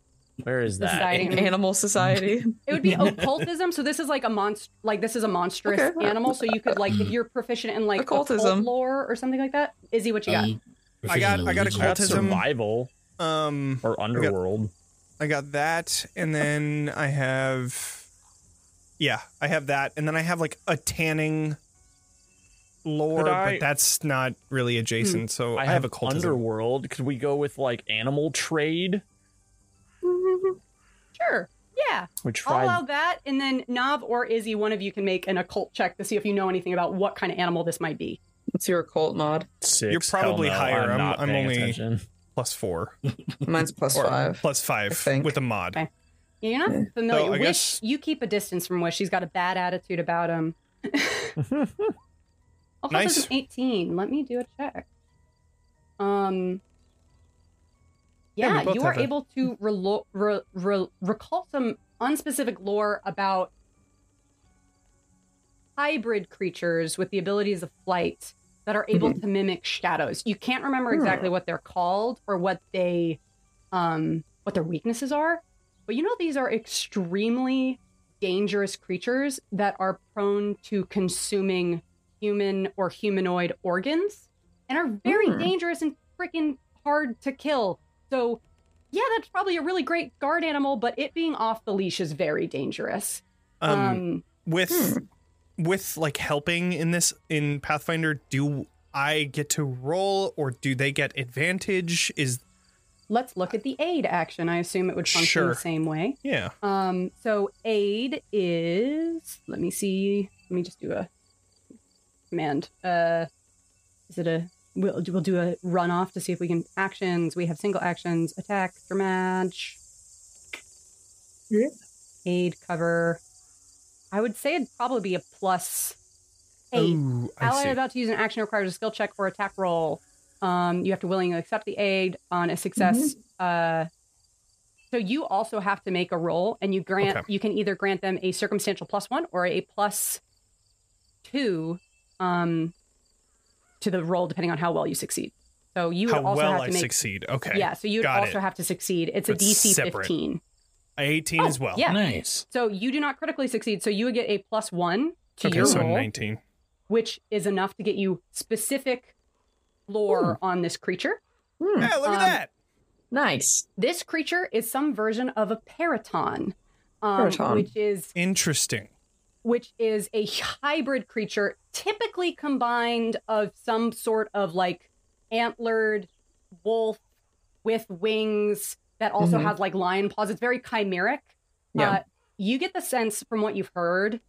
S6: [laughs]
S3: Where is that?
S1: Society.
S4: In animal [laughs] society.
S1: It would be occultism. So this is like a monster, like this is a monstrous
S4: Okay.
S1: animal. So you could like if you're proficient in like
S4: Occultism.
S1: occultism lore or something like that. Izzy, what you got?
S5: I'm
S2: I got- I
S5: proficient in
S2: got a
S5: religion.
S3: I got
S2: Occultism.
S3: survival
S2: Um,
S3: or underworld.
S2: I got that, and then I have, yeah, I have that, and then I have like a tanning lore,
S3: Could I-
S2: but that's not really
S1: Hmm.
S2: adjacent. So
S3: I
S2: I,
S3: have
S2: a cultism.
S3: underworld. Could we go with like animal trade?
S1: Sure. Yeah,
S6: Oh,
S3: We
S1: I'll
S3: tried.
S1: allow that. And then Nav or Izzy, one of you can make an occult check to see if you know anything about what kind of animal this might be.
S4: What's your occult mod?
S3: six.
S2: You're probably
S3: Hell no,
S2: higher.
S3: I'm,
S2: I'm-
S3: not
S2: I'm
S3: paying
S2: only-
S3: attention.
S1: [laughs]
S2: plus four
S4: Mine's plus
S2: or
S4: five.
S2: plus
S4: I
S2: five
S4: think.
S2: with a mod.
S1: Okay. You're not familiar.
S2: So I
S1: Wish
S2: guess-
S1: you keep a distance from Wish. She's got a bad attitude about
S2: [laughs]
S1: him. Occultism
S2: Nice.
S1: 18. Let me do a check. Um.
S2: Yeah, we
S1: Yeah,
S2: both
S1: you are
S2: have a-
S1: able to relo- re- re- recall some unspecific lore about hybrid creatures with the abilities of flight that are able to mimic shadows. You can't remember exactly what they're called or what they um what their weaknesses are, but you know these are extremely dangerous creatures that are prone to consuming human or humanoid organs and are very
S4: Hmm.
S1: dangerous and freaking hard to kill. So, yeah, that's probably a really great guard animal, but it being off the leash is very dangerous.
S2: Um,
S1: um hmm.
S2: with with like helping in this in Pathfinder, do I get to roll or do they get advantage? Is
S1: Let's look at the aid action. I assume it would function
S2: Sure.
S1: the same way.
S2: yeah,
S1: Um, so aid is let me see. Let me just do a command. Uh, is it a we'll we'll do a run off to see if we can actions. We have single actions, attack, match,
S4: Yeah.
S1: aid cover. I would say it'd probably be a plus eight.
S2: Ooh, I
S1: Ally
S2: see.
S1: about to use an action requires a skill check or attack roll. Um, you have to willingly accept the aid on a success. Uh, so you also have to make a roll, and you grant
S2: Okay.
S1: you can either grant them a circumstantial plus one or a plus two um, to the roll, depending on how well you succeed. So you would
S2: How
S1: also
S2: well
S1: have to
S2: I
S1: make
S2: succeed. Okay,
S1: yeah. So you would
S2: Got
S1: also
S2: it.
S1: have to succeed. It's a
S2: But
S1: DC
S2: separate.
S1: fifteen.
S2: I eighteen as well.
S1: Oh, Yeah.
S5: Nice.
S1: So you do not critically succeed. So you would get a plus one to
S2: Okay,
S1: your
S2: so
S1: roll
S2: nineteen.
S1: which is enough to get you specific lore on this creature.
S4: Hmm.
S2: Yeah, look
S1: Um,
S2: at that.
S4: Nice.
S1: This creature is some version of a periton, um,
S4: Periton.
S1: which is
S2: Interesting.
S1: which is a hybrid creature, typically combined of some sort of like antlered wolf with wings that also
S4: Mhm.
S1: has like lion paws. It's very chimeric.
S4: Yeah.
S1: Uh, you get the sense from what you've heard.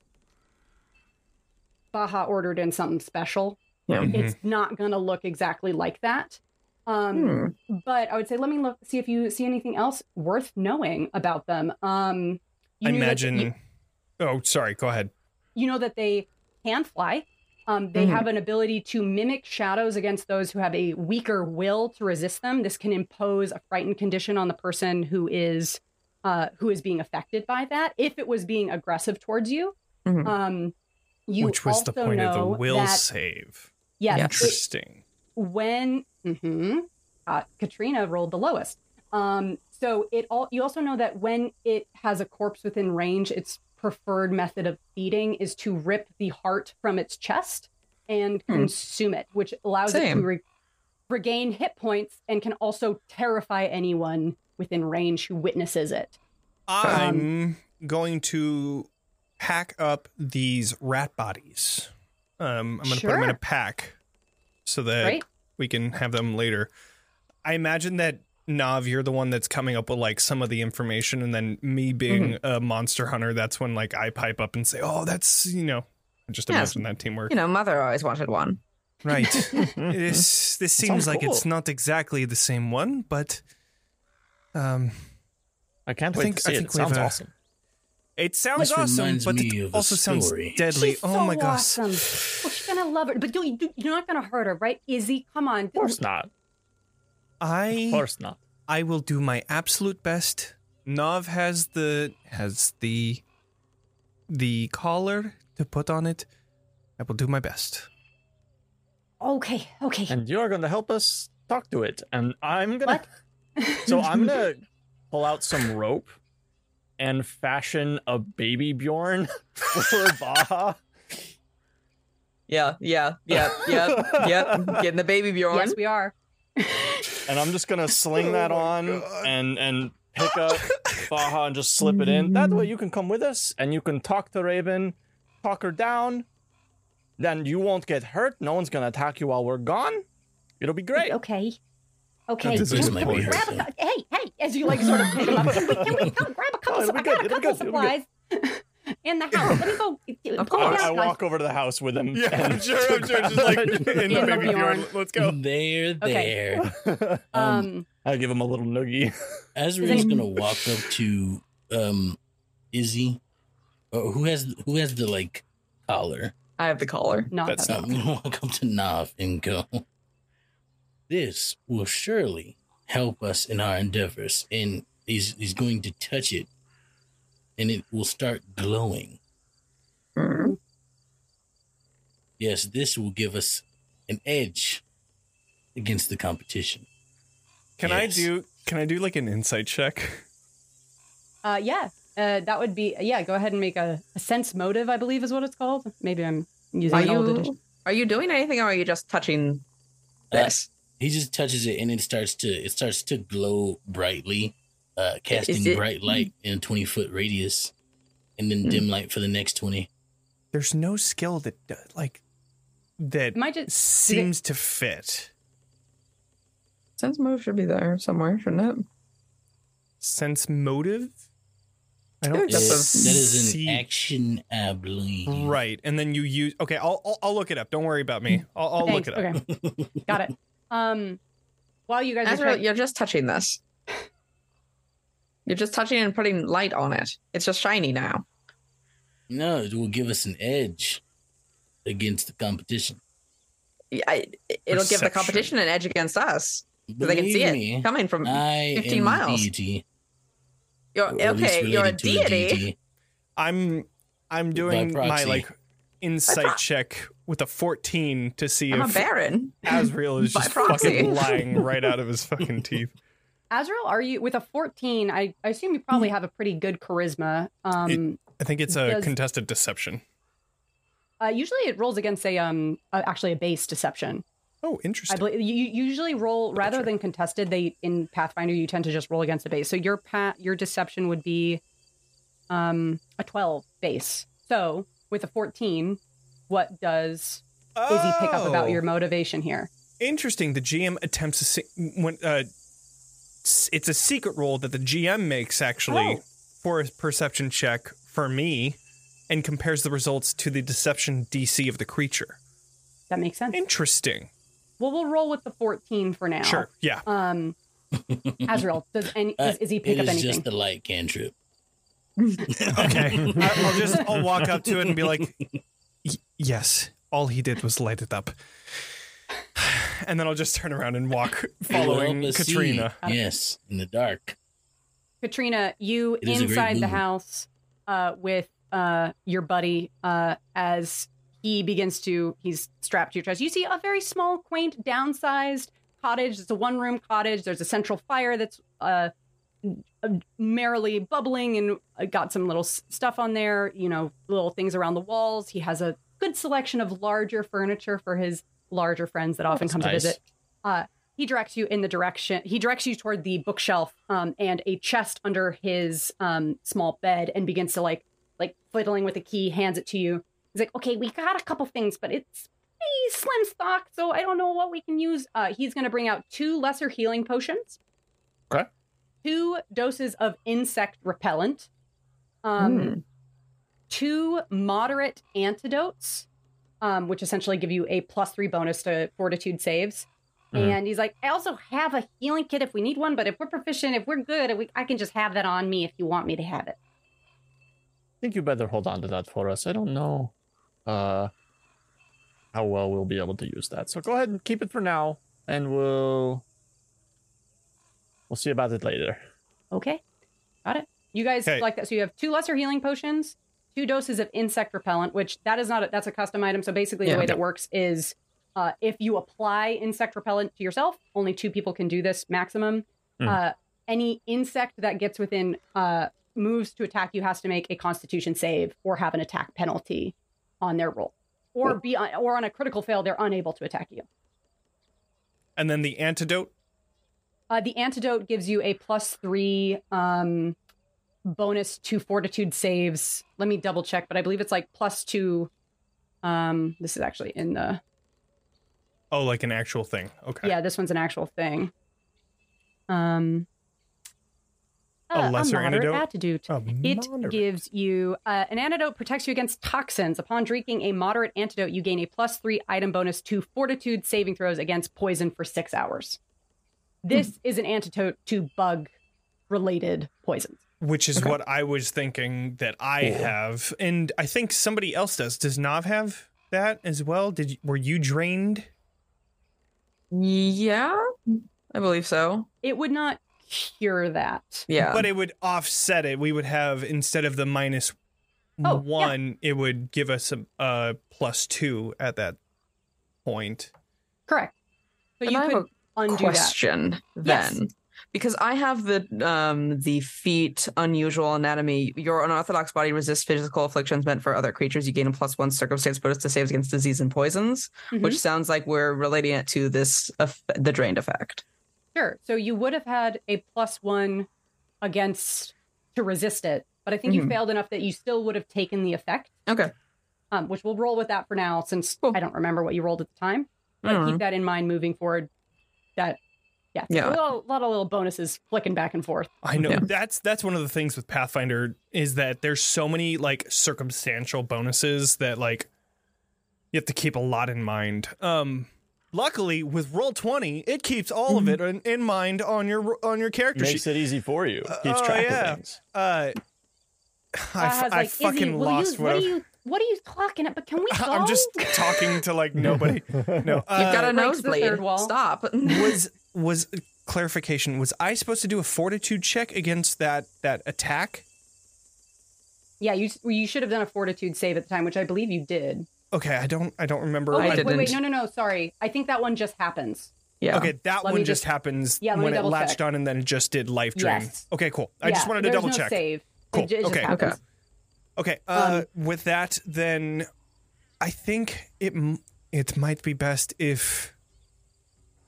S1: Baja ordered in something special.
S4: Yeah.
S2: Mhm.
S1: it's not going to look exactly like that. Um,
S4: Hmm.
S1: But I would say, let me look, see if you see anything else worth knowing about them. Um, you
S2: I
S1: knew that-
S2: imagine.
S1: you,
S2: oh, sorry. Go ahead.
S1: you know that they can fly. Um, they
S2: Mm-hmm.
S4: Mhm.
S1: have an ability to mimic shadows against those who have a weaker will to resist them. This can impose a frightened condition on the person who is uh, who is being affected by that. If it was being aggressive towards you,
S4: Mhm.
S1: um, you
S2: Mm-hmm. Which was the
S1: also
S2: point of the
S1: know
S2: will
S1: that-
S2: save.
S1: yes,
S4: Yeah.
S1: it-
S2: Interesting.
S1: when mhm. uh, Katrina rolled the lowest. Um, so it all you also know that when it has a corpse within range, its preferred method of feeding is to rip the heart from its chest and
S4: Hmm.
S1: consume it, which allows it to
S4: Same.
S1: re- regain hit points and can also terrify anyone within range who witnesses it. Um,
S2: I'm going to pack up these rat bodies. Um, I'm going to put them in
S1: Sure.
S2: a pack so that
S1: Great.
S2: we can have them later. I imagine that Nav, you're the one that's coming up with like some of the information, and then me being
S1: Mm-hmm.
S2: a monster hunter, that's when like I pipe up and say, "Oh, that's you know." I Just
S4: Yeah.
S2: imagine that teamwork,
S4: You know, mother always wanted one.
S1: [laughs]
S2: right? this this seems
S4: sounds
S2: like it's
S4: cool.
S2: not exactly the same one, but um,
S3: I can't
S2: I
S3: wait
S2: think-
S3: to see
S2: I
S3: it.
S2: think
S3: It
S2: we
S3: sounds
S2: have a-
S3: awesome.
S2: It sounds
S5: This
S2: awesome,
S5: reminds
S2: but
S5: me
S2: it
S5: of a
S2: also sounds
S5: story.
S2: deadly.
S1: She's
S2: oh
S1: so
S2: my gosh.
S1: Awesome. Well, she's gonna love it, but don't, you- you're not gonna hurt her, right, Izzy? Come on.
S3: Of course not. Of
S2: I
S3: course not.
S2: I will do my absolute best. Nav has the has the the collar to put on it. I will do my best.
S6: Okay, okay.
S3: And you are going to help us talk to it. And I'm gonna. so I'm gonna pull out some rope and fashion a baby Bjorn [laughs] for Baja.
S4: Yeah, yeah, yeah, yeah, [laughs] yeah. Getting the baby Bjorn.
S1: Yes, we are.
S3: and I'm just gonna sling
S2: Oh
S3: that
S2: my
S3: on
S2: God.
S3: and and pick up Baja and just slip it in. That way you can come with us and you can talk to Raven, talk her down. Then you won't get hurt. No one's gonna attack you while we're gone. It'll be great.
S6: Okay. Okay.
S2: This
S5: is
S6: Can
S5: my
S6: we
S5: point.
S6: grab a cou- hey, hey, as you like sort of pick 'em up. Can we, can we come grab a couple,
S3: Oh, it'll be
S6: I got a
S3: good, it'll
S6: couple
S3: be good, it'll be
S6: supplies in the house. Let me go.
S4: Of
S6: pull
S3: I,
S6: it
S4: course.
S3: I
S6: out, guys.
S3: walk over to the house with him. and- [laughs]
S1: In the baby Bjorn. Bjorn,
S2: Let's
S5: There,
S1: Okay.
S5: there.
S2: [laughs]
S1: Um,
S5: Um,
S3: I give him a little noogie. [laughs]
S5: Azrael's
S1: any-
S5: gonna walk up to um Izzy, or who has who has the like collar.
S4: I have the collar.
S1: not
S2: That's
S1: that-
S5: So I'm gonna [laughs] walk up to Nav and go. This will surely help us in our endeavors, and he's he's going to touch it, and it will start glowing.
S4: Mm.
S5: Yes, this will give us an edge against the competition.
S2: Can
S5: Yes.
S2: I do? Can I do like an insight check?
S1: Uh, yeah, uh, that would be yeah. Go ahead and make a, a sense motive, I believe is what it's called. Maybe I'm using
S4: Are
S1: an old edition.
S4: you are you doing anything or are you just touching
S5: Uh,
S4: this?
S5: He just touches it and it starts to it starts to glow brightly, uh, casting
S4: it-
S5: bright light in a twenty foot radius, and then dim light for the next twenty.
S2: There's no skill that uh, like that
S1: Am I just-
S2: seems to fit.
S4: Sense move should be there somewhere, shouldn't it?
S2: Sense motive. I
S4: I think
S5: That
S4: That's a
S5: is that is an
S2: see-
S5: action, I believe.
S2: Right, and then you use. Okay, I'll I'll, I'll look it up. Don't worry about me. I'll, I'll look
S1: Mm. Thanks.
S2: it up.
S1: Okay, got it. Um, while you guys are
S4: Ezra,
S1: trying,
S4: you're just touching this. You're just touching and putting light on it. It's just shiny now.
S5: No, it will give us an edge against the competition.
S4: I, it'll give the
S2: Perception.
S4: competition an edge against us. So they can
S5: Believe
S4: see it
S5: me,
S4: coming from.
S5: I
S4: 15
S5: am
S4: miles.
S5: a deity.
S4: you're,
S5: or at least
S4: okay, you're a
S5: related to
S4: deity.
S2: I'm I'm doing my
S5: proxy.
S2: like
S4: By
S2: insight
S4: pro-
S2: check with a 14 to see
S4: I'm a
S1: [laughs]
S2: if
S4: baron.
S2: Asriel is
S4: By
S2: just
S4: proxy.
S2: fucking lying right out of his
S1: [laughs]
S2: fucking teeth.
S1: Azrael, are you with a 14? I, I assume you probably have a pretty good charisma. Um,
S2: I think it's a
S1: Does-
S2: contested deception.
S1: uh, usually it rolls against a um uh, actually a base deception.
S2: Oh,
S1: I
S2: interesting.
S1: believe you you usually roll rather than contested. They in Pathfinder you tend to just roll against the base. So your pat your deception would be, um, a twelve base. So with a fourteen, what does Izzy pick up about
S5: Oh.
S1: your motivation here?
S2: Interesting. The GM attempts to see when uh s- it's a secret role that the GM makes actually
S1: Oh.
S2: for a perception check for me and compares the results to the deception DC of the creature.
S1: That makes sense.
S2: Interesting.
S1: Well, we'll roll with the fourteen for now.
S2: Sure. Yeah.
S5: [laughs]
S1: Um, Azrael, does any
S5: Uh,
S1: does Izzy
S5: It
S1: pick up
S5: is
S1: anything?
S5: just the light cantrip.
S2: Okay. I- [laughs] I'll just I'll walk up to it and be like, "Y- "Yes, all he did was light it up." [sighs] And then I'll just turn around
S1: [laughs]
S2: and walk
S5: It will
S2: following
S5: help us see,
S2: Katrina.
S5: Yes, in the dark.
S1: Katrina, you
S5: It is a great
S1: inside the
S5: movie.
S1: house uh, with uh, your buddy uh, as he begins to he's strapped to your chest. You see a very small, quaint, downsized, cottage. It's a one room cottage. There's a central fire that's uh, uh, merrily bubbling and uh, got some little s- stuff on there, you know, little things around the walls. He has a good selection of larger furniture for his larger friends that often
S3: Oh, that's
S1: come to
S3: nice.
S1: visit. Uh, he directs you in the direction, he directs you toward the bookshelf um, and a chest under his um, small bed and begins to like, like fiddling with a key, hands it to you. He's like, okay, we got a couple things, but it's pretty slim stock, so I don't know what we can use. Uh, he's going to bring out two lesser healing potions two doses of insect repellent, um, two moderate antidotes, um, which essentially give you a plus three bonus to fortitude saves.
S3: Mhm.
S1: And he's like, I also have a healing kit if we need one, but if we're proficient, if we're good, we, I can just have that on me if you want me to have it.
S3: think you better hold on to that for us. I don't know uh how well we'll be able to use that. So go ahead and keep it for now and we'll we'll see about it later.
S1: Okay, got it. You guys
S2: Okay.
S1: like that? So you have two lesser healing potions, two doses of insect repellent, which that is not a, that's a custom item. So basically,
S4: Yeah.
S1: the way that works is uh, if you apply insect repellent to yourself, only two people can do this maximum.
S3: Mhm.
S1: Uh, any insect that gets within uh, moves to attack you has to make a Constitution save or have an attack penalty on their roll, or be on, or on a critical fail, they're unable to attack you.
S2: And then the antidote.
S1: Uh, the antidote gives you a plus three um, bonus to fortitude saves. Let me double check, but I believe it's like plus two. Um, this is actually in the
S2: Oh, like an actual thing. Okay.
S1: yeah. This one's an actual thing. Um, uh,
S2: A lesser
S1: moderate
S2: antidote?
S1: Attitude.
S2: Oh,
S1: It
S2: moderate.
S1: gives you uh, an antidote protects you against toxins. Upon drinking a moderate antidote, you gain a plus three item bonus to fortitude saving throws against poison for six hours.
S4: Hmm.
S1: This is an antidote to bug related poisons.
S2: Which is what I was thinking that I have, and I think somebody else does. Does Nav have that as well? Did you, were you drained?
S4: Yeah, I believe so.
S1: It would not cure that.
S4: Yeah.
S2: But it would offset it. We would have instead of the minus
S1: Oh, yeah.
S2: one, it would give us a, a plus two at that point.
S1: Correct. So
S4: Can
S1: you
S4: I have
S1: could undo
S4: question
S1: Yes.
S4: then because i have the um the feat unusual anatomy your unorthodox body resists physical afflictions meant for other creatures you gain a plus one circumstance bonus to saves against disease and poisons
S1: that. Mhm.
S4: which sounds like we're relating it to this eff- the drained effect
S1: Sure. So you would have had a plus one against to resist it, but I think you
S2: Mm-hmm.
S4: Mhm.
S1: failed enough that you still would have taken the effect.
S4: Okay.
S1: Um, which we'll roll with that for now, since
S4: Cool.
S1: I don't remember what you rolled at the time. But
S4: Mhm.
S2: Mm-hmm.
S1: keep that in mind moving forward. That, yeah, A
S4: Yeah.
S1: little- lot of little bonuses flicking back and forth.
S2: I know
S4: Yeah.
S2: that's that's one of the things with Pathfinder is that there's so many like circumstantial bonuses that like you have to keep a lot in mind. Um luckily with roll 20, it keeps all
S4: Mm-hmm.
S2: of it in, in mind on your on your character sheet.
S3: Makes it easy for you.
S2: Uh,
S3: Keeps
S2: oh,
S3: track
S2: yeah.
S3: of things.
S2: Uh I,
S1: Zaha's
S2: f- I
S1: Uh, like, "Izzy,
S2: fucking
S6: will
S2: lost
S6: you,
S2: what,
S6: what
S2: I-
S6: are you what are you talking about? Can we go?
S2: [laughs] I'm just talking to like nobody. No. Uh,
S4: you've got a
S1: breaks the
S4: nosebleed
S1: third wall.
S4: stop [laughs]
S2: was was clarification was I supposed to do a fortitude check against that that attack?
S1: Yeah, you you should have done a fortitude save at the time, which I believe you did.
S2: Okay, I don't I don't remember.
S1: Oh
S4: I
S1: wait, wait, wait, no,
S4: didn't.
S1: no, no. Sorry, I think that one just happens.
S4: yeah
S2: Okay, that
S1: Let
S2: one
S1: me just-
S2: just happens
S1: Yeah, let me
S2: when it
S1: double
S2: latched
S1: check.
S2: on and then it just did life drain.
S1: Yes.
S2: Okay, cool. I just
S1: Yeah,
S2: wanted to
S1: there's
S2: double
S1: no
S2: check.
S1: Save.
S2: Cool.
S1: It, ju- it just
S2: Okay.
S1: happens.
S4: Okay.
S2: Okay, uh,
S1: Um,
S2: with that, then I think it m- it might be best if [sighs]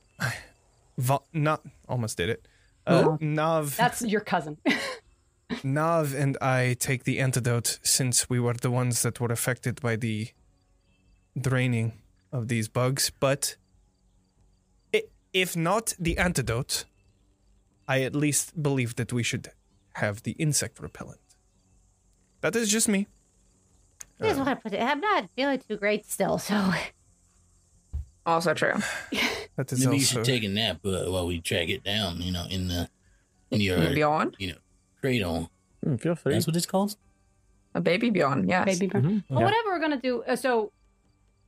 S2: Vo- not almost did it. Uh, Nav,
S1: That's your cousin. [laughs]
S2: Nav, and I take the antidote since we were the ones that were affected by the draining of these bugs. But i- if not the antidote, I at least believe that we should have the insect repellent. That is just me.
S6: This is what I put it. I'm not feeling too great still, so
S4: also true
S2: That is
S5: Maybe you
S2: also
S5: should take a nap uh, while we track it down. You know, in the in your
S4: beyond
S5: you know cradle.
S3: Mm, feel free.
S5: That's what it's called.
S4: a baby beyond yes
S1: [laughs] Baby Bjorn.
S3: Mhm.
S2: Mm-hmm.
S6: Well,
S3: Yeah.
S6: whatever we're gonna do.
S1: Uh, so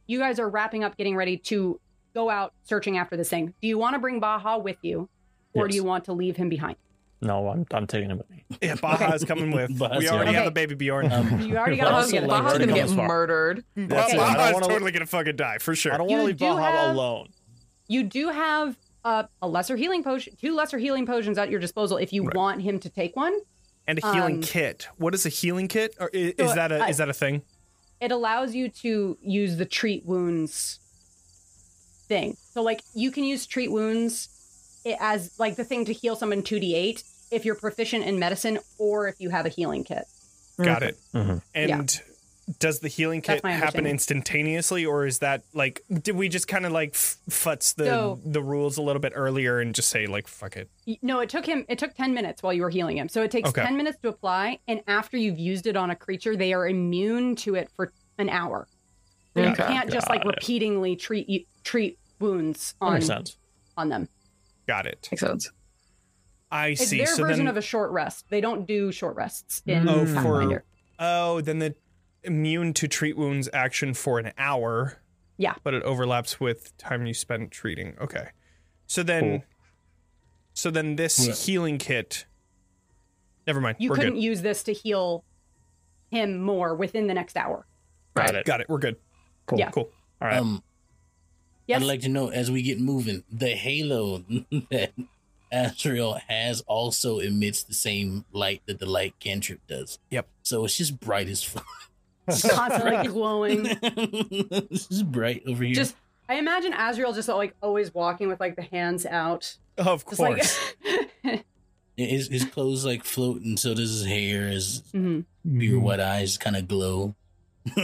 S1: you guys are wrapping up getting ready to go out searching after this thing. Do you want to bring Baja with you or do
S3: Yes.
S1: you want to leave him
S2: [laughs]
S1: behind?
S3: No, I'm I'm taking it with me.
S2: yeah, [laughs] Baja is coming with.
S5: Baja's
S2: we already
S1: here.
S2: have the
S1: Okay.
S2: baby Bjorn. [laughs]
S5: Um,
S1: You already got all
S3: Well,
S4: Baja's,
S3: also,
S1: together.
S3: like,
S4: Baja's
S3: already
S4: gonna
S3: gone
S4: get
S3: this far.
S4: murdered.
S3: That's
S1: Okay.
S3: it. I don't
S2: Baja's
S3: wanna-
S2: totally gonna fucking die for sure.
S3: I don't
S1: You
S3: want to leave
S1: do
S3: Baja
S1: have-
S3: alone.
S1: You do have up a lesser healing potion, two lesser healing potions at your disposal if you want him to take one.
S2: and a healing
S1: Um,
S2: kit. What is a healing kit? Or is, is
S1: So,
S2: that a
S1: I-
S2: is that a thing?
S1: It allows you to use the treat wounds thing. So like you can use treat wounds i- as like the thing to heal someone 2d8 if you're proficient in medicine or if you have a healing kit.
S2: Got it.
S3: Mhm.
S2: And does the healing
S1: Mm-hmm. That's
S2: kit
S1: my
S2: happen
S1: understanding.
S2: instantaneously, or is that like did we just kind of like f- futz the
S1: So-
S2: the rules a little bit earlier and just say like fuck it?
S1: Y- No, it took him. It took ten minutes while you were healing him. So it takes
S2: Okay.
S1: ten minutes to apply, and after you've used it on a creature, they are immune to it for an hour. So you
S3: Okay.
S1: can't just like
S3: Got it.
S1: repeatedly treat you, treat wounds
S3: That
S1: on
S3: makes sense.
S1: on them.
S2: Got it.
S4: Makes sense.
S2: I
S1: It's
S2: see.
S1: their
S2: so
S1: version
S2: then,
S1: of a short rest. They don't do short rests in
S2: Oh, for-
S1: Pathfinder.
S2: oh, then the immune to treat wounds action for an hour.
S1: Yeah.
S2: but it overlaps with time you spent treating. Okay, so then,
S3: Cool.
S2: so then this
S5: Yeah.
S2: healing kit. Never mind.
S1: You
S2: we're
S1: couldn't
S2: good.
S1: use this to heal him more within the next
S2: [laughs]
S1: hour.
S3: Got
S4: Right.
S3: it.
S2: Got it. We're good.
S3: Cool.
S1: Yeah.
S2: Cool.
S3: All right.
S5: Um,
S1: Yes.
S5: I'd like to know as we get moving, the halo [laughs] that Azrael has also emits the same light that the light cantrip does.
S2: Yep.
S5: So it's just bright as fuck.
S1: Constantly
S5: [laughs]
S1: glowing.
S5: this is bright over here.
S1: Just I imagine Azrael just like always walking with like the hands out.
S2: Of
S1: Just like [laughs]
S2: course.
S5: his, his clothes like floating, so does his hair. His
S1: Mhm.
S2: Mm-hmm.
S5: your wet eyes kind of glow. [laughs]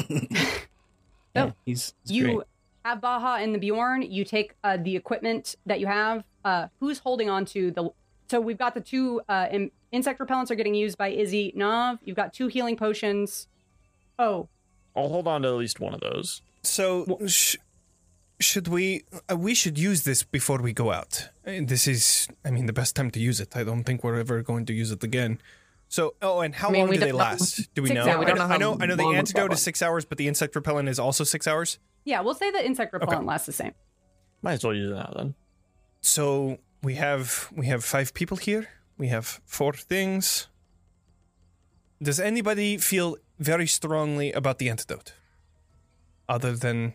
S5: Yeah, he's, he's
S1: you
S5: great.
S1: have Baja and the Bjorn. You take uh, the equipment that you have. Uh, who's holding on to the? So we've got the two uh, in- insect repellents are getting used by Izzy Nav. You've got two healing potions. Oh,
S3: I'll hold on to at least one of those.
S2: So sh- should we? Uh, we should use this before we go out. Uh, This is, I mean, the best time to use it. I don't think we're ever going to use it again. So, oh, and how
S4: I mean,
S2: long
S4: we
S2: do they
S4: don't know.
S2: last? Do we
S1: Six
S2: know?
S1: hours. Yeah, we
S2: I
S1: don't
S2: know.
S4: know
S2: I know.
S4: how
S2: I know the
S4: long the
S2: antidote
S4: problem-
S2: is six hours, but the insect repellent is also six hours.
S1: yeah. We'll say the insect repellent lasts the same.
S3: Might as well use it now then.
S2: So we have we have five people here. We have four things. Does anybody feel very strongly about the antidote? Other than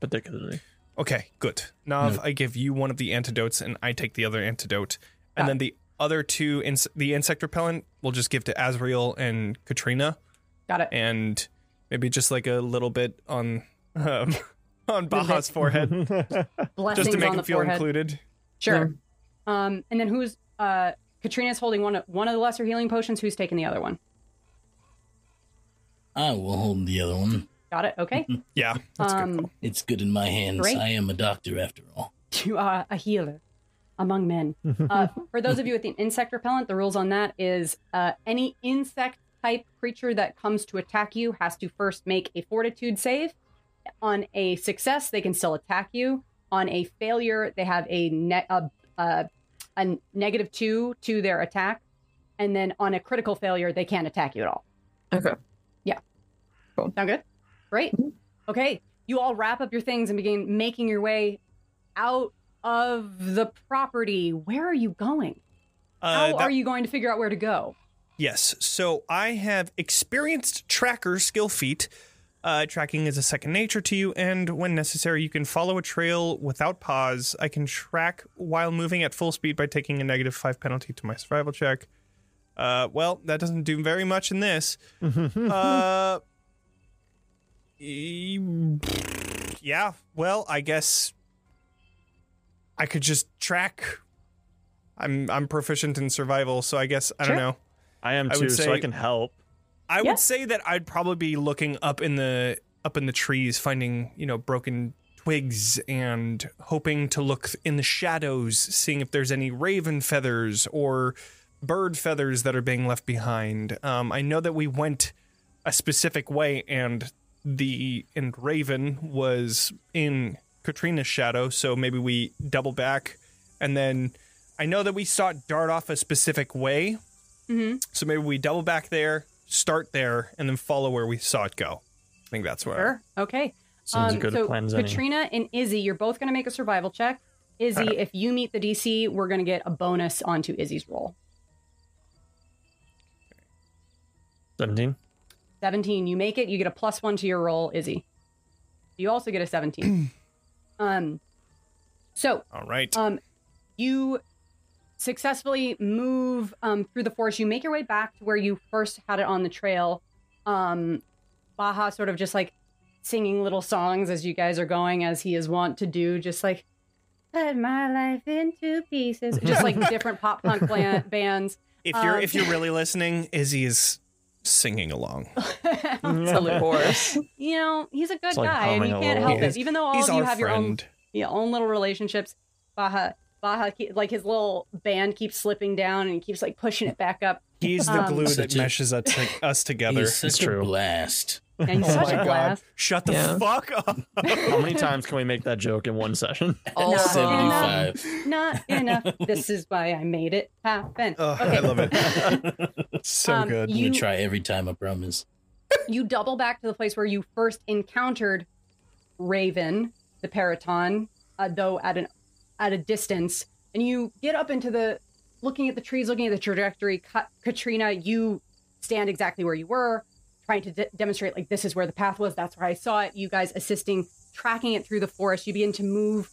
S2: [laughs]
S3: particularly.
S2: Okay, good. Nav, I give you one of the antidotes, and I take the other antidote, and
S1: Got
S2: then the other two, ins- the insect repellent, we'll just give to Azriel and Katrina,
S1: Got it.
S2: and maybe just like a little bit on um, [laughs] on Baja's forehead,
S1: Blessings
S2: just to
S1: Mm-hmm.
S2: make
S1: on
S2: him
S1: the
S2: feel
S1: forehead.
S2: included.
S1: Sure. Um, and then who's uh, Katrina's holding one of one of the lesser healing potions. Who's taking the other one?
S5: I will hold the other one.
S1: Got it. Okay.
S2: Yeah, [laughs] that's a good.
S1: um,
S2: call.
S5: It's good in my hands.
S1: Great.
S5: I am a doctor after all.
S1: you are a healer among men.
S2: [laughs]
S1: Uh, for those of you with the insect repellent, the rules on that is uh, any insect type creature that comes to attack you has to first make a fortitude save. On a success, they can still attack you. On a failure, they have a, ne- a, a, a negative two to their attack. And then on a critical failure, they can't attack you at all.
S4: Okay.
S1: Yeah.
S4: Cool.
S1: Sound good? Great. Okay. You all wrap up your things and begin making your way out of the property. Where are you going? How
S2: Uh, that-
S1: are you going to figure out where to go?
S2: Yes. So I have experienced tracker skill feat. Uh, tracking is a second nature to you, and when necessary, you can follow a trail without pause. I can track while moving at full speed by taking a negative five penalty to my survival check. Uh, well, that doesn't do very much in this. uh, e- yeah. Well, I guess I could just track. I'm I'm proficient in survival, so I guess I
S1: Sure.
S2: don't know.
S3: I am
S2: I
S3: too,
S2: would
S3: so
S2: say-
S3: I can help.
S2: I
S1: Yeah.
S2: would say that I'd probably be looking up in the up in the trees, finding you know broken twigs and hoping to look in the shadows, seeing if there's any raven feathers or bird feathers that are being left behind. Um, I know that we went a specific way, and the and raven was in Katrina's shadow, so maybe we double back, and then I know that we saw it dart off a specific way,
S1: Mm-hmm.
S2: so maybe we double back there, start there, and then follow where we saw it go. I think that's where.
S1: Sure. Okay.
S3: Sounds
S1: Um,
S3: good
S1: so
S3: a plan as any.
S1: Katrina and Izzy, you're both going to make a survival check. Izzy, if you meet the DC, we're going to get a bonus onto Izzy's roll. [laughs]
S3: 17.
S1: 17, you make it, you get a plus one to your roll, Izzy. You also get a 17. um, so
S2: All right.
S1: Um, you successfully move um, through the forest. You make your way back to where you first had it on the trail. Um, Baja sort of just like singing little songs as you guys are going, as he is wont to do, just like
S6: Cut my life into pieces.
S1: just
S2: [laughs]
S1: like different pop punk blan- bands.
S2: If you're
S1: Um, [laughs]
S2: if you're really listening, Izzy is singing along.
S4: Absolute horse.
S1: you know, he's a good
S3: It's like
S1: guy, and
S3: humming
S1: you
S3: a
S1: can't
S3: little.
S1: help
S5: He
S1: it.
S5: is-
S1: Even though all
S2: He's
S1: of you
S2: our
S1: have your own
S2: friend.
S1: your own little relationships, Baja, Baja, ke- like his little band keeps slipping down, and he keeps like pushing it back up.
S2: He's the
S1: Um,
S2: glue that
S5: Such a-
S2: meshes us, us together.
S5: He's such
S3: It's
S5: a
S3: true.
S5: blast.
S1: And he's
S2: oh
S1: such
S2: my
S1: a
S2: god!
S1: blast.
S2: Shut the
S4: Yeah.
S2: fuck up.
S3: How many times can we make that joke in one session?
S4: [laughs] All
S1: Nah.
S4: fun.
S1: Nah.
S5: 75.
S1: Not enough. this is why I made it happen.
S2: Oh, I love it. so
S1: Um,
S2: good.
S5: I'm
S1: You,
S5: gonna try every time, I promise.
S1: you double back to the place where you first encountered Raven, the Periton, uh, though at an at a distance, and you get up into the looking at the trees, looking at the trajectory. Ka- Katrina, you stand exactly where you were, trying to de- demonstrate like this is where the path was. That's where I saw it. You guys assisting, tracking it through the forest. You begin to move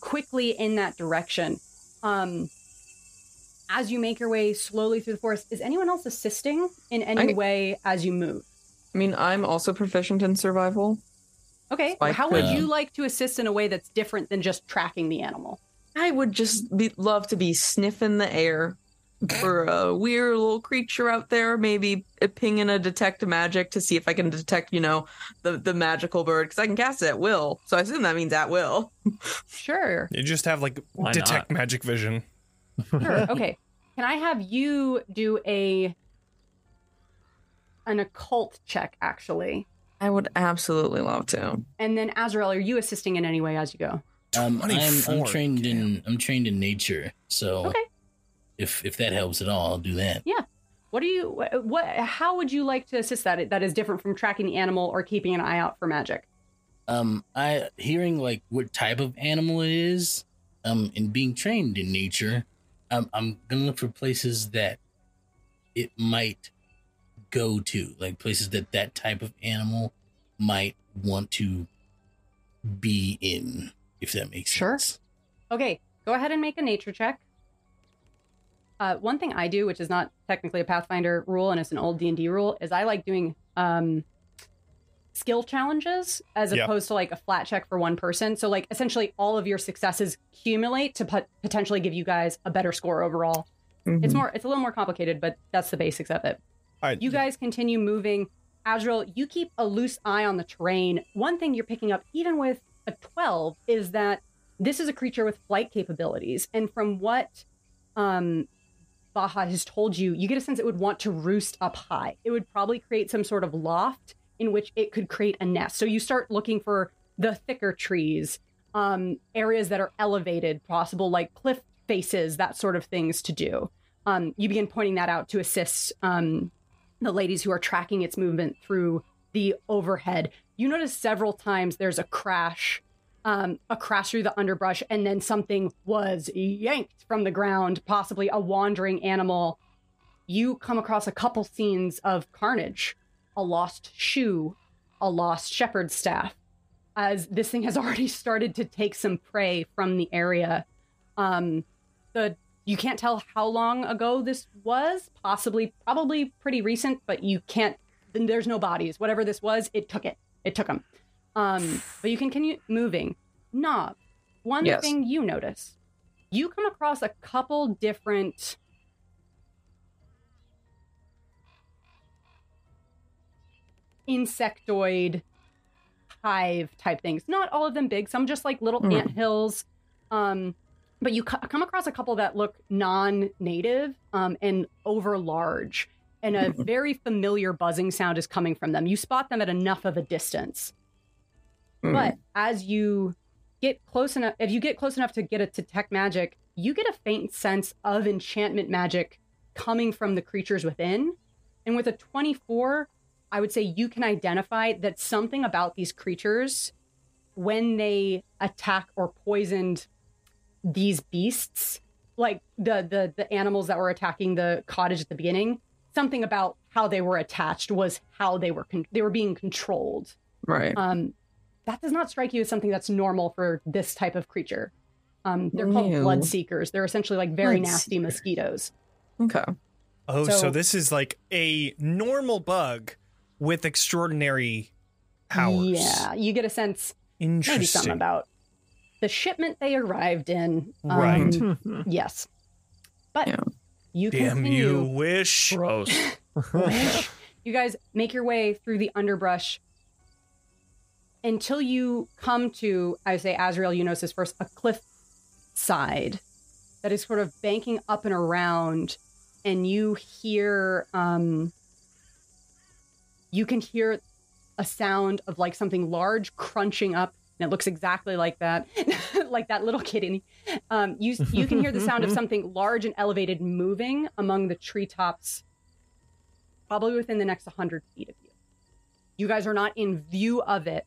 S1: quickly in that direction. Um, as you make your way slowly through the forest, is anyone else assisting in any
S4: I-
S1: way as you move?
S4: I mean, I'm also proficient in survival.
S1: Okay.
S4: Like,
S1: How would
S5: uh,
S1: you like to assist in a way that's different than just tracking the animal?
S4: I would just be, love to be sniffing the air for a weird little creature out there. Maybe pinging a detect magic to see if I can detect, you know, the the magical bird because I can cast it at will. So I assume that means at will.
S1: Sure.
S2: You just have like
S3: Why not?
S2: detect magic vision.
S1: Sure. Okay. Can I have you do a an occult check actually?
S4: I would absolutely love to.
S1: And then Azrael, are you assisting in any way as you go?
S5: Um, I'm,
S2: 24,
S5: I'm trained in I'm trained in nature, so
S1: Okay.
S5: if if that helps at all, I'll do that.
S1: What do you wh- what how would you like to assist that that is different from tracking the animal or keeping an eye out for magic?
S5: um i hearing like what type of animal it is um and being trained in nature um, i'm gonna look for places that it might go to like places that that type of animal might want to be in if that makes
S1: Sure.
S5: sense
S1: Okay, go ahead and make a nature check. Uh, one thing I do, which is not technically a Pathfinder rule, and it's an old D and D rule, is I like doing um, skill challenges as
S2: Yeah.
S1: opposed to like a flat check for one person. So like essentially, all of your successes cumulate to pot- potentially give you guys a better score overall.
S4: Mm-hmm.
S1: It's
S4: Hmm.
S1: more, it's a little more complicated, but that's the basics of it.
S2: All right,
S1: You guys continue moving. Azrael, you keep a loose eye on the terrain. One thing you're picking up, even with a 12, is that this is a creature with flight capabilities. And from what um, Baja has told you, you get a sense it would want to roost up high. It would probably create some sort of loft in which it could create a nest. So you start looking for the thicker trees, um, areas that are elevated, possible like cliff faces, that sort of things to do. Um, you begin pointing that out to assist um, the ladies who are tracking its movement through the overhead. You notice several times there's a crash, um, a crash through the underbrush, and then something was yanked from the ground, possibly a wandering animal. You come across a couple scenes of carnage, a lost shoe, a lost shepherd's staff, as this thing has [laughs] already started to take some prey from the area. Um, the you can't tell how long ago this was possibly probably pretty recent but you can't then there's no bodies whatever this was it took it it took them um but you can continue moving knob one
S4: Yes.
S1: thing you notice you come across a couple different insectoid hive type things not all of them big some just like little
S4: Mm.
S1: ant hills um but you co- come across a couple that look non-native um, and overlarge and a very familiar buzzing sound is coming from them you spot them at enough of a distance
S4: Mm. Mm-hmm.
S1: but as you get close enough if you get close enough to get a detect magic you get a faint sense of enchantment magic coming from the creatures within and with a 24 i would say you can identify that something about these creatures when they attack or poisoned these beasts like the the the animals that were attacking the cottage at the beginning something about how they were attached was how they were con- they were being controlled
S4: right.
S1: um, that does not strike you as something that's normal for this type of creature. Um, they're called
S4: Ew.
S1: blood seekers. They're essentially like very
S4: Blood
S1: nasty
S4: seeker.
S1: mosquitoes.
S4: Okay.
S2: Oh, so,
S1: So-
S2: this is like a normal bug with extraordinary powers.
S1: Yeah, you get a sense maybe something
S2: Interesting.
S1: about the shipment they arrived in. Um,
S2: Right.
S1: Yes, but
S4: Yeah.
S1: you
S2: Damn
S1: continue.
S2: you wish.
S3: [laughs] Gross.
S1: [laughs] you guys make your way through the underbrush until you come to, I say, Azrael Eunosis first, a cliff side that is sort of banking up and around, and you hear, um, you can hear a sound of like something large crunching up. And it looks exactly like that, [laughs] like that little kitten. Um, you you can hear the sound of something large and elevated moving among the treetops probably within the next 100 feet of you. You guys are not in view of it.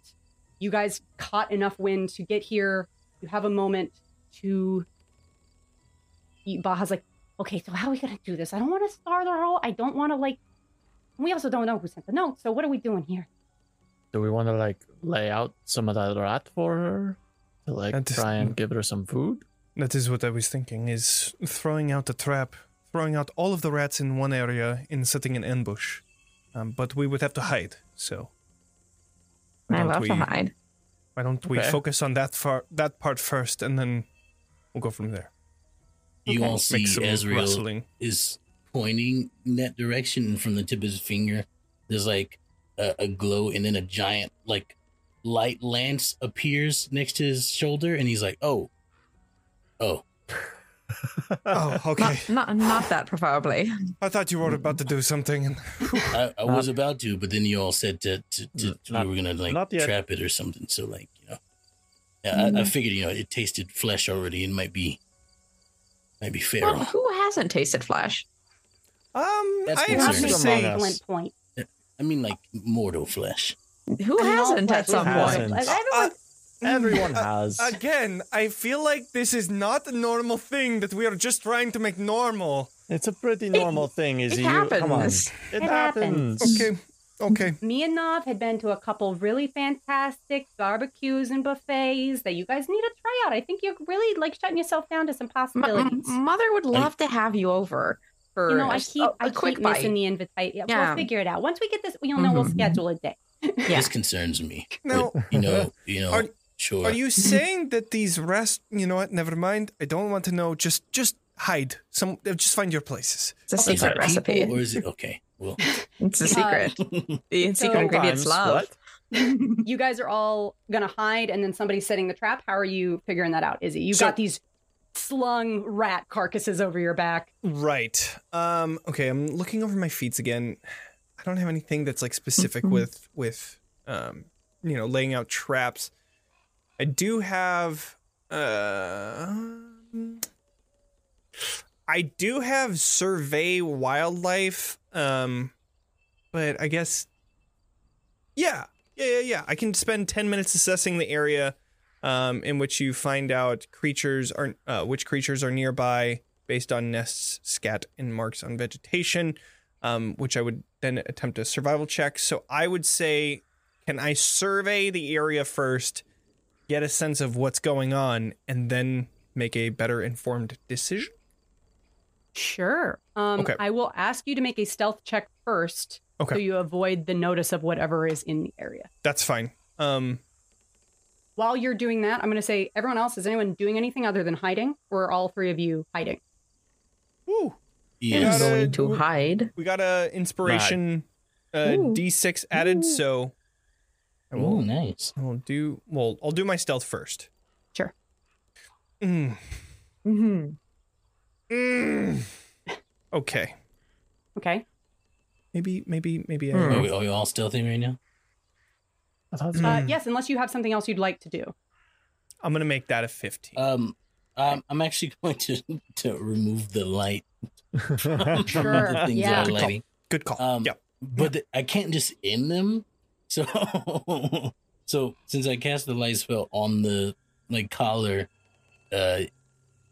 S1: You guys caught enough wind to get here. You have a moment to. you- Baja's like,
S6: Okay, so how are we gonna do this? I don't want to star the whole. I don't want to like. We also don't know who sent the note, so what are we doing here?
S3: Do we want to like lay out some of that rat for her to like
S2: I just-
S3: try and give her some food?
S2: That is what I was thinking is throwing out the trap, throwing out all of the rats in one area and setting an ambush. Um, but we would have to hide, so why
S4: I
S2: don't
S4: love
S2: we
S4: to
S3: [laughs]
S4: hide.
S2: why don't we
S3: Okay.
S2: focus on that far, that part first and then we'll go from there.
S5: You
S4: Okay.
S5: all see
S2: Make some
S5: Ezreal
S2: rustling.
S5: is pointing in that direction, and from the tip of his finger, there's like a, a glow, and then a giant like light lance appears next to his shoulder, and he's like, "Oh, oh,
S2: [laughs] Oh, okay.
S4: Not, not not that preferably.
S2: I thought you were about to do something [laughs] and
S5: I, I was about to," but then you all said to, to, to
S3: Not-
S5: we were gonna like
S3: not yet. Mm-hmm.
S5: trap it or something. So like, you know, yeah, I, I figured you know it tasted flesh already, and might be might be
S4: Well,
S5: feral.
S4: who hasn't tasted flesh?
S2: Um,
S5: That's
S2: I
S5: Yes,
S1: "Not
S2: have
S5: sir.
S1: me
S2: to
S5: concerned.
S1: an
S2: say,
S3: Among Us.
S1: excellent point.
S5: I mean, like mortal flesh.
S4: Who
S1: I don't
S4: hasn't
S1: like
S4: at
S1: who
S4: some
S3: hasn't.
S4: point?
S6: Like,
S2: Uh,
S6: everyone,
S3: Everyone
S2: Uh,
S3: has.
S2: again, I feel like this is not a normal thing that we are just trying to make normal.
S3: it's a pretty normal thing,
S4: It
S3: Izzy. You- Come on.
S4: happens.
S3: It,
S6: happens.
S3: happens.
S2: Okay, okay.
S6: me and Nov had been to a couple really fantastic barbecues and buffets that you guys need to try out. I think you're really like shutting yourself down to some
S4: M- m-
S6: possibilities.
S4: mother would love to have you over for
S6: you know, I
S4: just
S6: keep
S4: Oh,
S6: I
S4: a- a
S6: keep
S4: quick
S6: missing
S4: bite.
S6: the invitation. Yeah,
S4: Yeah.
S6: We'll figure it out. Once we get this, you know, we'll
S4: Mhm.
S6: schedule a day.
S4: Yeah.
S5: This concerns me.
S2: Now,
S5: But, you know, you know,
S2: Are-
S5: sure.
S2: are you saying that these rest? You know what? Never mind. I don't want to know. Just, just hide. Some, uh, just find your places.
S4: It's a
S1: Okay.
S5: Is it
S4: secret
S5: people,
S4: recipe.
S5: or is it okay? Well,
S4: It's a
S1: Uh,
S4: secret. [laughs] the secret ingredients
S3: Sometimes,
S4: love.
S1: You guys are all going to hide, and then somebody's setting the trap. How are you figuring that out, Izzy? You've
S2: So-
S1: got these slung rat carcasses over your back.
S2: Right. Um. Okay. I'm looking over my feats again. I don't have anything that's like specific
S4: Mhm.
S2: with with um you know laying out traps. I do have uh. I do have survey wildlife. Um, but I guess. Yeah. Yeah. Yeah. Yeah. I can spend ten minutes assessing the area. Um, in which you find out creatures are uh, which creatures are nearby, based on nests, scat, and marks on vegetation, um, which I would then attempt a survival check. So I would say, can I survey the area first, get a sense of what's going on, and then make a better informed decision?
S1: Sure. Um,
S2: Okay.
S1: I will ask you to make a stealth check first
S2: Okay.
S1: so you avoid the notice of whatever is in the area.
S2: That's fine. Um,
S1: While you're doing that, I'm going to say, everyone else, is anyone doing anything other than hiding? Or are all three of you hiding?
S2: woo,
S5: yes.
S2: Got
S4: No
S2: it.
S4: need to hide.
S2: we got a inspiration uh,
S4: Ooh.
S2: D6 added,
S4: Ooh.
S2: so I
S5: Oh,
S2: will
S5: nice.
S2: I'll do well. I'll do my stealth first.
S1: Sure.
S2: Mm.
S4: Mm-hmm.
S2: Mm. Okay.
S1: Okay.
S2: Maybe, maybe, maybe.
S4: Hmm.
S5: Are
S2: I,
S5: we, are we all stealthy right now?
S1: Uh,
S2: Mm.
S1: yes, unless you have something else you'd like to do.
S2: I'm gonna make that a 15.
S5: Um, um, I'm actually [laughs] going to to remove the light. [laughs]
S2: [laughs]
S3: [laughs]
S5: from the
S1: Sure,
S5: things
S1: yeah.
S5: that are lighting.
S2: Good call.
S5: Um, [laughs]
S2: yeah.
S5: But the- I can't just end them. So, [laughs] so since I cast the light spell on the like collar, uh,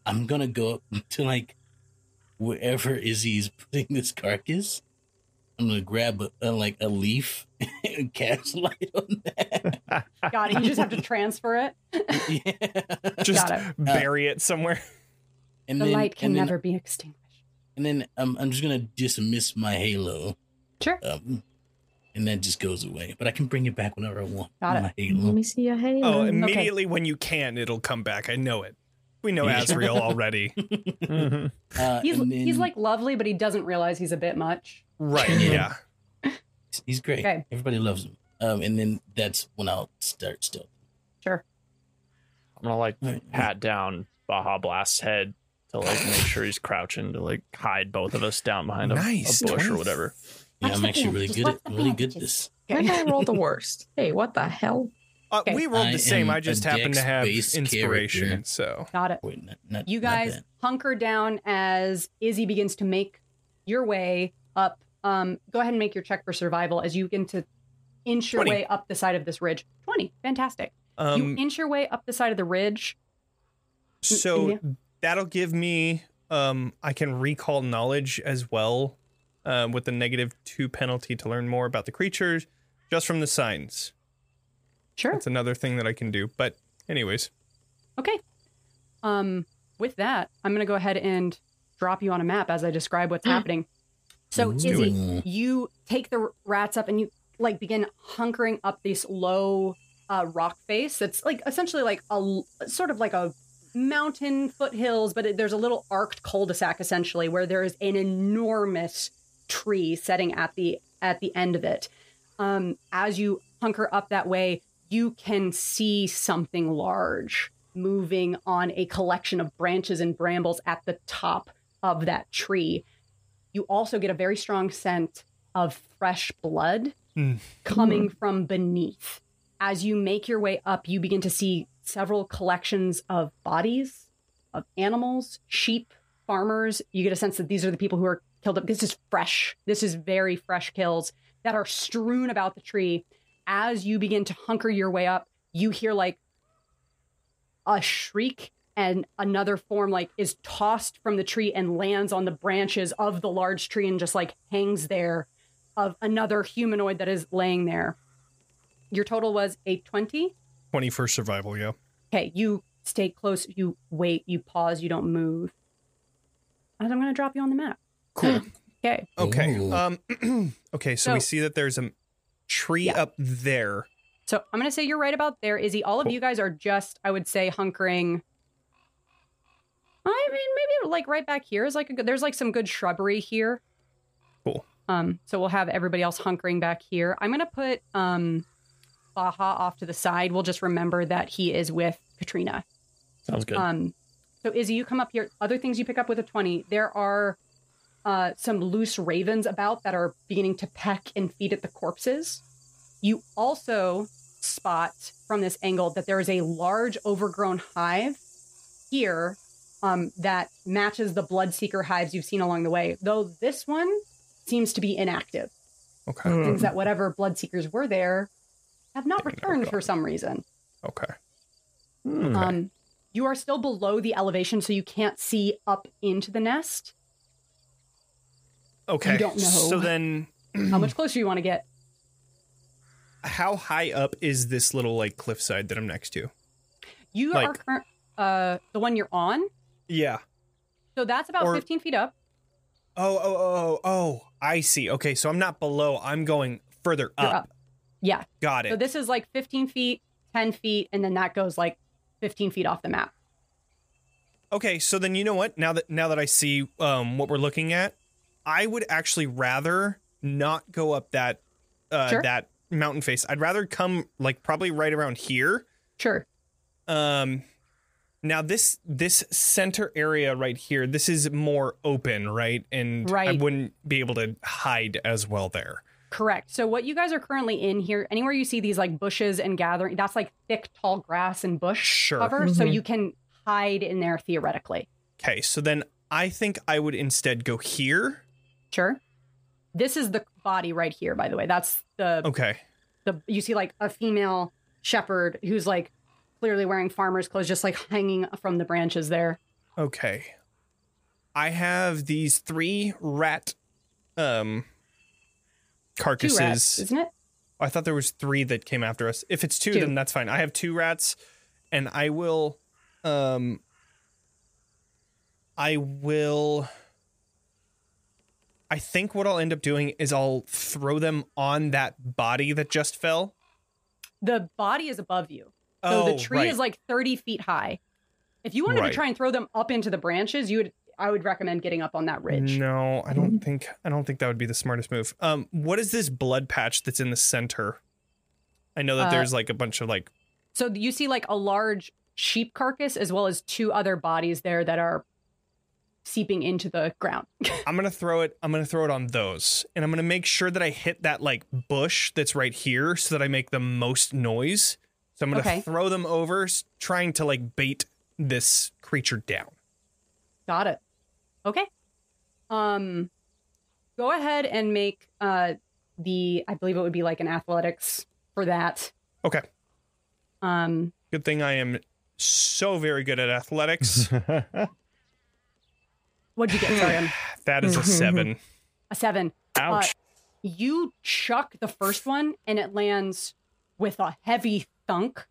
S5: I'm gonna go up [laughs] to like [laughs] wherever Izzy's putting this carcass. I'm gonna grab a, a, like a leaf [laughs] could cast light on that.
S2: Ah.
S1: Got it. You just have
S2: [laughs]
S1: to transfer it.
S5: [laughs] yeah.
S2: Just
S1: Got it. Mm-hmm.
S2: bury
S1: [laughs]
S2: it somewhere.
S5: And
S1: The
S5: then,
S1: light can
S5: and then,
S1: never be extinguished.
S5: And then um, I'm just gonna dismiss my halo,
S1: Sure.
S5: um, and that just goes away. But I can bring it back whenever I want.
S1: Got it. Mm-hmm.
S5: my
S7: Let
S5: halo.
S7: me see your halo.
S2: Oh, immediately when you can, it'll come back. I know it. We know
S5: Yeah. [laughs]
S2: Asriel already.
S3: Mhm.
S5: Uh,
S1: He's
S5: and
S1: he's
S5: then-
S1: like lovely, but he doesn't realize he's a bit much.
S2: right. Yeah.
S5: he's great.
S1: Okay.
S5: Everybody loves him. Um, and then that's when I'll start still.
S1: Sure.
S3: I'm gonna like
S5: Right.
S3: pat down Baja Blast's head to like make sure he's crouching to like hide both of us down behind a,
S2: Nice,
S3: a bush or
S2: 20.
S3: whatever.
S5: Yeah,
S7: Watch
S5: I'm
S7: the
S5: actually really
S7: bandages,
S5: good
S7: watch
S5: at
S7: the
S5: really good at
S7: bandages.
S5: this.
S7: Okay.
S4: Why did I roll [laughs] the worst? Hey, what the hell?
S2: Uh,
S1: Okay.
S2: We rolled
S5: I
S2: the same.
S5: am
S2: I just
S5: a
S2: happen to have
S5: dex-based
S2: inspiration.
S5: character.
S2: So
S1: Got it.
S5: Wait, not, not,
S1: You
S5: not
S1: guys
S5: that.
S1: hunker down as Izzy begins to make your way up. Um, go ahead and make your check for survival as you begin to inch your
S2: 20.
S1: way up the side of this ridge. 20. Fantastic. you
S2: um,
S1: inch your way up the side of the ridge.
S2: so
S1: yeah.
S2: that'll give me um I can recall knowledge as well um, with the negative two penalty to learn more about the creatures just from the signs.
S1: Sure.
S2: That's another thing that I can do. But anyways,
S1: Okay. Um, with that, I'm going to go ahead and drop you on a map as I describe what's happening. So,
S5: Ooh.
S1: Izzy, you take the rats up and you like begin hunkering up this low uh, rock face that's like essentially like a l- sort of like a mountain foothills, but it, there's a little arced cul-de-sac essentially where there is an enormous tree setting at the at the end of it. Um, as you hunker up that way, you can see something large moving on a collection of branches and brambles at the top of that tree. You also get a very strong scent of fresh blood
S2: Mm.
S1: coming from beneath. As you make your way up, you begin to see several collections of bodies, of animals, sheep, farmers. You get a sense that these are the people who are killed up. This is fresh. This is very fresh kills that are strewn about the tree. As you begin to hunker your way up, you hear like a shriek and another form like is tossed from the tree and lands on the branches of the large tree and just like hangs there of another humanoid that is laying there. Your total was a 20.
S2: twenty for survival. Yeah.
S1: Okay, you stay close, you wait, you pause, you don't move. And I'm going to drop you on the map.
S2: Cool.
S1: [laughs] Okay.
S2: Okay.
S5: Ooh.
S2: Um. [clears throat] okay. So, we
S1: So-
S2: see that there's a tree
S1: Yeah.
S2: up there.
S1: So I'm going to say you're right about there, Izzy. All of
S2: Cool.
S1: you guys are just, I would say, hunkering. I mean, maybe like right back here is like a good, there's like some good shrubbery here.
S2: Cool.
S1: Um, so we'll have everybody else hunkering back here. I'm going to put um, Baja off to the side. We'll just remember that he is with Katrina.
S3: Sounds good.
S1: Um, so Izzy, you come up here. Other things you pick up with a twenty. There are uh, some loose ravens about that are beginning to peck and feed at the corpses. You also spot from this angle that there is a large overgrown hive here um, that matches the bloodseeker hives you've seen along the way. Though this one seems to be inactive.
S2: Okay.
S1: Things that whatever bloodseekers were there have not
S2: They're now
S1: returned for
S2: gone.
S1: some reason.
S2: Okay.
S3: Hmm.
S1: Um, you are still below the elevation, so you can't see up into the
S2: [clears throat]
S1: nest.
S2: Okay.
S1: don't know.
S2: So then,
S1: How much closer you want to get?
S2: how high up is this little like cliffside that I'm next to?
S1: You are
S2: Like-
S1: current, uh, the one you're on,
S2: Yeah.
S1: so that's about
S2: Or-
S1: 15 feet up.
S2: Oh, oh, oh, oh, oh. I see. Okay, so I'm not below. I'm going further
S1: You're
S2: up.
S1: up. Yeah.
S2: Got it.
S1: So this is like 15 feet, 10 feet, and then that goes like 15 feet off the map.
S2: okay, so then you know what? Now that now that I see um, what we're looking at, I would actually rather not go up that uh,
S1: Sure.
S2: that mountain face. I'd rather come like probably right around here.
S1: Sure.
S2: Um, now this this center area right here, this is more open, right? And I
S1: Right.
S2: wouldn't be able to hide as well there.
S1: Correct. So what you guys are currently in here, anywhere you see these like bushes and gathering, that's like thick, tall grass and bush
S2: Sure.
S1: cover, so
S4: Mhm.
S1: you can hide in there theoretically.
S2: Okay, so then I think I would instead go here.
S1: Sure. This is the body right here, by the way. That's the
S2: Okay.
S1: the you see like a female shepherd who's like clearly wearing farmer's clothes, just like hanging from the branches there.
S2: Okay. I have these three rat um
S1: Two
S2: carcasses.
S1: rats, isn't it?
S2: I thought there was three that came after us. If it's two,
S1: Two.
S2: then that's fine. I have two rats, and I will, um, I will. I think what I'll end up doing is I'll throw them on that body that just fell.
S1: The body is above you. So the tree
S2: Oh, right.
S1: is like 30 feet high. If you wanted
S2: Right.
S1: to try and throw them up into the branches, you would I would recommend getting up on that ridge.
S2: No, I don't think I don't think that would be the smartest move. Um, what is this blood patch that's in the center? I know that
S1: Uh,
S2: there's like a bunch of like
S1: So you see like a large sheep carcass as well as two other bodies there that are seeping into the ground.
S2: I'm gonna throw it. I'm gonna throw it on those, and I'm gonna make sure that I hit that like bush that's right here, so that I make the most noise. So I'm gonna
S1: Okay.
S2: throw them over, s- trying to like bait this creature down.
S1: Got it. Okay. Um go ahead and make uh the I believe it would be like an athletics for that.
S2: Okay.
S1: Um
S2: Good thing I am so very good at athletics.
S1: what'd you get? Sorry, I'm
S2: that is a seven.
S1: a 7.
S3: Ouch.
S1: you chuck the first one and it lands with a heavy thunk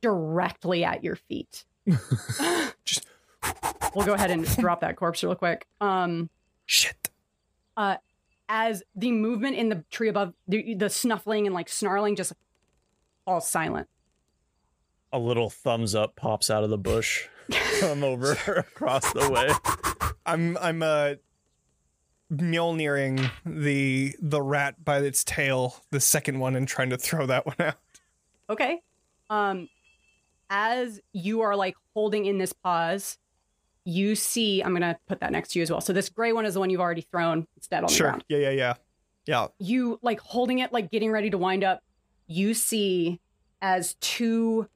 S1: directly at your feet.
S2: [laughs]
S1: [gasps]
S2: Just-
S1: we'll go ahead and drop that corpse real quick. Um,
S2: Shit.
S1: as the movement in the tree above, the, the snuffling and like snarling, just all silent.
S3: a little thumbs up pops out of
S1: [laughs]
S3: the bush from over [laughs] across the way.
S2: I'm I'm uh Mjolniring the the rat by its tail, the second one, and trying to throw that one out.
S1: Okay. Um, as you are like holding in this pause, you see. I'm gonna put that next to you as well. So this gray one is the one you've already thrown. It's dead on the ground.
S2: Yeah. Yeah. Yeah. Yeah.
S1: you like holding it like getting ready to wind up you see as two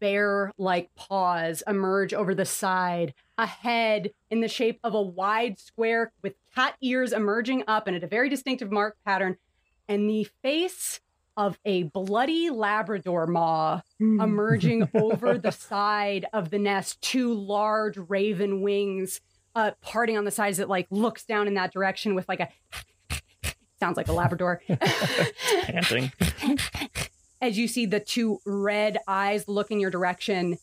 S1: bear like paws emerge over the side a head in the shape of a wide square with cat ears emerging up and at a very distinctive mark pattern and the face of a bloody labrador maw emerging over the side of the nest two large raven wings uh, parting on the sides that like looks down in that direction with like a sounds like a
S2: [laughs]
S1: labrador
S3: Panting.
S1: as you see the two red eyes look in your direction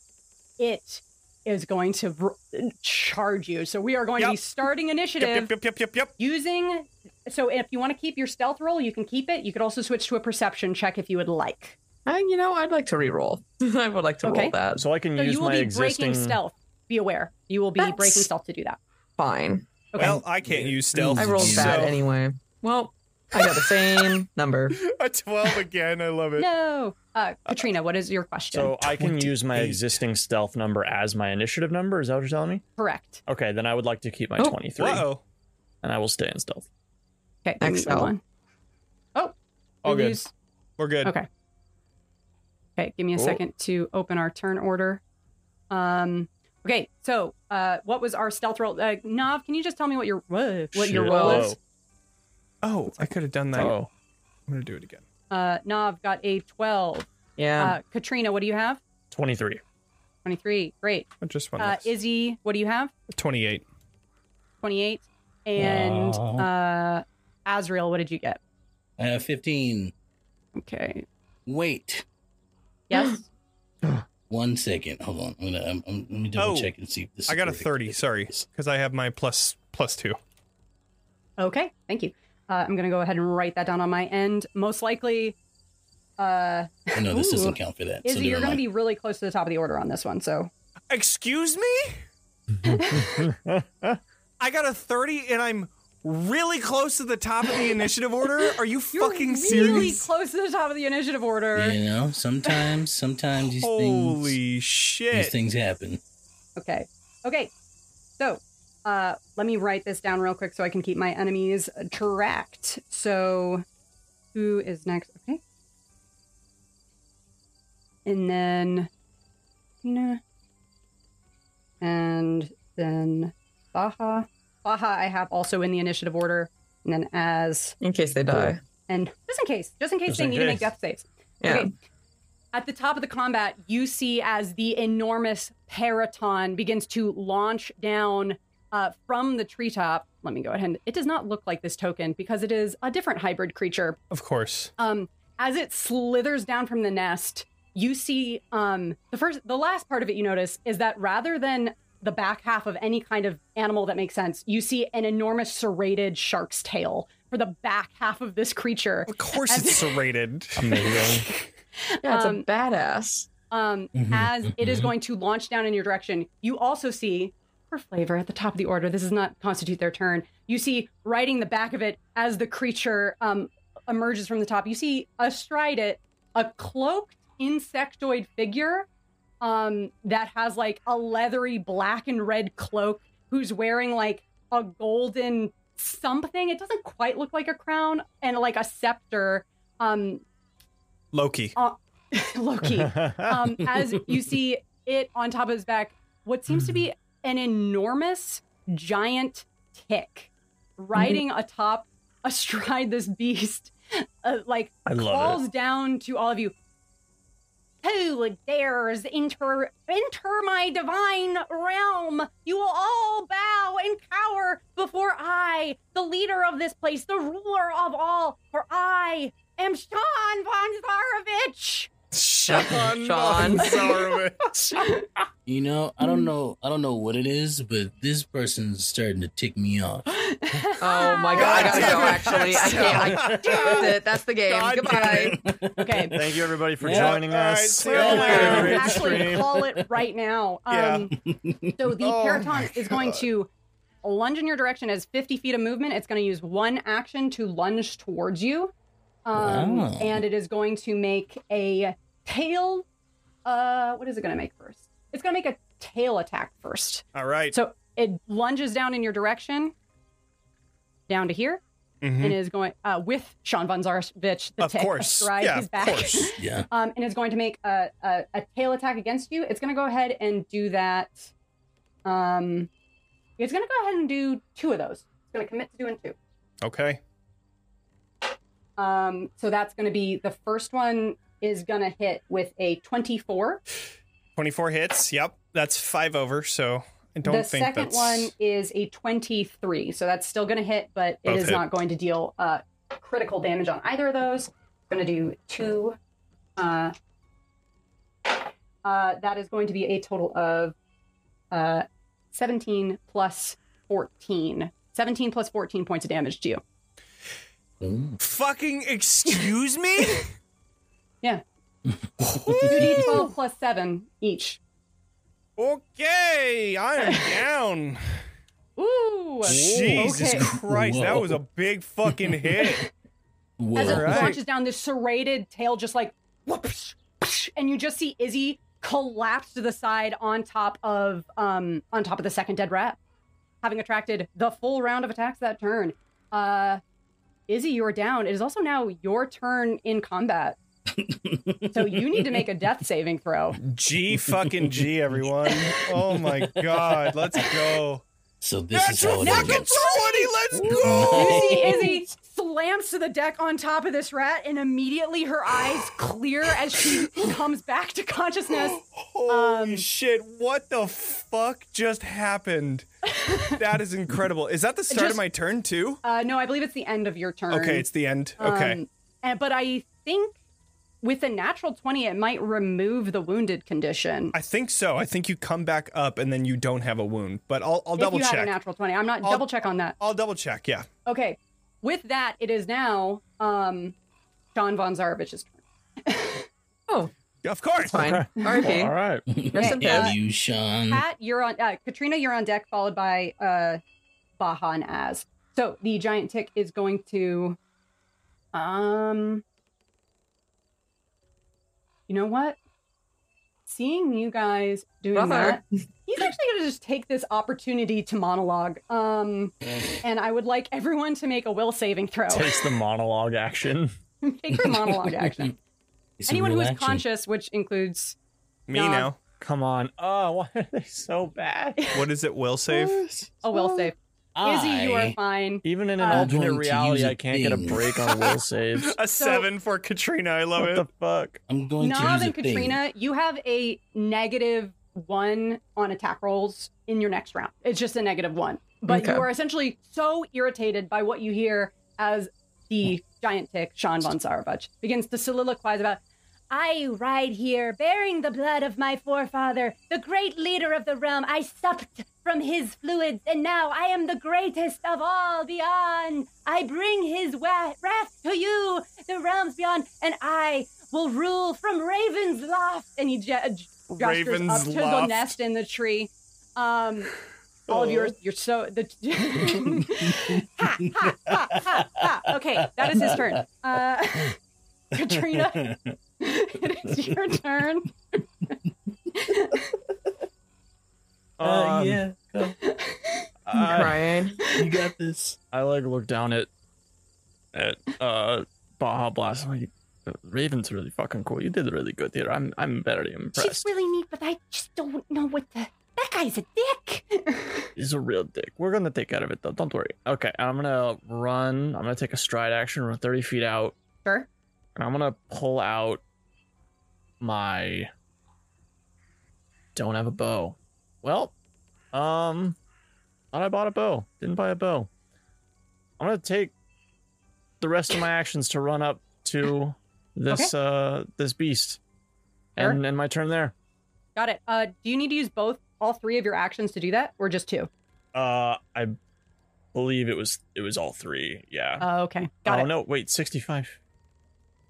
S1: it is going to r- charge you so we are going to be
S2: Yep.
S1: starting initiative
S2: Yep. Yep. Yep. Yep. Yep. Yep.
S1: using so if you want to keep your stealth roll you can keep it you could also switch to a perception check if you would like
S4: And you know, I'd like to re-roll. [laughs] I would like to
S1: Okay.
S4: roll that.
S3: So I can
S1: so
S3: use
S1: you will
S3: my
S1: be
S3: existing.
S1: breaking stealth be aware you will be
S4: That's-
S1: breaking stealth to do that
S4: Fine.
S1: Okay.
S2: Well, I can't use stealth.
S4: I rolled
S5: So-
S4: bad anyway. Well, I got the [laughs] same number.
S2: [laughs] A 12 again. I love it.
S1: no uh, katrina what is your question
S3: So I can use my
S2: 28.
S3: existing stealth number as my initiative number. Is that what you're telling me?
S1: correct
S3: Okay, then I would like to keep my
S4: Oh,
S3: 23,
S2: Whoa.
S3: and I will stay in stealth.
S1: okay let me roll
S4: Excel.
S1: one. oh
S2: All
S1: we
S2: good.
S1: lose-
S2: We're good.
S1: Okay. Okay, give me a
S3: Cool.
S1: second to open our turn order. Um. Okay, so uh, what was our stealth roll? Uh, Nav, can you just tell me what your whoa, what your
S3: Shit.
S1: roll
S4: Whoa.
S1: is?
S2: Oh, I could have done that.
S3: Oh,
S2: I'm going to do it again.
S1: Uh, Nav got a twelve.
S4: Yeah.
S1: Uh, Katrina, what do you have?
S3: 23.
S1: Twenty three. Great.
S2: I just went
S1: Uh, Izzy, what do you have?
S2: 28.
S1: Twenty eight. And
S5: Wow.
S1: uh, Azrael, what did you get?
S5: I have 15.
S1: Okay.
S5: Uh, Wait
S1: Yes.
S5: one second. Hold on. I'm gonna, I'm, I'm, let me double
S2: Oh,
S5: check and see if this
S2: I
S5: is
S2: got a
S5: correct.
S2: 30. Sorry. Because I have my plus plus two.
S1: [gasps] Okay, thank you. Uh, I'm gonna go ahead and write that down on my end. Most likely, uh,
S5: Oh, no, this
S1: Ooh.
S5: doesn't count for that.
S1: Izzy, you're
S5: never
S1: going to
S5: mind.
S1: be really close to the top of the order on this one. So,
S2: Excuse me? [laughs] I got a 30 and I'm really close to the top of the initiative order. Are you
S1: [laughs] you're
S2: fucking
S1: really
S2: serious?
S1: close to the top of the initiative order.
S5: You know, sometimes, sometimes these things,
S2: Holy
S5: these
S2: shit.
S5: things happen.
S1: Okay. Okay. So, uh, let me write this down real quick so I can keep my enemies tracked. So, who is next? Okay. And then Tina. And then Baha. Baha, I have also in the initiative order. And then as
S4: in case they die.
S1: and just in case, just in case
S3: Just
S1: they
S3: in
S1: need to make
S3: case.
S1: death saves.
S4: Yeah.
S1: Okay. At the top of the combat, you see as the enormous paraton begins to launch down uh, from the treetop. Let me go ahead. and- It does not look like this token because it is a different hybrid creature.
S2: Of course.
S1: Um, as it slithers down from the nest, you see um, the first, the last part of it you notice is that rather than the back half of any kind of animal that makes sense, you see an enormous serrated shark's tail for the back half of this creature.
S2: Of
S1: [laughs]
S2: course, it's serrated.
S5: Amazing.
S4: Yeah, it's
S1: Um,
S4: a badass.
S1: um,
S5: Mhm,
S1: as it is
S5: mhm.
S1: going to launch down in your direction. You also see, for flavor, at the top of the order, this does not constitute their turn. You see, riding the back of it as the creature um, emerges from the top, you see astride it a cloaked insectoid figure um, that has like a leathery black and red cloak, who's wearing like a golden something. It doesn't quite look like a crown and like a scepter. Um, [coughs]
S2: Loki.
S3: [laughs]
S1: Loki um, as you see it on top of his back, what seems to be an enormous giant tick riding atop astride this beast, uh, like
S3: I love
S1: falls down to all of you. Who dares enter enter my divine realm? You will all bow and cower before I, the leader of this place, the ruler of all, for I am Sean von Zarovich.
S2: Sean. [laughs]
S4: Sean.
S2: Bonsarovich.
S5: You know, I don't know. I don't know what it is, but this person's starting to tick me
S2: [gasps]
S5: off.
S4: Oh my god, I gotta go. Actually, I can't. I, that's it. That's the game.
S3: God
S4: Goodbye.
S1: Okay.
S3: Thank you everybody for
S5: Yeah.
S3: joining
S2: All right,
S3: us.
S2: see you
S1: We're
S2: Yeah,
S1: gonna
S2: later.
S1: actually call it right
S2: [laughs]
S1: now. Um, So the
S2: Oh
S1: Paraton
S2: my
S1: is going
S2: God.
S1: to lunge in your direction as 50 feet of movement. It's going to use one action to lunge towards you. Um,
S5: Wow.
S1: And it is going to make a tail. Uh, what is it going to make first? It's going to make a tail attack first.
S2: All right.
S1: So it lunges down in your direction, down to here,
S2: Mhm.
S1: and is going uh, with Sean von Zarovich, the
S2: Of
S1: tick,
S2: course.
S1: astride
S2: Yeah,
S1: his
S2: of
S1: back
S2: course.
S5: Yeah.
S1: um, and is going to make a, a, a tail attack against you. It's going to go ahead and do that. Um, it's going to go ahead and do two of those. It's going to commit to doing two.
S2: Okay.
S1: Um, so that's going to be the first one is going to hit with a 24.
S2: 24 hits. Yep. That's five over. So I don't
S1: the
S2: think
S1: second
S2: that's.
S1: one is a 23. So that's still going to hit, but it
S2: Both
S1: is
S2: hit.
S1: not going to deal uh, critical damage on either of those. going to do two. Uh, uh, that is going to be a total of uh, 17 plus 14. 17 plus 14 points of damage to you.
S5: Ooh.
S2: Fucking excuse me?
S1: Two d12 plus 7 each.
S2: okay. I am down.
S1: Ooh!
S2: Jesus
S1: Okay.
S2: Christ. That
S5: Whoa.
S2: was a big fucking hit.
S5: Whoa.
S1: As it
S2: Alright.
S1: launches down, this serrated tail just like whoosh, whoosh, and you just see Izzy collapse to the side on top of um on top of the second dead rat, having attracted the full round of attacks that turn. Uh, Izzy, you are down. It is also now your turn in combat, so you need to make a death saving throw.
S2: G fucking G, everyone. Oh my god, let's go.
S5: So this is how it
S2: fucking
S5: ends.
S2: 20, let's
S1: You
S2: go.
S1: see Izzy slams to the deck on top of this rat, and immediately her eyes clear as she comes back to consciousness.
S2: Holy
S1: Um,
S2: shit, what the fuck just happened? That is incredible. Is that the start of
S1: Just-
S2: my turn too?
S1: Uh, no, I believe it's the end of your turn.
S2: Okay, it's the end. Okay.
S1: Um, and, but I think with a natural 20, it might remove the wounded condition.
S2: I think so. I think you come back up and then you don't have a wound, but I'll, I'll
S1: if
S2: double
S1: you have a
S2: check.
S1: natural 20. I'm not
S2: I'll-
S1: double check on that.
S2: I'll double check, yeah.
S1: Okay. With that, it is now um, John Von Zarovich's turn.
S2: Of course.
S4: Oh, Fine.
S3: Okay.
S4: RP.
S3: All right.
S4: Rest in
S5: Damn
S1: peace.
S5: you, Sean.
S1: Pat, you're on. Uh, Katrina, you're on deck, followed by uh, Baha and Az. So the giant tick is going to, um, you know what? Seeing you guys doing
S4: Brother.
S1: that, he's actually going to just take this opportunity to monologue. Um, and I would like everyone to make a will saving throw. [laughs]
S3: Takes the monologue action.
S1: take the monologue action.
S5: It's a
S1: Anyone who
S5: real
S1: is
S5: action.
S1: conscious, which includes
S2: Me
S1: Dog.
S2: now.
S3: Come on. Oh, why are they so bad?
S2: What is it,
S1: [laughs]
S2: will save?
S1: a will save, Izzy, you are
S5: I-
S1: fine.
S3: Even in an
S1: I'm
S3: alternate
S5: going to
S3: reality,
S5: use a
S3: I can't get a
S5: thing.
S3: break on will saves.
S2: A seven for Katrina. I love
S3: what the
S2: it.
S3: fuck?
S5: I'm going to
S1: Nav
S5: use a
S1: and
S5: thing. [laughs]
S1: Katrina, you have a negative one on attack rolls in your next round. It's just a negative one. But
S4: Okay.
S1: you are essentially so irritated by what you hear as the giant tick, Sean von Sauerbach, begins to soliloquize about
S6: I ride here, bearing the blood of my forefather, the great leader of the realm. I supped from his fluids, and now I am the greatest of all beyond. I bring his wa- wrath to you, the realms beyond, and I will rule from Raven's loft. And he ge- gestures up
S2: Raven's
S1: to the
S2: loft.
S1: nest in the tree. Um, all
S2: Oh.
S1: of yours, you're so the. [laughs] ha, ha, ha, ha, ha. Okay, that is his turn. Uh, [laughs] Katrina. it is your turn.
S5: Uh,
S3: Um,
S5: yeah,
S6: [laughs]
S5: go.
S4: I'm
S3: I,
S4: crying.
S5: you got this.
S3: I like look down at at uh Baja Blast. I'm like, Raven's really fucking cool. You did really good here. I'm I'm very
S6: She's
S3: impressed.
S6: really neat, but I just don't know what the. That guy's a dick.
S3: He's a real dick. We're gonna take care of it though. Don't worry. Okay, I'm gonna run. I'm gonna take a stride action, run 30 feet out,
S1: [laughs] Sure.
S3: and I'm gonna pull out my. Don't have a bow. Well, um, thought I bought a bow. Didn't buy a bow. I'm gonna take the
S1: [laughs]
S3: rest of my actions to run up to this uh this beast,
S1: Sure.
S3: and and my turn there.
S1: Got it. Uh, do you need to use both, all three of your actions to do that, or just two?
S3: Uh, I believe it was it was all three. Yeah.
S1: Uh, okay. Got
S3: oh
S1: it.
S3: no, wait, sixty-five.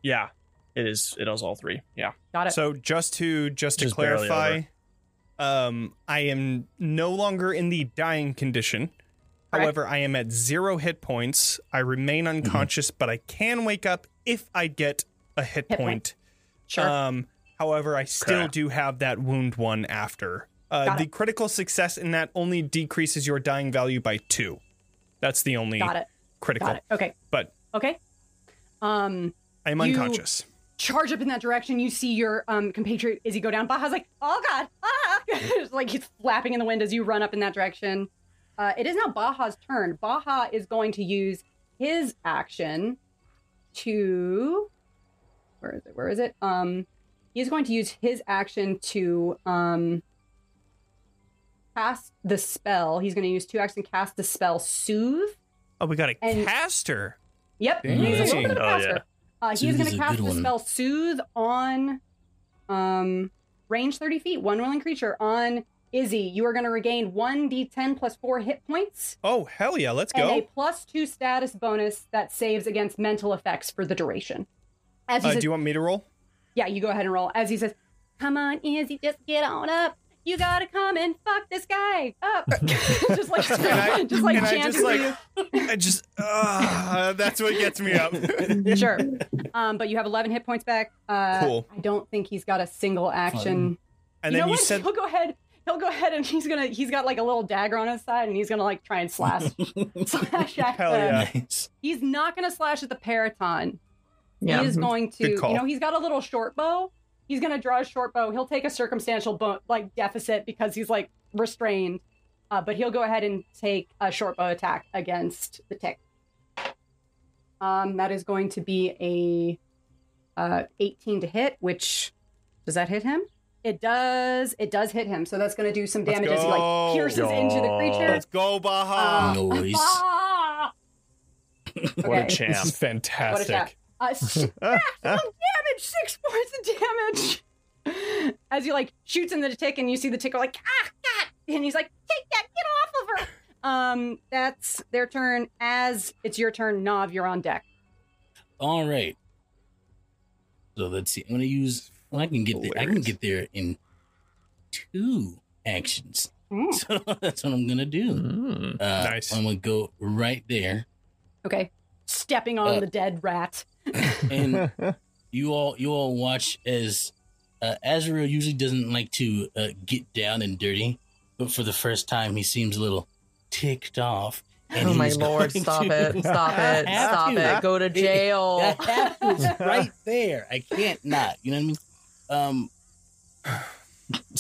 S3: Yeah, it is. It is all three. Yeah.
S1: Got it.
S2: So just to just to
S3: Just barely
S2: clarify, um, I am no longer in the dying condition.
S1: Correct.
S2: However, I am at zero hit points. I remain unconscious, but I can wake up if I get a hit,
S1: Hit point. sure.
S2: Um, however, I still
S3: Okay.
S2: do have that wound one after. Uh,
S1: Got
S2: the critical success in that only decreases your dying value by two. That's the only
S1: Got it.
S2: critical.
S1: Got it. Okay.
S2: But
S1: Okay. Um,
S2: I'm
S1: You-
S2: unconscious.
S1: charge up in that direction. You see your um compatriot Izzy go down. Baja's like, oh god, ah! [laughs] It's like he's flapping in the wind as you run up in that direction. Uh, it is now Baja's turn. Baja is going to use his action to where is it? Where is it? Um, he's going to use his action to um cast the spell. He's going to use two actions to cast the spell Soothe.
S2: Oh, we got a
S1: And-
S2: caster.
S1: Yep,
S5: Dang.
S1: he's a little bit of a
S3: Oh,
S1: caster.
S3: yeah.
S1: Uh, he
S5: Soothe
S1: is going
S5: is
S1: to
S5: a
S1: cast
S5: good
S1: the
S5: one.
S1: spell Soothe on um, range 30 feet, one willing creature on Izzy. You are going to regain 1d10 plus 4 hit points
S2: Oh hell yeah! Let's go.
S1: and a plus 2 status bonus that saves against mental effects for the duration. As he
S2: Uh,
S1: says,
S2: do you want me to roll?
S1: Yeah, you go ahead and roll. As he says,
S6: Come on, Izzy, just get on up. You gotta come and fuck this guy up.
S1: [laughs] just like,
S2: And I
S1: just like
S2: and I
S1: chanting
S2: just like I just ah, that's what gets me up.
S1: for you.
S2: [laughs]
S1: Sure. Um, but you have 11 hit points back. Uh,
S2: Cool.
S1: I don't think he's got a single action.
S2: And
S1: you
S2: then
S1: know
S2: you
S1: what?
S2: said
S1: he'll go ahead. He'll go ahead and he's gonna. He's got like a little dagger on his side, and he's gonna like try and slash
S2: [laughs]
S1: slash at
S2: Hell
S1: the-
S2: yeah.
S5: nice.
S1: He's not gonna slash at the paraton.
S4: Yeah.
S1: He is going to.
S2: call.
S1: You know, he's got a little short bow. He's gonna draw a short bow. He'll take a circumstantial bo- like deficit because he's like restrained. Uh, but he'll go ahead and take a short bow attack against the tick. Um, that is going to be a uh, 18 to hit, which does that hit him? It does. It does hit him. So that's going to do some
S2: Let's
S1: damage as he like
S2: go.
S1: pierces into the creature.
S2: let's go
S1: Uh,
S2: Baja.
S5: Noise.
S1: Ah!
S3: What a
S1: Okay.
S2: this
S3: champ.
S2: is fantastic.
S1: What Uh, six
S3: Ah,
S1: damage, six points of damage. [laughs] As he like shoots in the tick, and you see the tick go like ah, God! and he's like, take that, get off of her. Um, that's their turn. As it's your turn, Nav, you're on deck.
S5: All right. So let's see. I'm gonna use. Well, I can get there. I can get there in two actions.
S1: Mm.
S5: [laughs] So that's what I'm gonna do.
S3: mm.
S5: Uh,
S2: Hmm. Nice.
S5: I'm gonna go right there,
S1: Okay, stepping on
S5: Uh,
S1: the dead rat.
S4: [laughs]
S5: and you all you all watch as uh, Azrael usually doesn't like to uh, get down and dirty, but for the first time he seems a little ticked off. And
S4: Oh
S5: he
S4: my
S5: is [laughs]
S4: lord!
S5: going
S4: Stop
S5: to-
S4: it! Stop
S5: I
S4: it!
S5: have
S4: Stop
S5: to.
S4: it! Go to jail.
S5: That hat is right there. I can't not. You know what I mean? Um. [laughs]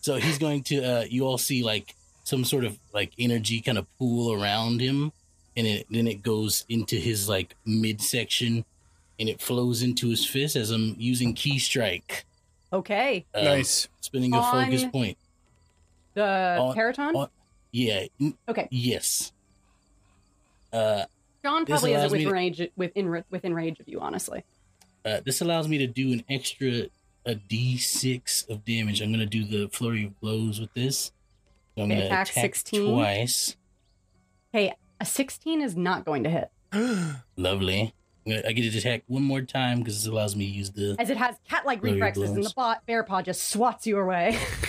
S5: so he's going to. Uh, you all see like some sort of like energy kind of pool around him, and it, then it goes into his like midsection, and it flows into his fist as I'm using key strike.
S1: Okay,
S5: Um,
S2: nice.
S5: Spinning a focus
S1: On-
S5: point.
S1: the
S5: On-
S1: Paraton.
S5: on- Yeah. n-
S1: Okay.
S5: Yes. Uh,
S1: John
S5: This
S1: probably isn't
S5: allows me
S1: within
S5: to-
S1: range within ra- within range of you, honestly.
S5: Uh, this allows me to do an extra a d6 of damage. I'm gonna do the flurry of blows with this. So I'm
S1: Okay,
S5: gonna
S1: attack
S5: attack,
S1: 16.
S5: twice.
S1: A 16 is not going to hit,
S5: Lovely. I'm gonna- I get to attack one more time because this allows me to use the.
S1: as it has cat-like
S5: Really
S1: reflexes, and
S5: blows.
S1: the bot bear paw just swats you away.
S2: [laughs]
S1: [laughs]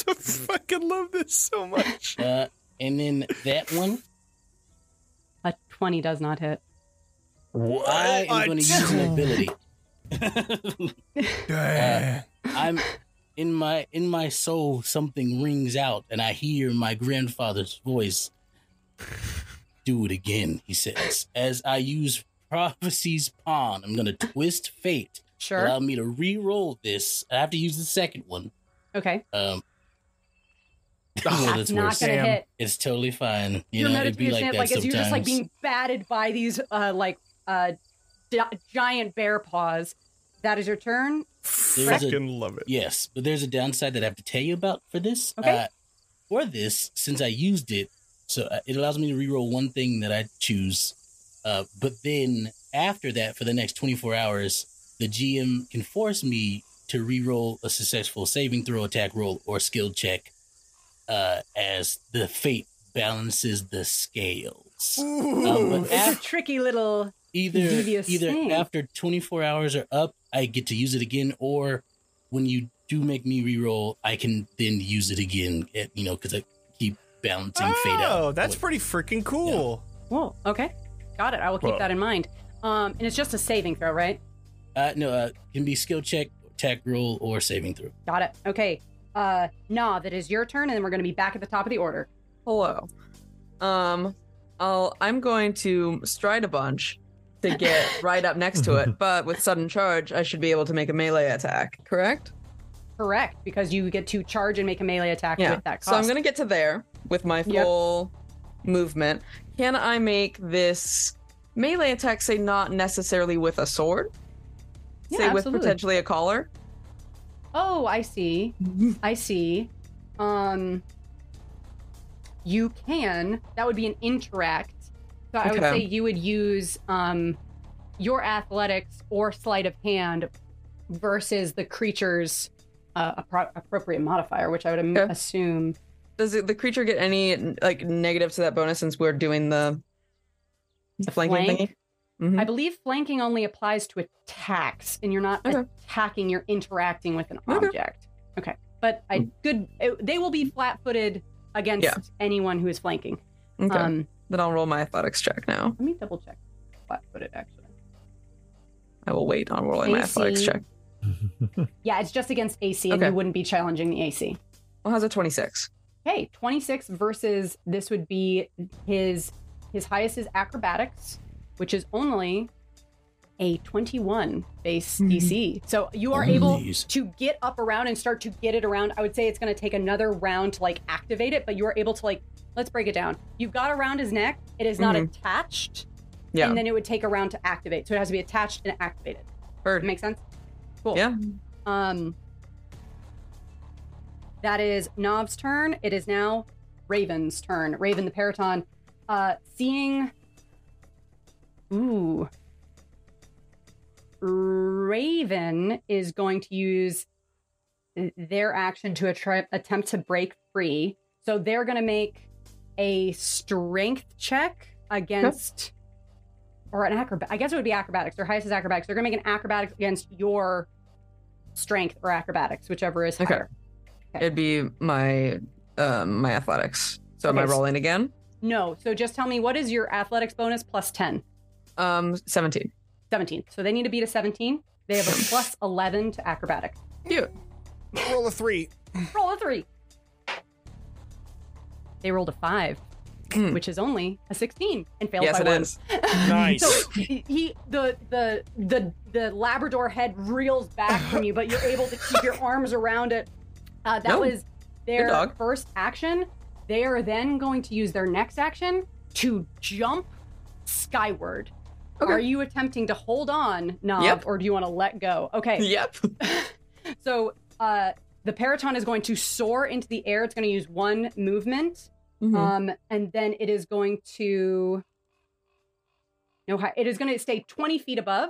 S2: I fucking love this so much.
S5: Uh, and then that one,
S1: A 20 does not hit.
S2: What?
S5: I am going to use uh, an ability.
S2: Dang.
S5: I'm in my in my soul something rings out and I hear my grandfather's voice. Do it again, he says. As I use prophecy's pawn, I'm gonna twist fate.
S1: Sure.
S5: Allow me to re-roll this. I have to use the second one.
S1: okay.
S5: Um
S2: Oh,
S5: well,
S1: That's
S5: it's
S1: not
S5: worse.
S1: gonna
S2: Damn.
S1: hit.
S5: It's totally fine. You
S1: Your
S5: know, it'd be
S1: meditation is
S5: like that
S1: like as
S5: sometimes.
S1: you're just like being batted by these uh like uh gi- giant bear paws. That is your turn.
S5: There's a-
S2: fucking love it.
S5: Yes, but there's a downside that I have to tell you about for this.
S1: Okay.
S5: Uh, for this, since I used it, so uh, it allows me to reroll one thing that I choose. Uh, but then after that, for the next 24 hours, the GM can force me to reroll a successful saving throw, attack roll, or skill check uh, as the fate balances the scales. Um, but
S1: It's a
S5: af-
S1: tricky little
S5: either
S1: Devious
S5: either
S1: thing.
S5: after 24 hours are up i get to use it again or when you do make me reroll i can then use it again at, you know because i keep balancing fade out
S2: Oh, that's
S5: What-
S2: pretty freaking cool.
S1: Whoa, okay. Got it. I will keep
S3: Whoa.
S1: that in mind. Um and it's just a saving throw, right?
S5: uh, no uh, can be skill check attack roll or saving throw
S1: Got it. Okay. Uh nah, that is your turn, and then we're gonna be back at the top of the order.
S4: [laughs] Hello. Um, I'll I'm going to stride a bunch to get right up next to it, but with sudden charge, I should be able to make a melee attack. Correct?
S1: Correct, because you get to charge and make a melee attack with that cost.
S4: So I'm gonna get to there with my
S1: Yep.
S4: full movement. Can I make this melee attack say not necessarily with a sword?
S1: Yeah,
S4: say
S1: absolutely.
S4: with potentially a collar?
S1: [laughs] Oh, I see. I see. Um you can. That would be an interact. So I would
S4: Okay.
S1: say you would use um your athletics or sleight of hand versus the creature's uh, appro- appropriate modifier, which I would am-
S4: Okay. Mm-hmm.
S1: assume.
S4: Does it, the creature get any like negative to that bonus since we're doing the, the flanking
S1: flank?
S4: thingy? Mhm.
S1: I believe flanking only applies to attacks, and you're not
S4: Okay.
S1: attacking; you're interacting with an
S4: Okay. Mm.
S1: object. Okay, but I good. It, they will be flat-footed against
S4: Yeah.
S1: anyone who is flanking.
S4: okay.
S1: Um,
S4: then I'll roll my athletics check now.
S1: let me double check flat-footed. Actually,
S4: I will wait on rolling my
S1: AC.
S4: athletics check.
S1: yeah, it's just against AC, and
S4: Okay.
S1: you wouldn't be challenging the AC.
S4: Well, how's a 26?
S1: Hey, 26 versus this would be his his highest is acrobatics, which is only a 21 base
S4: Mhm.
S1: DC. So you are able
S5: Jeez.
S1: to get up around and start to get it around. I would say it's going to take another round to like activate it, but you are able to like let's break it down. You've got around his neck. It is not
S4: Mhm.
S1: attached,
S4: Yeah.
S1: and then it would take a round to activate. So it has to be attached and activated.
S4: Bird.
S1: Make sense? Cool.
S4: Yeah.
S1: Um, that is Nob's turn. It is now Raven's turn. Raven the Periton. Uh, seeing. Ooh. Raven is going to use their action to attra- attempt to break free. So they're going to make a strength check against, or an acrobat. I guess it would be acrobatics. Their highest is acrobatics. They're going to make an acrobatics against your strength or acrobatics, whichever is
S4: Okay.
S1: higher.
S4: It'd be my um my athletics. So am
S1: Okay,
S4: I
S1: so-
S4: rolling again?
S1: No. So just tell me what is your athletics bonus plus 10?
S4: Um 17.
S1: 17. So they need to beat a 17. They
S4: [laughs]
S1: have a plus 11 to acrobatics.
S4: Cute.
S2: Roll a three.
S1: Roll a three. They rolled a five,
S4: Hmm.
S1: which is only a 16 and failed
S4: yes,
S1: by
S4: it
S1: one.
S4: is.
S3: [laughs] Nice.
S1: So he, he- the the the the Labrador head reels back from you, but you're able to keep your arms around it. Uh, that
S4: No.
S1: was
S4: Good
S1: their
S4: dog.
S1: first action. They are then going to use their next action to jump skyward.
S4: Okay.
S1: Are
S4: [laughs]
S1: you attempting to hold on, Nob,
S4: Yep.
S1: or do you want to let go? Okay.
S4: Yep.
S1: So uh, the Periton is going to soar into the Mm-hmm.
S3: Mm-hmm.
S1: air. It's going to use one movement.
S4: Mhm.
S1: Um, and then it is going to No, hi- it is going to stay 20 feet above,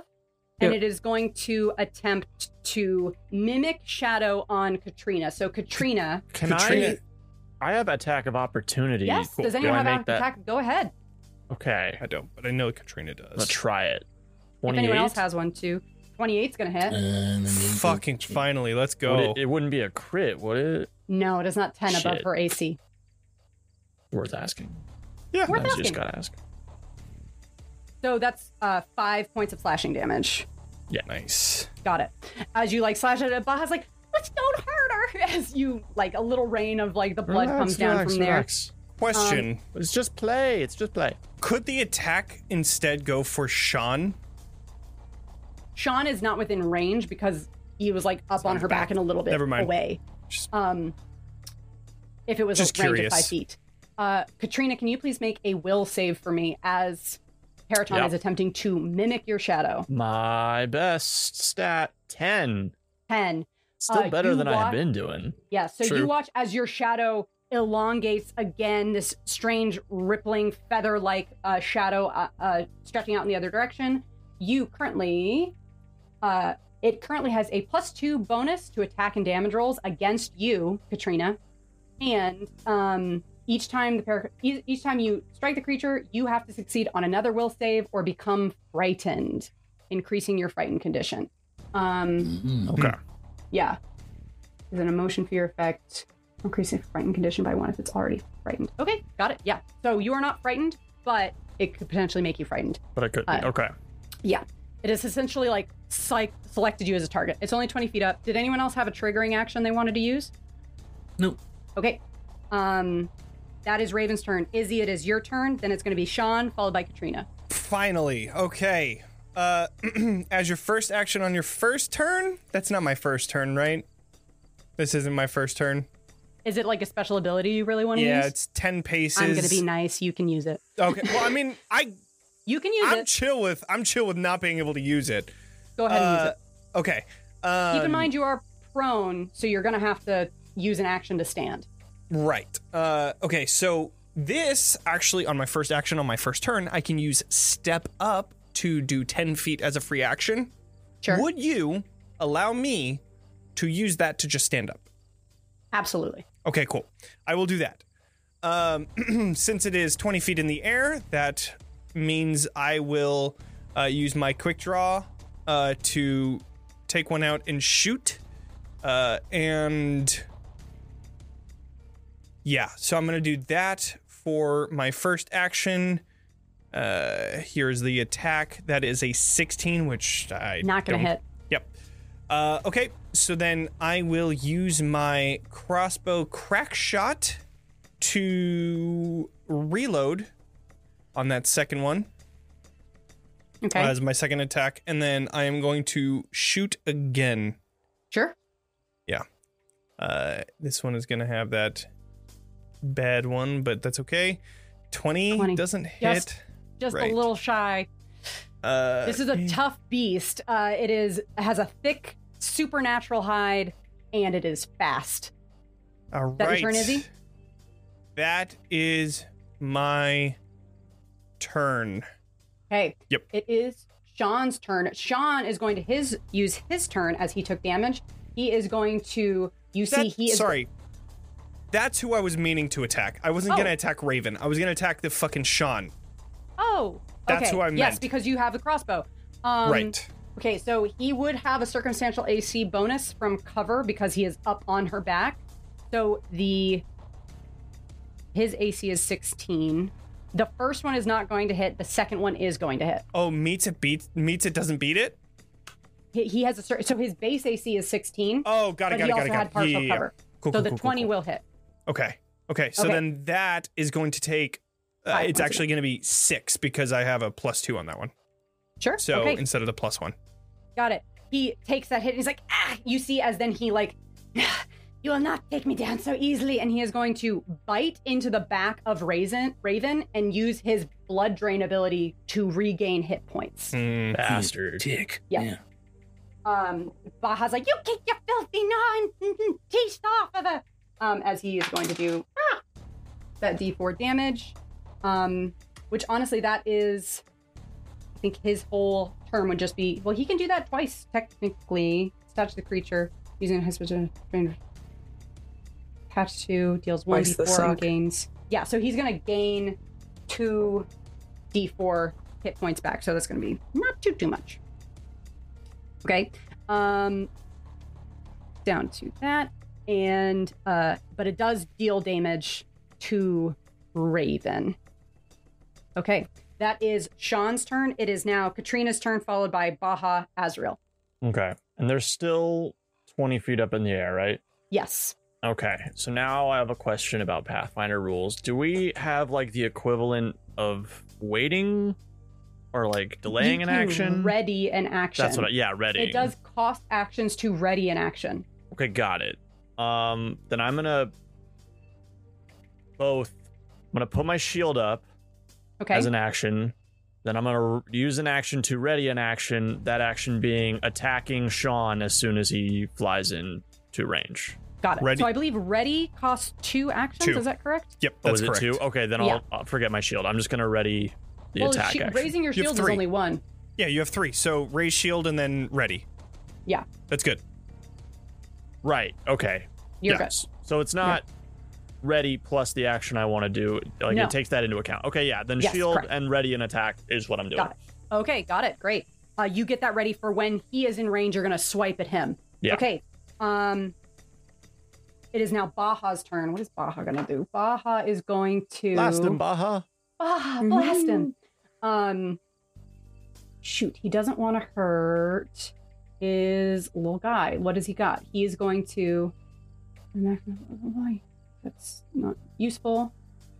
S1: and it is going to attempt to mimic shadow on Katrina. So Katrina,
S3: Can
S2: Katrina-
S3: I? I have attack of opportunity.
S1: yes.
S2: cool.
S1: Does
S2: Do
S1: anyone
S3: I
S1: have
S3: make
S1: an
S3: that-
S1: attack? Go ahead.
S3: Okay,
S2: I don't, but I know Katrina does.
S3: let's try it.
S1: If
S3: Twenty-eight. Mm.
S1: anyone else has one too, 28's going to
S5: Uh,
S1: hit.
S5: And
S2: Fucking finally, let's go.
S3: Would it, it wouldn't be a crit, would it?
S1: No, it is not 10 above
S3: Shit.
S1: her AC.
S3: Worth asking.
S2: Yeah.
S1: Worth
S3: Sometimes you
S1: asking.
S3: just gotta ask.
S1: So that's uh, five points of slashing damage.
S2: nice.
S1: Got it. As you like slash at it, Baja's like, let's don't hurt her. [laughs] As you like a little rain of like the blood
S3: Relax,
S1: comes down
S3: relax,
S1: from there.
S3: relax.
S2: Question:
S3: It's just play. It's just play.
S2: Could the attack instead go for Sean?
S1: Sean is not within range because he was like up on her back and a little bit
S2: Never mind.
S1: away.
S2: Just-
S1: Um, if it was
S2: Just
S1: a range
S2: curious.
S1: of five feet. Uh, Katrina, can you please make a will save for me as Paraton
S3: Yeah.
S1: is attempting to mimic your shadow?
S3: My best stat ten.
S1: 10.
S3: Still
S1: Uh,
S3: better
S1: you
S3: than I
S1: walk-
S3: have been doing.
S1: Yeah, so you
S2: True.
S1: watch as your shadow elongates again, this strange rippling feather like uh, shadow uh, uh, stretching out in the other direction. You currently, uh, it currently has a plus two bonus to attack and damage rolls against you, Katrina. And um, each time the par- e- each time you strike the creature, you have to succeed on another will save or become frightened, increasing your frightened condition. Um,
S5: mm-hmm.
S3: Okay.
S1: yeah. Is an emotion fear effect increasing frightened condition by one if it's already frightened. Okay, got it. Yeah. So you are not frightened, but it could potentially make you frightened.
S3: But I could. be.
S1: Uh,
S3: okay.
S1: Yeah. It has essentially like psych selected you as a target. It's only 20 feet up. Did anyone else have a triggering action they wanted to use?
S5: No.
S1: Okay. Um that is Raven's turn. Izzy, it is your turn. Then it's going to be Sean, followed by Katrina.
S2: Finally, okay. Uh, [clears throat] as your first action on your first turn, that's not my first turn, right? This isn't my first turn.
S1: Is it like a special ability you really want to
S2: Yeah,
S1: use?
S2: it's ten paces.
S1: I'm going to be nice. You can use it.
S2: okay. Well,
S1: [laughs]
S2: I mean, I
S1: You can use
S2: I'm
S1: it.
S2: chill with I'm chill with not being able to use it.
S1: Go ahead and use it.
S2: Uh, okay. Um,
S1: Keep in mind you are prone, so you're gonna have to use an action to stand.
S2: Right. Uh, okay, so this actually, on my first action, on my first turn, I can use step up to do 10 feet as a free action.
S1: Sure.
S2: Would you allow me to use that to just stand up?
S1: Absolutely.
S2: Okay, cool. I will do that. Um, [clears throat] since it is 20 feet in the air, that means I will uh, use my quick draw uh, to take one out and shoot. Uh, and yeah, so I'm going to do that for my first action. Uh, here's the attack. That is a 16, which I
S1: Not gonna
S2: don't
S1: hit.
S2: Yep. Uh, okay, so then I will use my crossbow crack shot to reload on that second one
S1: Okay.
S2: as my second attack, and then I am going to shoot again.
S1: sure.
S2: Uh, this one is going to have that bad one, but that's okay. 20,
S1: 20.
S2: doesn't
S1: Just-
S2: hit.
S1: Just
S2: Right.
S1: a little shy.
S2: Uh,
S1: This is a tough beast. Uh, it is has a thick supernatural hide, and it is fast.
S2: All
S1: that your
S2: right.
S1: turn, Izzy?
S2: That is my turn.
S1: Okay.
S2: Yep.
S1: It is Sean's turn. Sean is going to his use his turn as he took damage. He is going to. You see,
S2: That-
S1: he is
S2: sorry. That's who I was meaning to attack. I wasn't
S1: Oh.
S2: gonna attack Raven. I was gonna attack the fucking Sean.
S1: Oh,
S2: That's
S1: okay.
S2: who I
S1: Yes,
S2: meant.
S1: because you have the crossbow. Um,
S2: right.
S1: Okay, so he would have a circumstantial AC bonus from cover because he is up on her back. So the his AC is 16. The first one is not going to hit. The second one is going to hit.
S2: Oh, meets it beats meets it doesn't beat it.
S1: He, he has a cer- so his base AC is 16,
S2: Oh, got
S1: but
S2: it,
S1: he
S2: got
S1: also
S2: it, got
S1: had
S2: it, got it.
S1: partial
S2: Yeah, yeah, yeah.
S1: cover.
S2: Cool,
S1: so
S2: cool,
S1: the
S2: cool, cool,
S1: 20
S2: cool.
S1: will hit.
S2: Okay. Okay. So
S1: Okay.
S2: then that is going to take. Uh,
S1: Five
S2: it's
S1: points of
S2: actually going to be six because I have a plus two on that one.
S1: Sure.
S2: So
S1: okay.
S2: instead of the plus one.
S1: Got it. He takes that hit and he's like, ah, you see, as then he like, you will not take me down so easily. And he is going to bite into the back of Raisin, Raven and use his blood drain ability to regain hit points.
S2: Hmm.
S3: Bastard.
S5: Dick.
S1: Yeah. Um, Baja's like, you kick your filthy non [laughs] teeth off of a. Um, as he is going to do ah, that d4 damage. Um, which honestly, that is think his whole term would just be well, he can do that twice technically. Attach the creature using his attached to deals one
S4: Twice the
S1: d4 and
S4: suck.
S1: gains. Yeah, so he's gonna gain two d4 hit points back. So that's gonna be not too too much. Okay. Um, down to that, and uh, but it does deal damage to Raven. Okay, that is Sean's turn. It is now Katrina's turn, followed by Baha Azrael.
S3: Okay. And they're still 20 feet up in the air, right?
S1: Yes.
S3: Okay. So now I have a question about Pathfinder rules. Do we have like the equivalent of waiting or like delaying
S1: You
S3: an
S1: can
S3: action?
S1: Ready an action.
S3: That's what I, yeah, ready.
S1: It does cost actions to ready an action.
S3: Okay, got it. Um, then I'm gonna both. I'm gonna put my shield up
S1: Okay.
S3: as an action. Then I'm gonna r- use an action to ready an action. That action being attacking Sean as soon as he flies in to range.
S1: Got it.
S2: Ready-
S1: So I believe ready costs two actions.
S2: Two.
S1: Is that correct?
S2: Yep,
S3: Oh,
S2: that's
S3: was it
S2: correct.
S3: two? Okay, then
S1: Yeah.
S3: I'll, I'll forget my shield. I'm just gonna ready the
S1: well,
S3: attack
S1: she-
S3: action.
S1: raising your
S2: You have
S1: shield is
S2: three.
S1: only one.
S2: Yeah, you have three. So raise shield and then ready.
S1: Yeah.
S2: That's good.
S3: Right. Okay.
S1: You're good.
S3: yes. So it's not ready plus the action I want to do. Like
S1: No.
S3: it takes that into account. Okay. Yeah. Then
S1: Yes,
S3: shield
S1: correct.
S3: and ready and attack is what I'm doing.
S1: Got it. Okay, got it. Great. Uh, you get that ready for when he is in range. You're gonna swipe at him.
S3: Yeah.
S1: Okay. Um. It is now Baja's turn. What is Baja gonna do? Baja is going to
S3: Last in Baja.
S1: Baja, blast him. Um. Shoot, he doesn't want to hurt his little guy. What has he got? He is going to. I'm not gonna- why? That's not useful.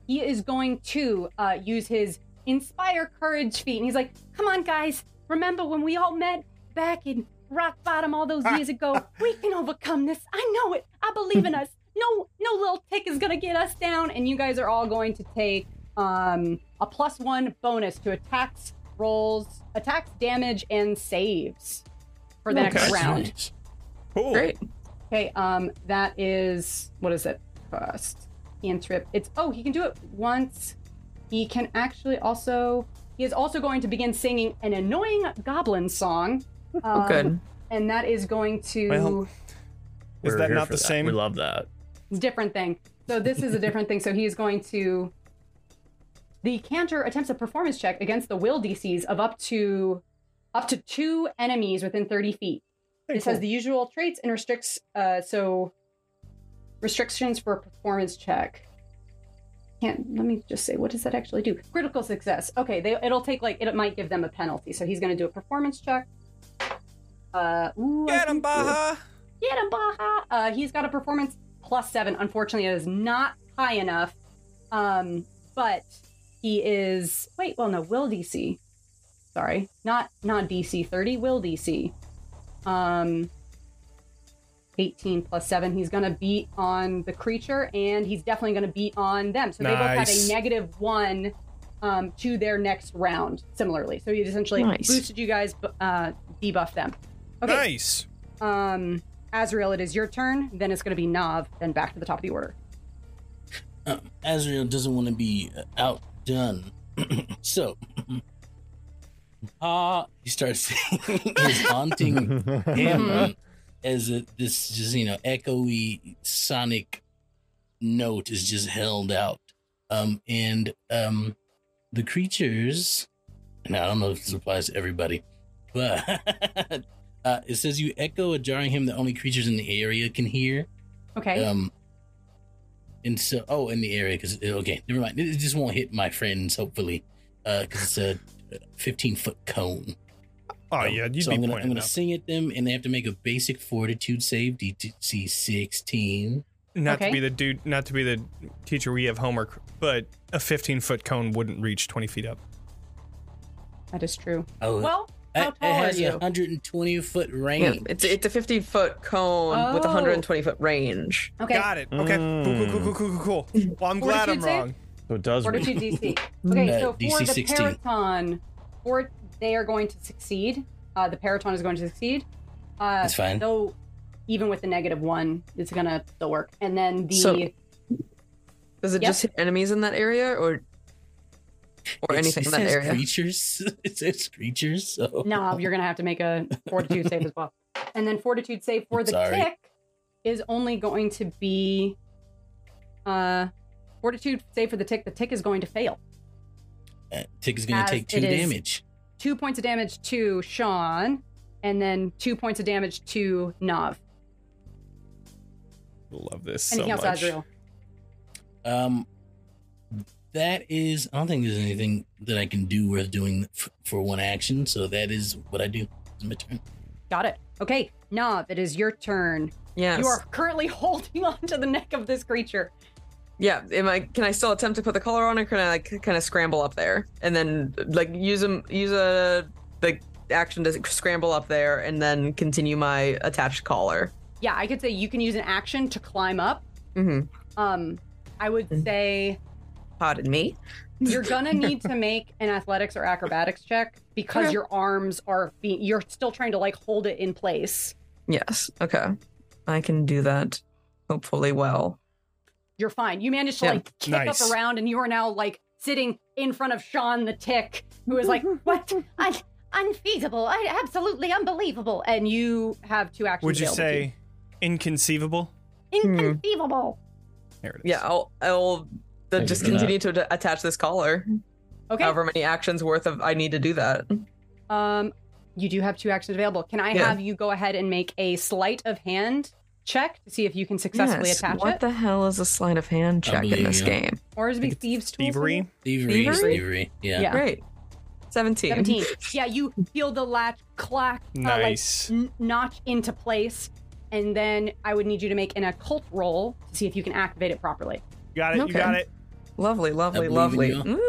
S1: He is going to uh, use his inspire courage feat. And he's like, come on, guys. Remember when we all met back in rock bottom all those years ago? We can overcome this. I know it. I believe in us. No, no little tick is gonna get us down. And you guys are all going to take um, a plus one bonus to attacks, rolls, attacks, damage, and saves for the next
S2: Okay.
S1: round.
S5: Nice.
S2: Cool.
S4: Great.
S1: Okay, um, that is what is it? First cantrip. It's oh, he can do it once. He can actually also. He is also going to begin singing an annoying goblin song. Um,
S4: Oh, Good.
S1: And that is going to
S2: Well- Is
S3: We're
S2: that
S3: here
S2: not
S3: for
S2: the same?
S3: We love that.
S1: different thing. So this is a different thing. So he is going to. The cantor attempts a performance check against the will DCs of up to up to two enemies within 30 feet.
S2: Hey,
S1: It says the usual traits and restricts uh so restrictions for a performance check. Can't let me just say what does that actually do? Critical success. Okay, they it'll take like it might give them a penalty. So he's gonna do a performance check. Uh ooh,
S2: cool.
S1: I
S2: Get him,
S1: think-
S2: Baja.
S1: Get him, Baja! Uh he's got a performance plus seven. Unfortunately, it is not high enough. Um, but he is wait, well no, will DC. Sorry. Not not DC thirty, will DC. Um 18 plus 7 he's going to beat on the creature and he's definitely going to beat on them so they both have a
S2: Nice.
S1: negative 1 um, to their next round similarly so he essentially
S4: Nice.
S1: boosted you guys bu- uh, debuff them okay
S2: Nice.
S1: um azrael it is your turn then it's going to be nav then back to the top of the order
S5: Uh, Azrael doesn't want to be uh, outdone. [clears throat] so, ah, he starts [laughs] his haunting hammer as a, this just, you know, echoey sonic note is just held out. Um, and um, the creatures, now I don't know if this applies to everybody, but [laughs] uh, it says you echo a jarring hymn that only creatures in the area can hear.
S1: okay
S5: Um, and so, oh, in the area because okay, never mind. It just won't hit my friends, hopefully, because it's a fifteen foot cone.
S2: Oh
S5: Um,
S2: yeah, you'd
S5: so
S2: be
S5: I'm gonna, I'm
S2: pointing
S5: gonna
S2: up.
S5: sing at them, and they have to make a basic fortitude save, DC sixteen.
S2: Not to
S1: Okay.
S2: be the dude, not to be the teacher. We have homework, but a 15 foot cone wouldn't reach 20 feet up.
S1: that is true
S5: Oh,
S1: well how
S5: it, it
S1: tall are
S5: has
S1: you
S5: a hundred and twenty foot
S4: Yeah,
S5: range.
S4: it's it's a 50 foot cone with
S1: Oh.
S4: 120 foot range.
S1: okay
S2: Got it. Okay. Cool, cool, cool, cool, cool, cool. Well, I'm glad I'm
S1: Fortitude save?
S2: wrong.
S3: So it does.
S1: Fortitude DC. Okay,
S5: Uh,
S1: so for
S5: DC
S1: the
S5: 16.
S1: Paraton, for they are going to succeed. Uh, the Paraton is going to succeed. Uh,
S5: That's fine.
S1: Though, even with the negative one, it's gonna still work. And then the
S4: So- Does it
S1: Yep.
S4: just hit enemies in that area, or or
S5: It's-
S4: anything
S5: it
S4: in that
S5: says
S4: area.
S5: Creatures. [laughs] It says creatures. So
S1: No, you're gonna have to make a fortitude save as well. And then fortitude save for the
S5: Sorry.
S1: tick is only going to be uh fortitude save for the tick. The tick is going to fail.
S5: That tick is gonna
S1: As
S5: take two
S1: it is-
S5: damage.
S1: Two points of damage to Sean, and then two points of damage to Nav.
S2: Love this
S1: Anything
S2: so
S1: else,
S2: much.
S1: Azrael?
S5: Um, that is. I don't think there's anything that I can do worth doing f- for one action. So that is what I do. It's my turn.
S1: Got it. Okay, Nav, it is your turn.
S4: Yes.
S1: You are currently [laughs] holding on to the neck of this creature.
S4: Yeah. Am I? Can I still attempt to put the collar on, or can I like kind of scramble up there and then like use a use a like action to scramble up there and then continue my attached collar?
S1: Yeah, I could say you can use an action to climb up.
S4: Mm-hmm.
S1: Um, I would
S4: Mhm.
S1: say
S4: Pardon me.
S1: you're
S4: [laughs]
S1: gonna need to make an athletics or acrobatics check because
S4: Okay.
S1: your arms are be- you're still trying to like hold it in place
S4: Yes. Okay. I can do that. Hopefully, well.
S1: you're fine you managed to
S4: Yeah.
S1: like kick
S2: Nice.
S1: up around and you are now like sitting in front of sean the tick who is
S4: Mm-hmm.
S1: like what
S6: Un- unfeasible. I- absolutely unbelievable.
S1: and you have two actions
S2: Would you
S1: available to
S2: say Hmm. inconceivable?
S6: Inconceivable.
S2: There it is.
S4: Yeah. I'll I'll uh,
S5: Thank you
S4: just
S5: for that.
S4: continue to d- attach this collar.
S1: you. okay
S4: However many actions worth of I need to do that.
S1: um you do have two actions available can i
S4: Yeah.
S1: have you go ahead and make a sleight of hand check to see if you can successfully
S4: Yes,
S1: attach
S4: what
S1: it
S4: the hell is a sleight of hand check in
S5: believe
S4: this
S5: you.
S4: game?
S1: or is it
S2: I
S1: be
S2: think it's
S1: thieves tools
S2: Thievery?
S5: Thievery,
S4: Thievery?
S5: is thievery. Yeah.
S1: Yeah.
S4: Great.
S2: [laughs]
S4: 17.
S1: 17 yeah you feel the latch clack uh, like,
S2: Nice.
S1: n- notch into place, and then I would need you to make an occult roll to see if you can activate it properly.
S2: Got it. You
S4: Okay.
S2: got it.
S4: Lovely, lovely,
S5: I believe
S4: lovely.
S5: in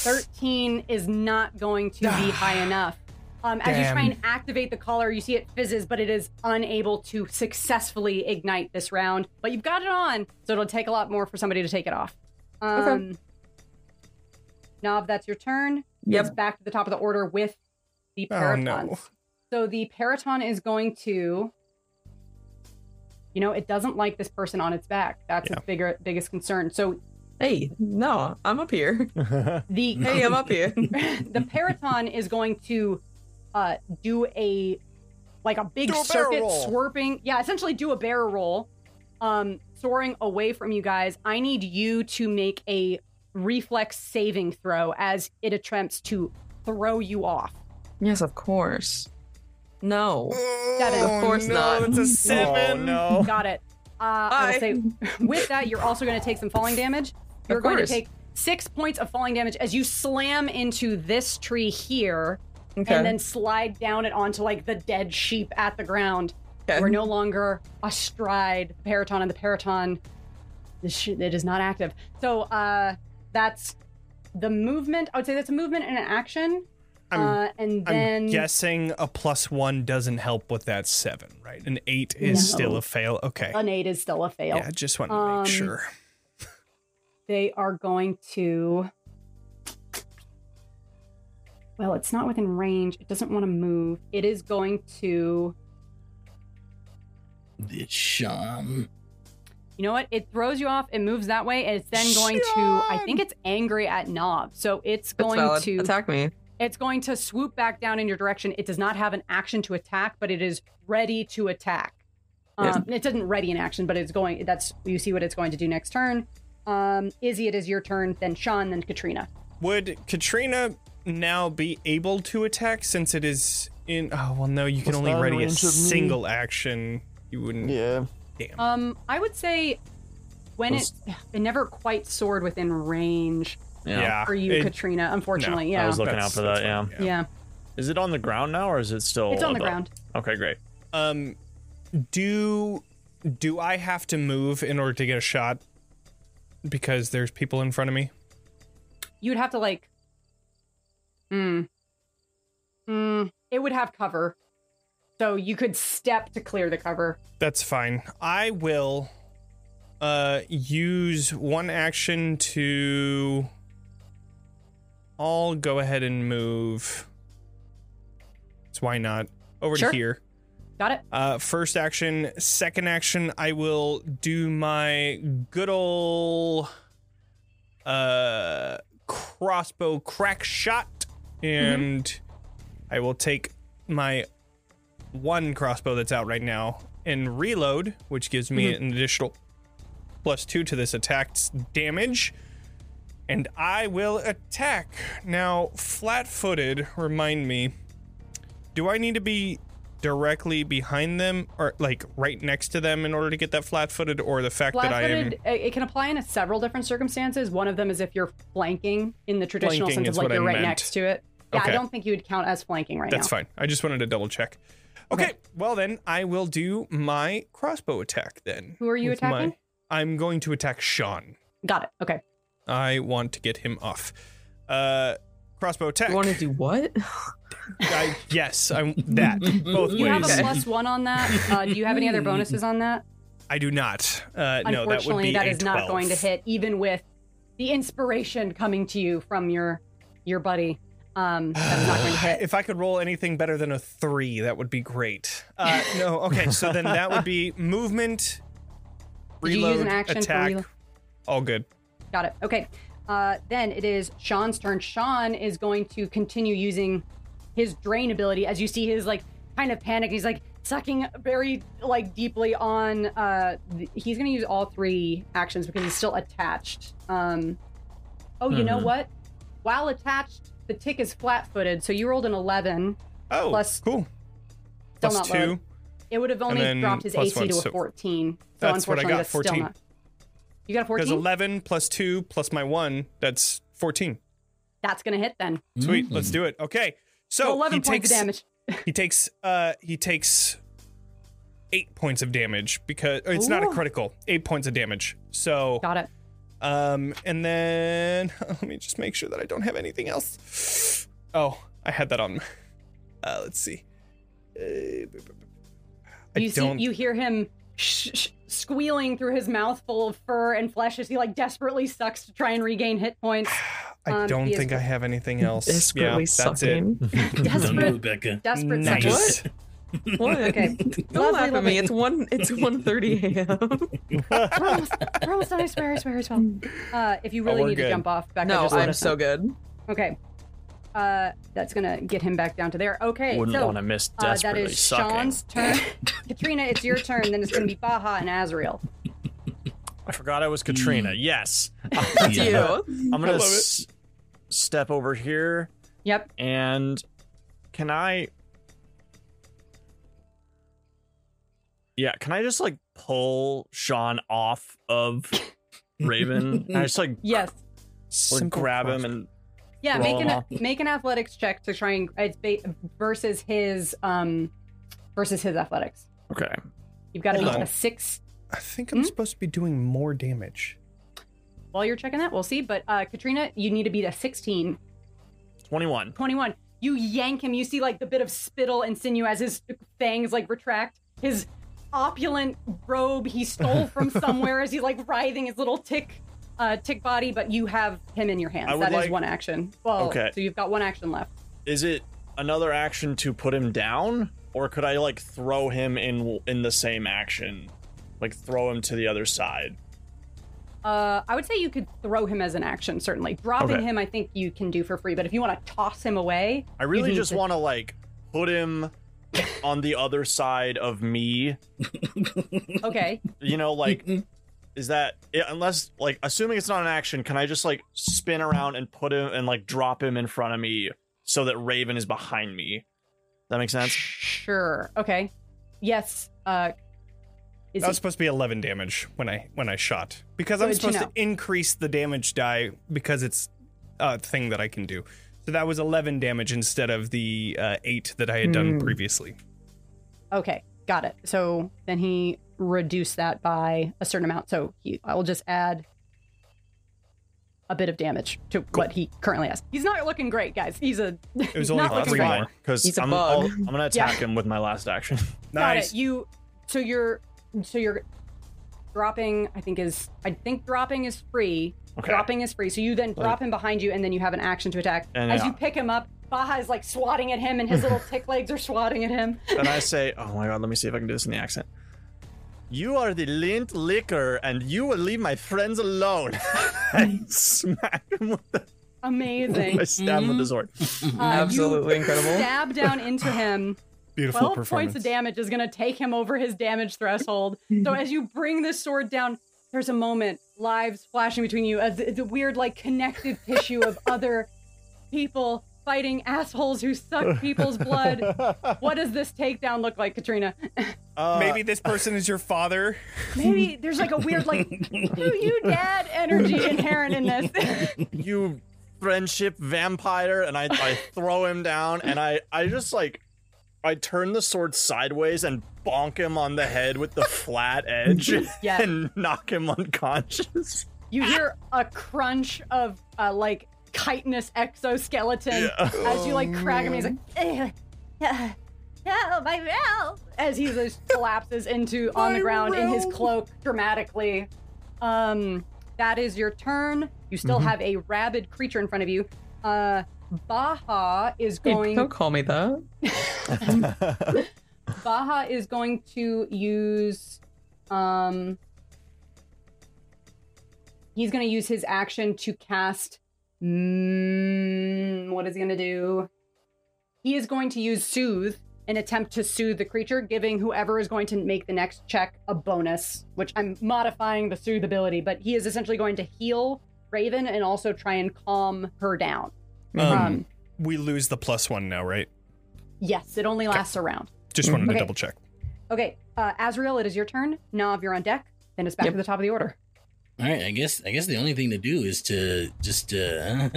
S1: Thirteen is not going to be
S2: [sighs]
S1: high enough. Um, as you try
S2: Damn.
S1: and activate the collar, you see it fizzes, but it is unable to successfully ignite this round. But you've got it on, so it'll take a lot more for somebody to take it off. Um, Nav, that's your turn. It's
S4: Yep.
S1: back to the top of the order with the
S2: Oh,
S1: paratons.
S2: no.
S1: So the Paraton is going to, you know, it doesn't like this person on its back. That's its bigger biggest concern. So
S4: Hey, no, I'm up
S5: [laughs]
S4: here. [laughs]
S1: the
S4: Hey, I'm up here.
S1: the Paraton is going to uh, do a like a big
S2: Do a barrel
S1: circuit
S2: roll.
S1: swerving. Yeah, essentially do a barrel roll, um, soaring away from you guys. I need you to make a reflex saving throw as it attempts to throw you off.
S4: yes, of course. No.
S1: Seven.
S2: Oh,
S4: Of course
S2: no,
S4: not.
S2: It's a
S3: Oh,
S2: seven.
S3: no.
S1: [laughs] Got it. Uh, I will
S4: Hi.
S1: say, with that, you're also going to take some falling damage. You're going to
S4: course.
S1: take six points of falling damage as you slam into this tree here,
S4: Okay.
S1: and then slide down it onto like the dead sheep at the ground.
S4: Okay.
S1: We're no longer astride the Paraton, and the Paraton, this shit, it is not active. So uh, that's the movement. I would say that's a movement and an action.
S2: I'm-
S1: uh, and
S2: I'm
S1: then
S2: guessing a plus one doesn't help with that seven, right? An eight is
S1: No.
S2: still a fail. Okay.
S1: an eight is still a fail.
S2: Yeah, I just wanted to
S1: Um,
S2: make sure.
S1: they are going to well it's not within range it doesn't want to move it is going to
S5: The Sean.
S1: you know what it throws you off it moves that way and it's then going to i think it's angry at knob so it's
S4: That's
S1: going
S4: valid.
S1: to
S4: attack me.
S1: it's going to swoop back down in your direction it does not have an action to attack but it is ready to attack
S4: Yes.
S1: um, it doesn't ready an action but it's going that's you see what it's going to do next turn um, izzy it is your turn then sean then katrina
S2: Would Katrina now be able to attack since it is in? Oh well, no. You can
S3: It's
S2: only
S3: not in
S2: ready a
S3: range of me.
S2: single action. You wouldn't.
S3: Yeah.
S2: Damn.
S1: Um, I would say when it it never quite soared within range
S2: yeah.
S1: for you,
S2: it-
S1: Katrina. Unfortunately,
S2: no,
S1: yeah,
S3: I was looking
S2: that's-
S3: out for
S2: that's
S3: that. Yeah.
S2: fine,
S1: yeah,
S3: Is it on the ground now, or is it still?
S1: it's on the
S3: above?
S1: ground.
S3: Okay, great.
S2: Um, do do I have to move in order to get a shot? Because there's people in front of me.
S1: You'd have to like, hmm, hmm, it would have cover, so you could step to clear the cover.
S2: That's fine. I will uh use one action to I'll go ahead and move. So why not? Over
S1: Sure.
S2: to here.
S1: Got it?
S2: Uh first action, second action, I will do my good ol' uh crossbow crack shot, and I will take my one crossbow that's out right now and reload, which gives me an additional plus two to this attack's damage. And I will attack. Now, flat footed, remind me, do I need to be directly behind them or like right next to them in order to get that flat footed or the fact that I am.
S1: Flat-footed, it it can apply in several different circumstances. One of them is if you're flanking in the traditional
S2: Flanking
S1: sense of
S2: is
S1: like
S2: what I
S1: you're right
S2: meant.
S1: next to it. Yeah,
S2: Okay.
S1: I don't think you would count as flanking right
S2: That's
S1: now.
S2: fine. I just wanted to double check. Okay, well then I will do my crossbow attack then.
S1: Who are you
S2: with my-
S1: attacking?
S2: I'm going to attack Sean.
S1: Got it. Okay.
S2: I want to get him off. Uh crossbow attack.
S4: You want to do
S2: [laughs]
S4: what? [sighs]
S2: I, yes, I'm that. Both
S1: You have
S2: ways.
S1: a plus one on that. Uh, do you have any
S2: [laughs]
S1: other bonuses on that?
S2: I do not. Uh no, that would
S1: Unfortunately,
S2: be
S1: that
S2: a
S1: is not
S2: 12.
S1: going to hit, even with the inspiration coming to you from your your buddy. Um, that's
S2: [sighs]
S1: not going to hit.
S2: If I could roll anything better than a three, that would be great. Uh, no, okay, so then that would be movement,
S1: Did you
S2: reload,
S1: use an action for
S2: attack,
S1: reload?
S2: all good.
S1: Got it. Okay. Uh, then it is Sean's turn. Sean is going to continue using his drain ability as you see his like kind of panic. He's like sucking very like deeply on. Uh, th- he's going to use all three actions because he's still attached. Um, oh, you
S2: Mm-hmm.
S1: know
S3: Mhm.
S1: what? While attached, the tick is flat-footed, so you rolled an eleven.
S2: Oh,
S1: Plus-
S2: cool.
S1: Still
S2: Plus
S1: not
S2: two.
S1: loaded. It would have
S2: then
S1: only dropped his
S2: plus
S1: AC
S2: one,
S1: to a
S2: so-
S1: fourteen. So
S2: That's what I
S1: unfortunately,
S2: got,
S1: that's
S2: 14.
S1: still not. You got a
S2: Because
S1: fourteen.
S2: 11 plus 2 plus my 1, that's 14.
S1: That's going to hit then.
S2: Sweet,
S5: Hmm.
S2: let's do it. Okay. So
S1: Eleven
S2: he
S1: points
S2: takes
S1: of damage.
S2: he takes uh he takes 8 points of damage because it's not a
S1: Ooh.
S2: critical. 8 points of damage. So
S1: Got it.
S2: um and then [laughs] let me just make sure that I don't have anything else. Oh, I had that on. [laughs] Uh let's see. Uh, b- b- b- I
S1: you
S2: don't
S1: see you hear him sh- sh- squealing through his mouth full of fur and flesh as he like desperately sucks to try and regain hit
S3: [laughs]
S1: points
S2: I
S1: um,
S2: don't
S1: he is
S2: think I have anything else. Yeah,
S4: Desperately
S2: that's it.
S4: sucking.
S5: Don't do
S1: desperate
S5: it, Becca.
S1: desperate
S2: Nice.
S1: sucking.
S3: [laughs]
S4: What?
S1: okay
S4: Don't laugh
S1: Lovely,
S4: at me.
S1: lovely.
S4: It's one. [laughs] It's one thirty a.m.
S1: we're almost, we're almost done i swear i swear as well uh, if you really
S2: Oh, we're
S1: need
S2: good.
S1: to jump off Becca,
S4: No,
S1: just let
S4: I'm
S1: us
S4: so
S1: know.
S4: good.
S1: okay uh, that's gonna get him back down to there okay
S3: Wouldn't
S1: so
S3: want to miss
S1: uh, that
S3: desperately
S1: is
S3: sucking.
S1: Sean's
S3: [laughs]
S1: turn. Katrina, it's your turn. Then it's going to be Baja and Azrael.
S3: I forgot I was Katrina. Yes.
S4: [laughs] That's
S5: Yeah.
S4: you.
S3: I'm gonna
S2: Mm. love it.
S3: s- step over here
S1: Yep.
S3: and can I? Yeah, can I just like pull Sean off of Raven? and I just like
S1: Yes.
S3: like,
S2: Simple
S3: grab him
S2: process.
S3: and
S1: Yeah,
S3: Roll
S1: make
S3: them
S1: an make an athletics check to try and it's ba- versus his um versus his athletics.
S3: okay.
S1: You've got to
S2: Hold
S1: beat
S2: on.
S1: a six
S2: I think I'm
S1: Hmm?
S2: supposed to be doing more damage.
S1: while you're checking that. We'll see. But uh, Katrina, you need to beat a 16.
S3: Twenty-one.
S1: 21. You yank him. You see like the bit of spittle and sinew as his fangs like retract. His opulent robe he stole
S3: [laughs]
S1: from somewhere as he's like writhing his little tick uh, tick body. But you have him in your
S3: I
S1: hands.
S3: would
S1: That is
S3: like-
S1: one action. Well,
S3: Okay.
S1: so you've got one action left.
S3: Is it another action to put him down, or could I like throw him in in the same action, like throw him to the other side?
S1: Uh, I would say you could throw him as an action, certainly. Dropping
S3: Okay.
S1: him, I think you can do for free, but if you want to toss him away,
S3: I really
S1: need
S3: just
S1: to-
S3: want to like put him on the other side of me.
S1: [laughs]
S3: [laughs]
S1: okay.
S3: You know, like is that yeah, unless like assuming it's not an action, can I just like spin around and put him and like drop him in front of me so that Raven is behind me? That makes sense.
S1: sure. Okay. Yes. Uh, is
S2: That
S1: he
S2: was supposed to be 11 damage when I when I shot because I'm
S1: Good to
S2: supposed to
S1: know.
S2: increase the damage die because it's a thing that I can do. So that was 11 damage instead of the uh, eight that I had done
S4: Hmm.
S2: previously.
S1: Okay, got it. So then he reduced that by a certain amount. So he, I will just add a bit of damage to what he currently has. He's not looking great, guys. He's a it
S2: was
S1: [laughs]
S2: only
S1: not looking
S2: three
S1: great.
S2: more.
S3: Because
S4: He's a
S3: I'm,
S4: bug.
S3: I'll- I'm
S4: [laughs]
S3: gonna attack him with my last action. [laughs]
S1: Got
S2: Nice.
S1: it. You so you're so you're dropping. I think is I think dropping is free.
S3: Okay.
S1: Dropping is free. So you then drop him behind you, and then you have an action to attack.
S3: And
S1: As
S3: yeah.
S1: you pick him up, Baja is like swatting at him, and his
S3: [laughs]
S1: little tick legs are swatting at him.
S3: and I say, "Oh my god, let me see if I can do this in the accent." You are the lint [laughs] liquor, and you will leave my friends alone. and smack him with the
S1: Amazing.
S3: I stab
S4: Mm-hmm.
S3: him with the sword.
S1: Uh, you
S4: Absolutely incredible.
S1: Stab down into him.
S2: [laughs] Beautiful
S1: 12
S2: performance.
S1: points of damage is going to take him over his damage threshold. so as you bring this sword down, there's a moment, lives flashing between you, as the, the weird, like, connected tissue of other people fighting assholes who suck people's blood. What does this takedown look like, Katrina?
S3: Uh,
S2: Maybe this person is your father.
S1: Maybe there's like a weird, like, do you dad energy inherent in this. [laughs]
S3: you friendship vampire and I,
S4: [laughs]
S3: I throw him down and I, I just like I turn the sword sideways and bonk him on the head with the flat edge [laughs]
S1: Yeah.
S3: and knock him unconscious.
S1: you hear a crunch of, uh, like, chitinous exoskeleton
S3: Yeah.
S1: as you, like, crack him. He's
S6: Oh,
S1: like,
S6: Ugh. Ugh. Oh, my mouth.
S1: as he just collapses into on the ground in his cloak dramatically. Um, that is your turn. You still have a rabid creature in front of you. Uh, Baha is
S4: Hey,
S1: going.
S4: don't call me that.
S1: Baha is going to use. Um, he's going to use his action to cast. Mm, what is he going to do? He is going to use soothe and attempt to soothe the creature, giving whoever is going to make the next check a bonus. Which I'm modifying the soothe ability, but he is essentially going to heal Raven and also try and calm her down.
S2: Um, we lose the plus one now, right?
S1: Yes, it only lasts a round.
S2: Just wanted
S1: Okay.
S2: to double check.
S1: Okay, uh, Azrael, it is your turn. Nav, you're on deck. Then it's back
S4: Yep.
S1: to the top of the order.
S5: All right, I guess I guess the only thing to do is to just uh [laughs]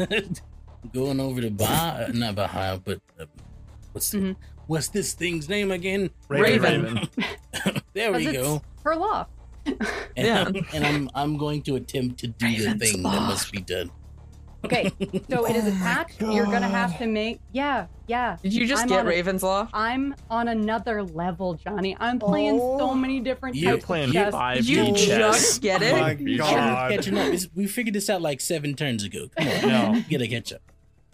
S5: going over to Bah, uh, not Baha, but uh, what's the,
S4: Mm-hmm.
S1: Mhm.
S5: what's this thing's name again?
S4: Raven.
S5: There we
S1: As it's
S5: go.
S1: Her law.
S5: And,
S4: Yeah.
S5: [laughs] and I'm I'm going to attempt to do the
S4: Raven's
S5: thing that
S4: Paw.
S5: must be done.
S1: Okay, so [laughs] it is
S4: Oh my
S1: attached. You're gonna have to make. Yeah, yeah.
S4: Did you just
S1: I'm
S4: get
S1: on it.
S4: Raven's Law?
S1: I'm on another level, Johnny. I'm playing so many different.
S3: You're
S5: You're
S1: types of
S3: playing
S1: chess.
S3: five Oh
S4: Did you
S5: Yes.
S4: just get it?
S2: My
S5: Catch-
S2: God.
S5: Catching up. This- We figured this out like seven turns ago. Come on, [laughs]
S3: No.
S5: get a catch up.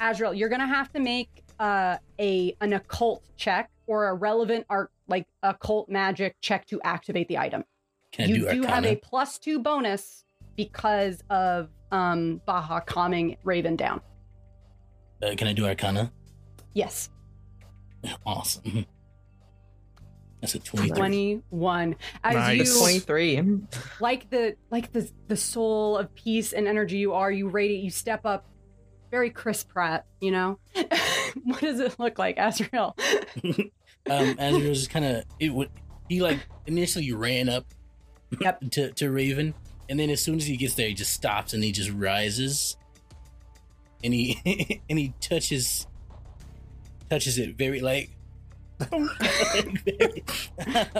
S1: Azrael, you're gonna have to make uh, a an occult check or a relevant arc like occult magic check to activate the item.
S5: Can I
S1: you
S5: do
S1: do
S5: Arcana?
S1: have a plus two bonus because of um, Baha calming Raven down.
S5: uh, can I do Arcana? [laughs]
S1: Yes.
S5: Awesome. [laughs] That's a twenty-three.
S1: 21 as
S2: Nice.
S1: you
S2: Twenty-
S4: 23.
S1: like the like the the soul of peace and energy you are you radiate you step up very Chris Pratt you know [laughs] what does it look like Azrael
S5: um, Azrael just kind of it would he like initially ran up [laughs]
S1: Yep.
S5: to to Raven, and then as soon as he gets there, he just stops and he just rises, and he [laughs] and he touches touches it very like. [laughs] um,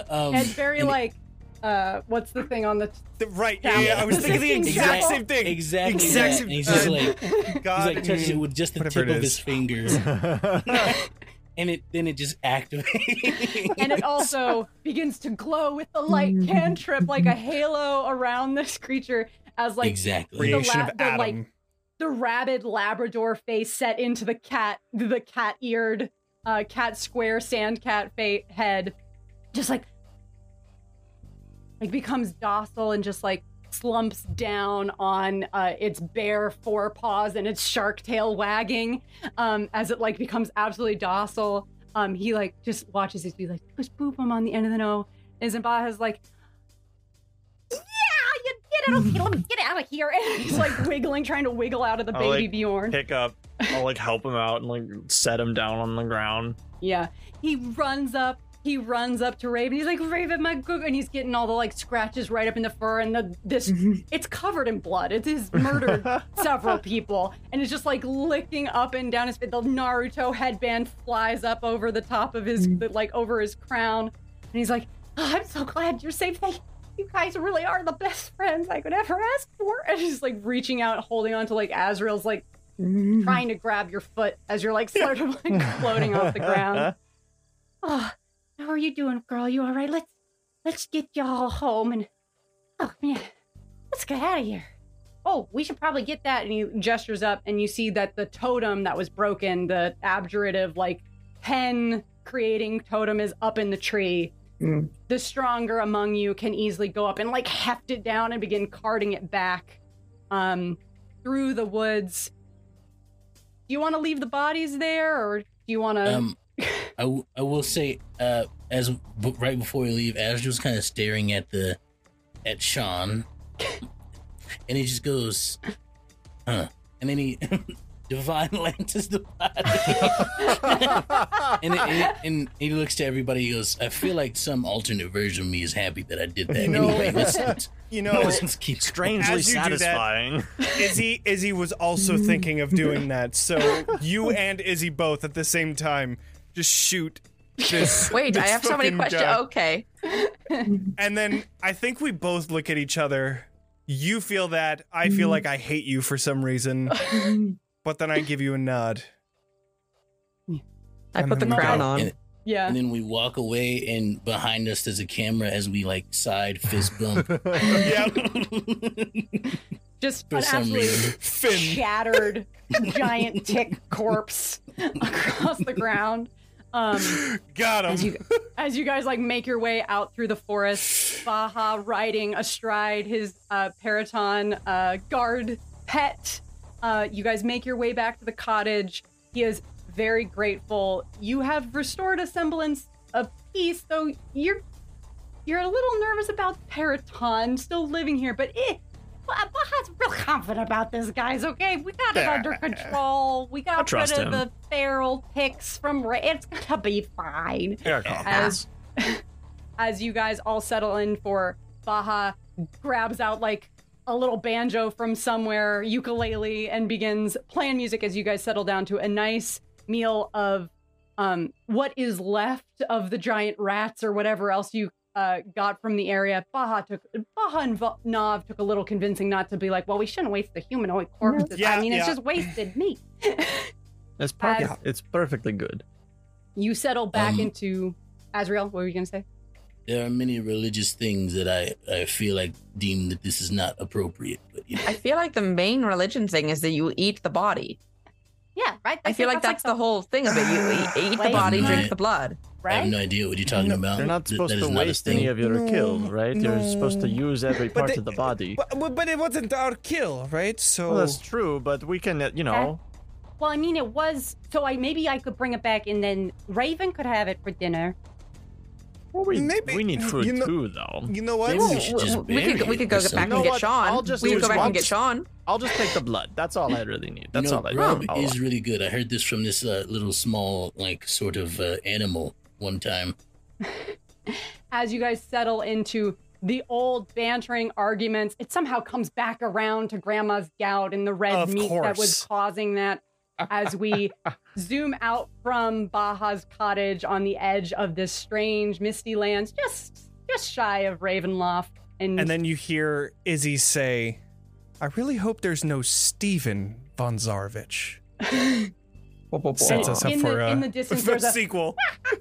S1: and very
S5: and-
S1: like uh what's the thing on the
S2: The- right. Yeah, yeah, I was thinking the exact
S5: Exact-
S2: same thing.
S5: exactly
S2: Exact
S5: that.
S2: same
S5: And he's just like he's
S2: God.
S5: like touches it with just the
S2: Whatever
S5: tip
S2: it
S5: of his
S2: is.
S5: fingers, and it then it just activates.
S1: and it
S5: [laughs]
S1: also begins to glow with the light
S5: Mm-hmm.
S1: cantrip like a halo around this creature as like
S2: [laughs]
S5: exactly.
S2: creation
S1: la-
S2: of
S1: the,
S2: Adam.
S1: like, the rabid Labrador face set into the cat, the cat eared, uh, cat square sand cat fa- head, just like, like becomes docile and just like slumps down on uh, its bare forepaws and its shark tail wagging um, as it like becomes absolutely docile. Um, he like just watches it be like push boop him on the end of the no. And Zambaja's like,
S6: Yeah, you did it. Okay, let me get out of here.
S1: [laughs] and he's like wiggling, trying to wiggle out of the
S3: I
S1: baby
S3: like-
S1: Bjorn.
S3: Pick up. I'll like help him out and like set him down on the ground.
S1: Yeah. He runs up. He runs up to Raven. He's like, Raven, my good. And he's getting all the like scratches right up in the fur. And the this, it's covered in blood. It has murdered several people. And it's just like licking up and down his face. The Naruto headband flies up over the top of his, like over his crown. And he's like, "Oh, I'm so glad you're safe. Thank you guys really are the best friends I could ever ask for. And he's like reaching out, holding on to like Azrael's like
S4: Mm-hmm.
S1: trying to grab your foot as you're like sort of like floating off the ground.
S6: Oh, how are you doing, girl? You all right? Let's let's get y'all home and oh man, let's get out of here.
S1: Oh, we should probably get that. And he gestures up, and you see that the totem that was broken, the abjurative, like pen creating totem, is up in the tree.
S4: Mm.
S1: The stronger among you can easily go up and like heft it down and begin carting it back um, through the woods do you want to leave the bodies there, or do you want to?
S5: Um, I, w- I will say, uh, as b- right before we leave, Azure's kind of staring at the at Sean, and he just goes, "Huh," and then he [laughs] divine lances the body, [laughs] and, it, and, it- and he looks to everybody. He goes, "I feel like some alternate version of me is happy that I did that."
S2: No. [laughs]
S5: Anyway, let's, let's,
S2: You know,
S5: let's keep
S3: Strangely
S2: As you do that-
S3: satisfying.
S2: Izzy Izzy was also thinking of doing that. So
S4: [laughs]
S2: you and Izzy both at the same time just shoot this.
S4: [laughs] Wait, I
S2: this
S4: have so many
S2: fucking
S4: questions.
S2: guy.
S4: Okay.
S2: And then I think we both look at each other. You feel that. I
S4: Mm-hmm.
S2: feel like I hate you for some
S4: [laughs]
S2: reason. But then I give you a nod.
S4: I
S2: And
S4: put the
S2: then we
S4: crown
S2: go.
S4: on.
S5: And-
S1: yeah.
S5: And then we walk away, and behind us there's a camera as we like side fist
S1: [laughs]
S5: bump.
S2: [laughs] Yeah,
S1: just
S5: For
S1: an
S5: some
S1: absolute
S5: reason.
S2: Finn.
S1: shattered giant tick corpse [laughs] across the ground. Um,
S2: Got him.
S1: as
S3: [laughs]
S1: you as you guys like make your way out through the forest, Baha riding astride his uh, periton uh, guard pet. Uh, you guys make your way back to the cottage. He is very grateful. You have restored a semblance of peace, though you're you're a little nervous about Periton still living here, but eh,
S6: Ba- Baha's real confident about this, guys. Okay, we got it under control. We got rid
S3: trust
S6: of
S3: him.
S6: the feral ticks from. Ra- it's gonna be fine.
S1: as as you guys all settle in for Baja grabs out like a little banjo from somewhere, ukulele, and begins playing music as you guys settle down to a nice meal of um, what is left of the giant rats or whatever else you uh, got from the area. Baja took Baja and Va- Nav took a little convincing not to be like, well, we shouldn't waste the humanoid corpses.
S2: Yeah,
S6: I mean, it's
S2: yeah.
S6: just wasted meat.
S3: It's
S1: perfect. as-
S3: It's perfectly good.
S1: You settle back
S5: Um,
S1: into Azrael. What were you gonna say?
S5: There are many religious things that I, I feel like deem that this is not appropriate. But you know,
S4: I feel like the main religion thing is that you eat the body.
S6: Yeah, right.
S4: I feel like that's the whole thing of it. You
S3: [sighs]
S4: eat, eat the
S6: Wait.
S4: body, drink
S5: Right.
S4: the blood.
S5: I have
S6: right.
S5: no idea what you're talking about.
S3: They're not
S5: Um, Th-
S3: supposed
S5: that
S3: to
S5: is not a
S3: waste
S5: thing.
S3: any of your kill, right? You're supposed to
S2: No.
S3: use every
S2: But
S3: part
S2: they-
S3: of the body.
S2: But, but, but it wasn't our kill, right? So
S3: Well, that's true, but we can, uh, you know.
S6: Well, I mean, it was. So I maybe I could bring it back, and then Raven could have it for dinner.
S3: Well, we,
S2: Maybe-
S3: we need food
S2: you know-
S3: too, though.
S2: you know what?
S5: Maybe we should
S4: We
S5: just
S4: could,
S5: bury
S4: we
S5: it
S4: could go
S5: or
S4: get back
S5: something.
S4: and
S3: You know
S4: get
S3: what?
S4: Sean.
S3: I'll just
S4: we could
S3: do
S4: go back and get
S3: once.
S4: Sean.
S3: I'll just take the blood. That's all I really need. That's
S5: you know,
S3: all I
S5: grub
S3: need.
S5: is really good. I heard this from this uh, little small like sort of uh, animal one time.
S1: as you guys settle into the old bantering arguments, it somehow comes back around to Grandma's gout and the red
S2: Of
S1: meat that was
S2: course.
S1: causing that. As
S2: [laughs]
S1: we zoom out from Baja's cottage on the edge of this strange misty lands, just just shy of Ravenloft, and,
S2: And then you hear Izzy say, I really hope there's no Steven von Zarovich. Sets us up
S1: in
S2: for
S1: the-
S2: uh,
S1: in the distance,
S2: for
S1: there's a-
S2: sequel.
S1: [laughs]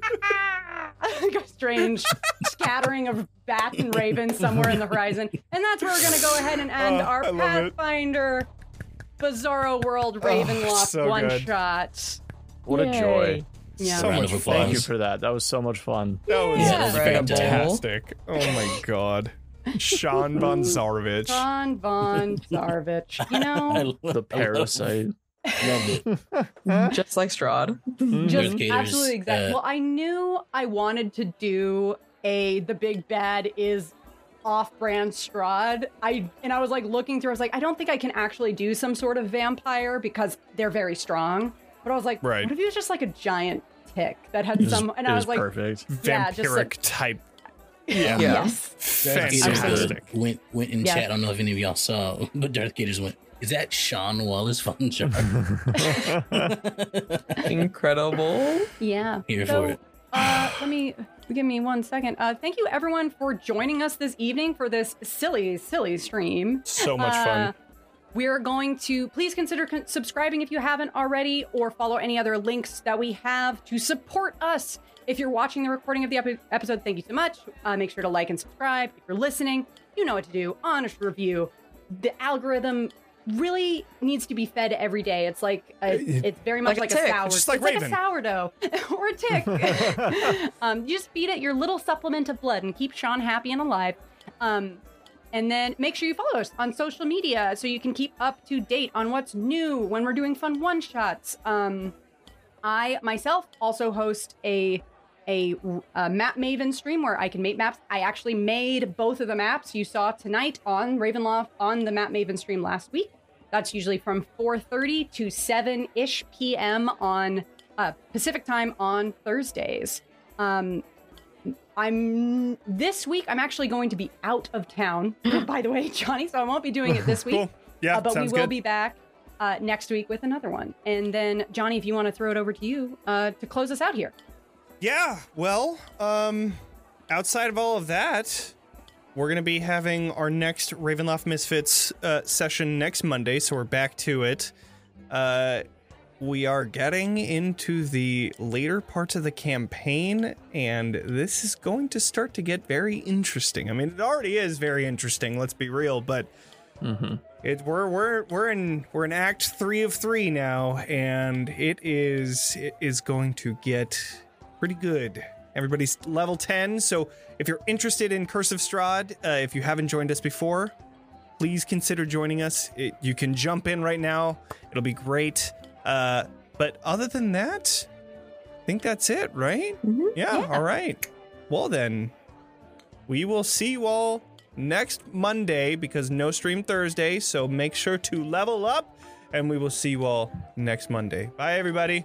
S1: like a strange scattering of bats and ravens somewhere in the horizon. And that's where we're going to go ahead and end
S2: Oh,
S1: our
S2: I love it.
S1: Pathfinder Bizarro World
S2: Oh,
S1: Ravenloft
S2: so
S1: one
S2: good.
S1: shot.
S3: What a
S1: Yay.
S3: joy.
S1: Yeah.
S2: So
S5: Round
S2: much
S5: of
S2: fun.
S3: Thank you
S5: applause.
S3: for that. That was so much fun.
S2: That
S1: [laughs]
S2: was
S1: Yeah, that was
S2: fantastic. Oh my god. Sean von Zarovich.
S1: John
S2: [laughs]
S1: Von Zarvich. You
S5: [laughs] I
S1: know,
S5: love, [laughs]
S3: The parasite.
S5: I love it.
S4: Just like Strahd.
S3: Mhm.
S1: just
S5: Gators,
S1: absolutely exactly.
S5: uh,
S1: well, I knew I wanted to do a the big bad is off-brand Strahd. I and I was like looking through. I was like, I don't think I can actually do some sort of vampire because they're very strong. But I was like,
S2: Right.
S1: what if he was just like a giant tick that had
S5: was-
S1: some? And
S3: it
S1: I was like,
S3: perfect.
S1: [laughs] Yeah,
S2: Vampiric
S1: just like-
S2: type. Yeah.
S1: yes.
S5: Darth Gators, uh,
S2: Fantastic.
S5: went went in
S1: Yeah.
S5: chat. I don't know if any of y'all saw, [laughs] but Darth Gators went. Is that Sean
S3: [laughs]
S5: Wallace Fun Jar?
S4: [laughs] Incredible.
S1: Yeah.
S5: Here for it.
S1: Uh, let me give me one second. Uh, thank you everyone for joining us this evening for this silly, silly stream.
S2: So much
S1: Uh,
S2: fun.
S1: We're going to please consider con- subscribing if you haven't already, or follow any other links that we have to support us. If you're watching the recording of the epi- episode, thank you so much. Uh, make sure to like and subscribe. If you're listening, you know what to do. Honest review. The algorithm really needs to be fed every day. It's like a, it's very much
S4: Like
S1: like
S4: a
S1: a,
S4: tick,
S1: sourdough.
S2: just like
S1: it's like
S2: Raven.
S1: a sourdow [laughs] or a tick.
S2: [laughs]
S1: um, you just feed it your little supplement of blood and keep Sean happy and alive. Um, And then make sure you follow us on social media so you can keep up to date on what's new when we're doing fun one shots. Um, I myself also host a a, uh map maven stream where I can make maps. I actually made both of the maps you saw tonight on Ravenloft on the map maven stream last week. That's usually from 4:30 to 7 ish p.m. on uh, Pacific time on Thursdays. Um, I'm this week. I'm actually going to be out of
S2: [gasps]
S1: town, [gasps] by the way, Johnny. So I won't be doing it this week.
S2: Cool. Yeah,
S1: Uh, but we
S2: sounds
S1: will
S2: good.
S1: be back uh, next week with another one. And then, Johnny, if you want to throw it over to you uh, to close us out here.
S2: Yeah, well, um, outside of all of that, we're going to be having our next Ravenloft Misfits uh, session next Monday, so we're back to it. Uh, we are getting into the later parts of the campaign, and this is going to start to get very interesting. I mean, it already is very interesting, let's be real, but it we're we're we're in we're in act 3 of 3 now and it is it is going to get pretty good. Everybody's level 10, so if you're interested in Curse of Strahd, uh, if you haven't joined us before, please consider joining us. It, you can jump in right now. It'll be great. Uh, but other than that, I think that's it, right? Yeah, all right. Well, then, we will see you all next Monday because no stream Thursday, so make sure to level up, and we will see you all next Monday. Bye, everybody.